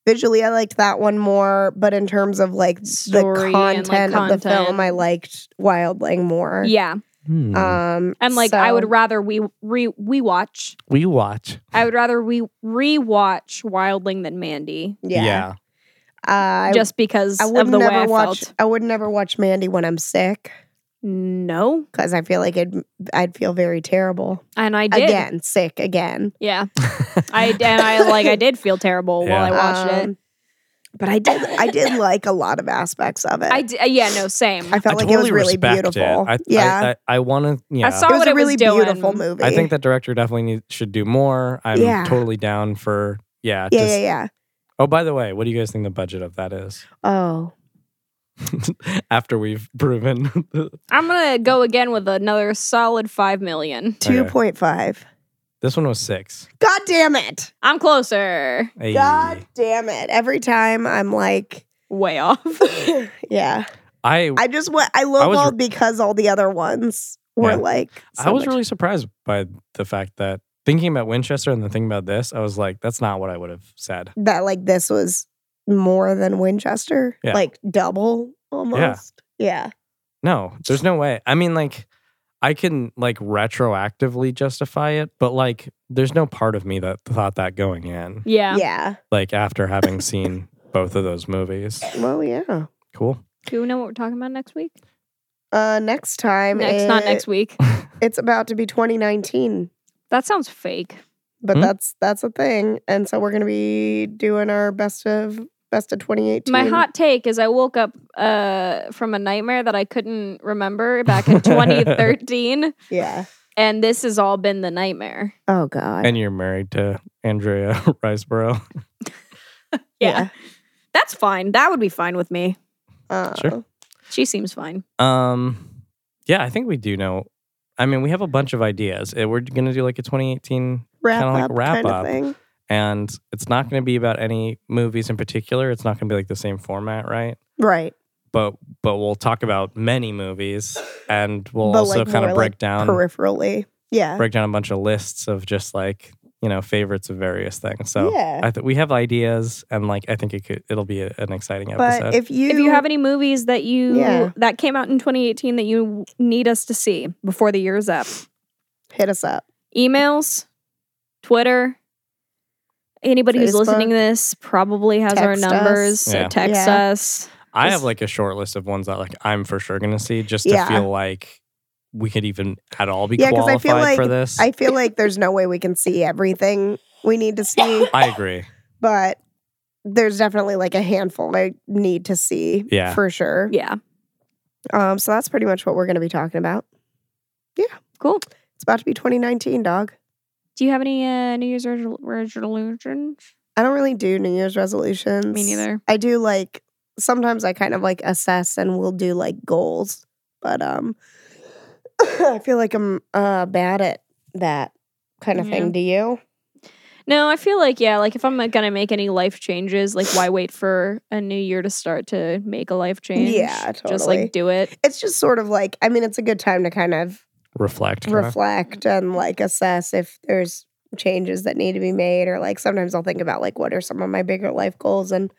Speaker 4: visually, I liked that one more. But in terms of like
Speaker 3: Story
Speaker 4: the
Speaker 3: and, like,
Speaker 4: content, of the film,
Speaker 3: content.
Speaker 4: I liked Wildling more.
Speaker 3: Yeah.
Speaker 5: Hmm.
Speaker 4: Um,
Speaker 3: I'm like, I
Speaker 4: so-
Speaker 3: would rather we re we watch.
Speaker 5: we watch.
Speaker 3: I would rather we rewatch Wildling than Mandy.
Speaker 4: Yeah. Uh, I,
Speaker 3: just because
Speaker 4: I would
Speaker 3: of the way
Speaker 4: never
Speaker 3: I
Speaker 4: watch.
Speaker 3: felt.
Speaker 4: I would never watch Mandy when I'm sick
Speaker 3: No.
Speaker 4: because I feel like it. I'd feel very terrible
Speaker 3: And I did.
Speaker 4: again. Sick again.
Speaker 3: Yeah. I and I like I did feel terrible
Speaker 5: Yeah.
Speaker 3: while I watched it.
Speaker 4: Um, But I did. I did like a lot of aspects of it.
Speaker 3: I d- uh, yeah, no, same.
Speaker 4: I felt like it was really
Speaker 5: respect
Speaker 4: beautiful.
Speaker 5: I,
Speaker 4: yeah.
Speaker 5: I, I, I want to. Yeah.
Speaker 3: I saw
Speaker 4: it was
Speaker 3: what
Speaker 4: a
Speaker 3: it
Speaker 4: really
Speaker 3: was doing.
Speaker 4: beautiful movie.
Speaker 5: I think that director definitely need, should do more. I'm
Speaker 4: Yeah.
Speaker 5: totally down for. Yeah.
Speaker 4: Yeah,
Speaker 5: just,
Speaker 4: yeah, yeah.
Speaker 5: Oh, by the way, what do you guys think the budget of that is?
Speaker 4: Oh,
Speaker 5: After we've proven.
Speaker 3: I'm gonna go again with another solid five million.
Speaker 4: 2.5.
Speaker 5: this one was six.
Speaker 4: God damn it.
Speaker 3: I'm closer.
Speaker 5: Hey.
Speaker 4: God damn it. Every time I'm like,
Speaker 3: Way off.
Speaker 4: yeah.
Speaker 5: I,
Speaker 4: I just went, I
Speaker 5: was-
Speaker 4: lowballed because all the other ones were
Speaker 5: Yeah.
Speaker 4: like,
Speaker 5: I
Speaker 4: so
Speaker 5: was
Speaker 4: much-
Speaker 5: really surprised by the fact that thinking about Winchester and then thinking about this, I was like, that's not what I would have said.
Speaker 4: that like this was more than Winchester,
Speaker 5: Yeah.
Speaker 4: like double almost. Yeah.
Speaker 5: No, there's no way. I mean, like, I can like retroactively justify it, but like, there's no part of me that thought that going in.
Speaker 4: Yeah.
Speaker 3: Yeah.
Speaker 5: like after having seen both of those movies.
Speaker 4: Well, yeah.
Speaker 5: Cool.
Speaker 3: Do we know what we're talking about next week?
Speaker 4: Uh, next time,
Speaker 3: next, not next week.
Speaker 4: It's about to be 2019.
Speaker 3: That sounds fake.
Speaker 4: but
Speaker 5: Hmm?
Speaker 4: that's that's a thing and so we're gonna be doing our best of best of 2018
Speaker 3: My hot take is I woke up uh, from a nightmare that I couldn't remember back in 2013,
Speaker 4: yeah
Speaker 3: and this has all been the nightmare.
Speaker 4: oh god
Speaker 5: And you're married to Andrea Riseborough.
Speaker 3: yeah. That's fine. That would be fine with me.
Speaker 4: Uh,
Speaker 5: Sure.
Speaker 3: She seems fine.
Speaker 5: Um, Uh, yeah, I think we do know. I mean, we have a bunch of ideas. Eh, We're gonna do like a 2018
Speaker 4: wrap
Speaker 5: Kinda like
Speaker 4: up
Speaker 5: wrap
Speaker 4: kind of
Speaker 5: up.
Speaker 4: thing.
Speaker 5: and it's not going to be about any movies in particular. It's not going to be like the same format, right?
Speaker 4: Right.
Speaker 5: But but we'll talk about many movies, and we'll
Speaker 4: But,
Speaker 5: also
Speaker 4: like,
Speaker 5: kind
Speaker 4: more,
Speaker 5: of break
Speaker 4: like,
Speaker 5: down
Speaker 4: Peripherally. Yeah.
Speaker 5: break down a bunch of lists of just like you know favorites of various things. So
Speaker 4: Yeah.
Speaker 5: I th- we have ideas, and like I think it could it'll be a- an exciting
Speaker 4: but
Speaker 5: episode.
Speaker 4: if you
Speaker 3: If you have any movies that you
Speaker 4: Yeah.
Speaker 3: that came out in 2018 that you need us to see before the year's up,
Speaker 4: hit us up.
Speaker 3: emails, Twitter. Anybody who's
Speaker 4: Facebook.
Speaker 3: listening to this probably has our
Speaker 4: Text us.
Speaker 3: numbers, so
Speaker 5: Yeah.
Speaker 3: text
Speaker 4: Yeah.
Speaker 3: us.
Speaker 5: I have
Speaker 3: just-
Speaker 5: like a short list of ones that like I'm for sure going to see, just to
Speaker 4: Yeah.
Speaker 5: feel like we could even at all be
Speaker 4: Yeah, 'cause I
Speaker 5: qualified
Speaker 4: feel
Speaker 5: for
Speaker 4: like
Speaker 5: this.
Speaker 4: I feel like there's no way we can see everything we need to see,
Speaker 5: I agree.
Speaker 4: but there's definitely like a handful I need to see
Speaker 5: Yeah.
Speaker 4: for sure.
Speaker 3: Yeah,
Speaker 4: Um, so that's pretty much what we're going to be talking about.
Speaker 3: cool.
Speaker 4: It's about to be 2019, dog.
Speaker 3: Do you have any uh, New Year's resol- resolutions?
Speaker 4: I don't really do New Year's resolutions.
Speaker 3: Me neither.
Speaker 4: I do like sometimes I kind of like assess and we'll do like goals, but um, I feel like I'm uh bad at that kind of
Speaker 3: Yeah.
Speaker 4: thing. Do you?
Speaker 3: No, I feel like yeah, like if I'm gonna make any life changes, like why wait for a new year to start to make a life change?
Speaker 4: Yeah,
Speaker 3: Just
Speaker 4: totally.
Speaker 3: like do it.
Speaker 4: It's just sort of like I mean, it's a good time to kind of
Speaker 5: Reflect. kinda.
Speaker 4: reflect and like assess if there's changes that need to be made or like sometimes I'll think about like what are some of my bigger life goals and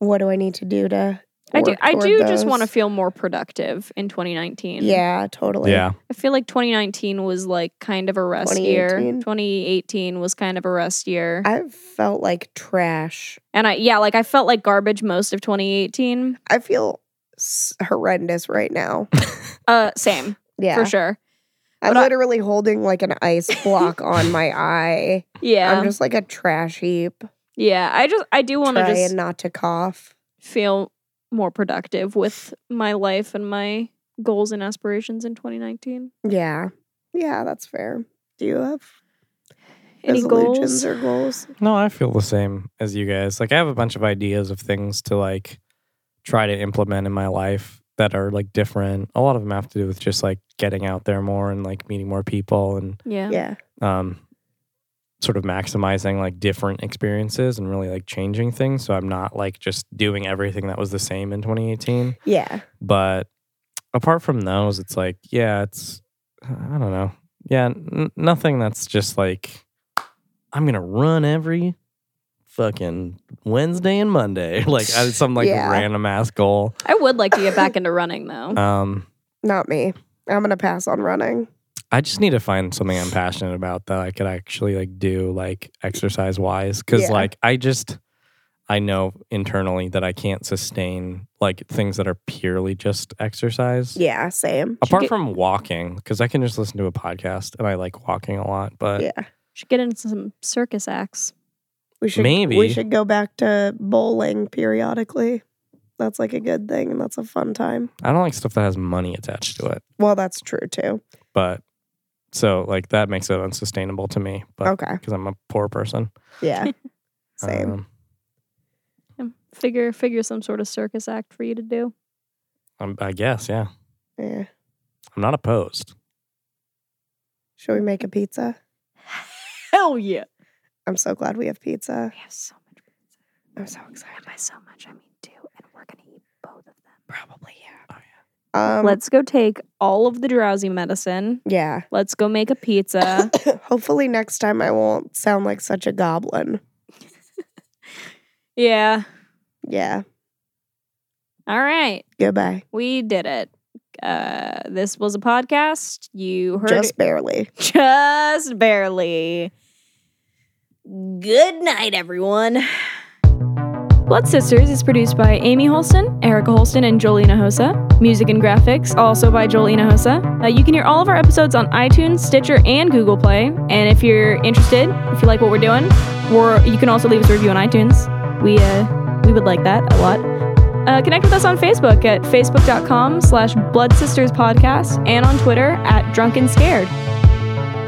Speaker 4: what do I need to do to
Speaker 3: I do.
Speaker 4: work
Speaker 3: I
Speaker 4: toward
Speaker 3: do just
Speaker 4: those?
Speaker 3: want to feel more productive in 2019.
Speaker 4: Yeah, totally.
Speaker 5: yeah.
Speaker 3: I feel like 2019 was like kind of a rest year.
Speaker 4: 2018?
Speaker 3: 2018 was kind of a rest year,
Speaker 4: I felt like trash.
Speaker 3: and I yeah, like I felt like garbage most of 2018.
Speaker 4: I feel s- horrendous right now.
Speaker 3: Uh, same
Speaker 4: Yeah.
Speaker 3: for sure.
Speaker 4: I'm
Speaker 3: But I-
Speaker 4: literally holding like an ice block on my eye.
Speaker 3: Yeah,
Speaker 4: I'm just like a trash heap.
Speaker 3: yeah. I just I do want to
Speaker 4: Trying
Speaker 3: just
Speaker 4: not to cough.
Speaker 3: feel more productive with my life and my goals and aspirations in 2019.
Speaker 4: Yeah. Yeah, that's fair. Do you have
Speaker 3: Any
Speaker 4: resolutions
Speaker 3: goals?
Speaker 4: or goals?
Speaker 5: No, I feel the same as you guys. Like I have a bunch of ideas of things to like try to implement in my life that are like different. A lot of them have to do with just like getting out there more and like meeting more people and
Speaker 3: Yeah.
Speaker 4: Yeah.
Speaker 5: um sort of maximizing like different experiences and really like changing things. So I'm not like just doing everything that was the same in 2018.
Speaker 4: Yeah.
Speaker 5: But apart from those, it's like, yeah, it's, I don't know. Yeah, n- nothing that's just like, I'm going to run every fucking Wednesday and Monday. like, I- some like
Speaker 4: Yeah.
Speaker 5: random ass goal.
Speaker 3: I would like to get back into running though.
Speaker 4: Uh.
Speaker 5: Um,
Speaker 4: Not me. I'm going to pass on running.
Speaker 5: I just need to find something I'm passionate about that I could actually like do like exercise wise. Cause
Speaker 4: Yeah.
Speaker 5: like, I just, I know internally that I can't sustain like things that are purely just exercise.
Speaker 4: Yeah, same.
Speaker 5: apart
Speaker 3: get-
Speaker 5: from walking because i can just listen to a podcast and i like walking a lot but
Speaker 4: Yeah.
Speaker 3: Should get into some circus acts.
Speaker 4: We should
Speaker 5: Maybe.
Speaker 4: we should go back to bowling periodically. That's like a good thing and that's a fun time.
Speaker 5: i don't like stuff that has money attached to it
Speaker 4: Well, that's true too.
Speaker 5: but so like that makes it unsustainable to me but
Speaker 4: Okay.
Speaker 5: because i'm a poor person
Speaker 4: Yeah. Oh. Same.
Speaker 5: Um,
Speaker 3: Yeah. Figure figure some sort of circus act for you to do.
Speaker 5: I'm- i guess yeah
Speaker 4: yeah.
Speaker 5: i'm not opposed
Speaker 4: Should we make a pizza?
Speaker 3: Hell yeah!
Speaker 4: I'm so glad we have pizza.
Speaker 3: We have so much.
Speaker 4: I'm so excited.
Speaker 3: By so much, I mean two, and we're gonna eat both of them.
Speaker 4: Probably, yeah.
Speaker 5: Oh,
Speaker 4: Um,
Speaker 3: Let's go take all of the drowsy medicine.
Speaker 4: yeah.
Speaker 3: Let's go make a pizza.
Speaker 4: Hopefully next time I won't sound like such a goblin.
Speaker 3: yeah.
Speaker 4: Yeah.
Speaker 3: All right.
Speaker 4: Goodbye.
Speaker 3: We did it. Uh, this was a podcast. You heard
Speaker 4: Just barely.
Speaker 3: just barely. Good night, everyone. Blood Sisters is produced by Amy Holston, Erica Holston, and Jolina Hosa. Music and graphics also by Jolina Hosa. Uh, you can hear all of our episodes on iTunes, Stitcher, and Google Play. And if you're interested, if you like what we're doing, or you can also leave us a review on iTunes. We uh, we would like that a lot. Uh, connect with us on Facebook at facebook.com slash Blood Sisters Podcast and on Twitter at Drunken Scared.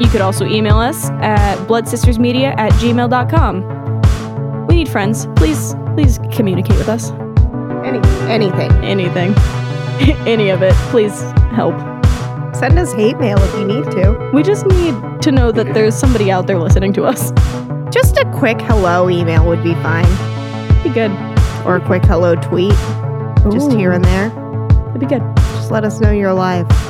Speaker 3: You could also email us at bloodsistersmedia at gmail.com. We need friends. Please, please communicate with us.
Speaker 4: Any anything.
Speaker 3: Anything. Any of it. Please help.
Speaker 4: Send us hate mail if you need to.
Speaker 3: We just need to know that there's somebody out there listening to us.
Speaker 4: Just a quick hello email would be fine,
Speaker 3: Be good.
Speaker 4: or a quick hello tweet, just
Speaker 3: Ooh,
Speaker 4: here and there.
Speaker 3: That'd be good.
Speaker 4: Just let us know you're alive.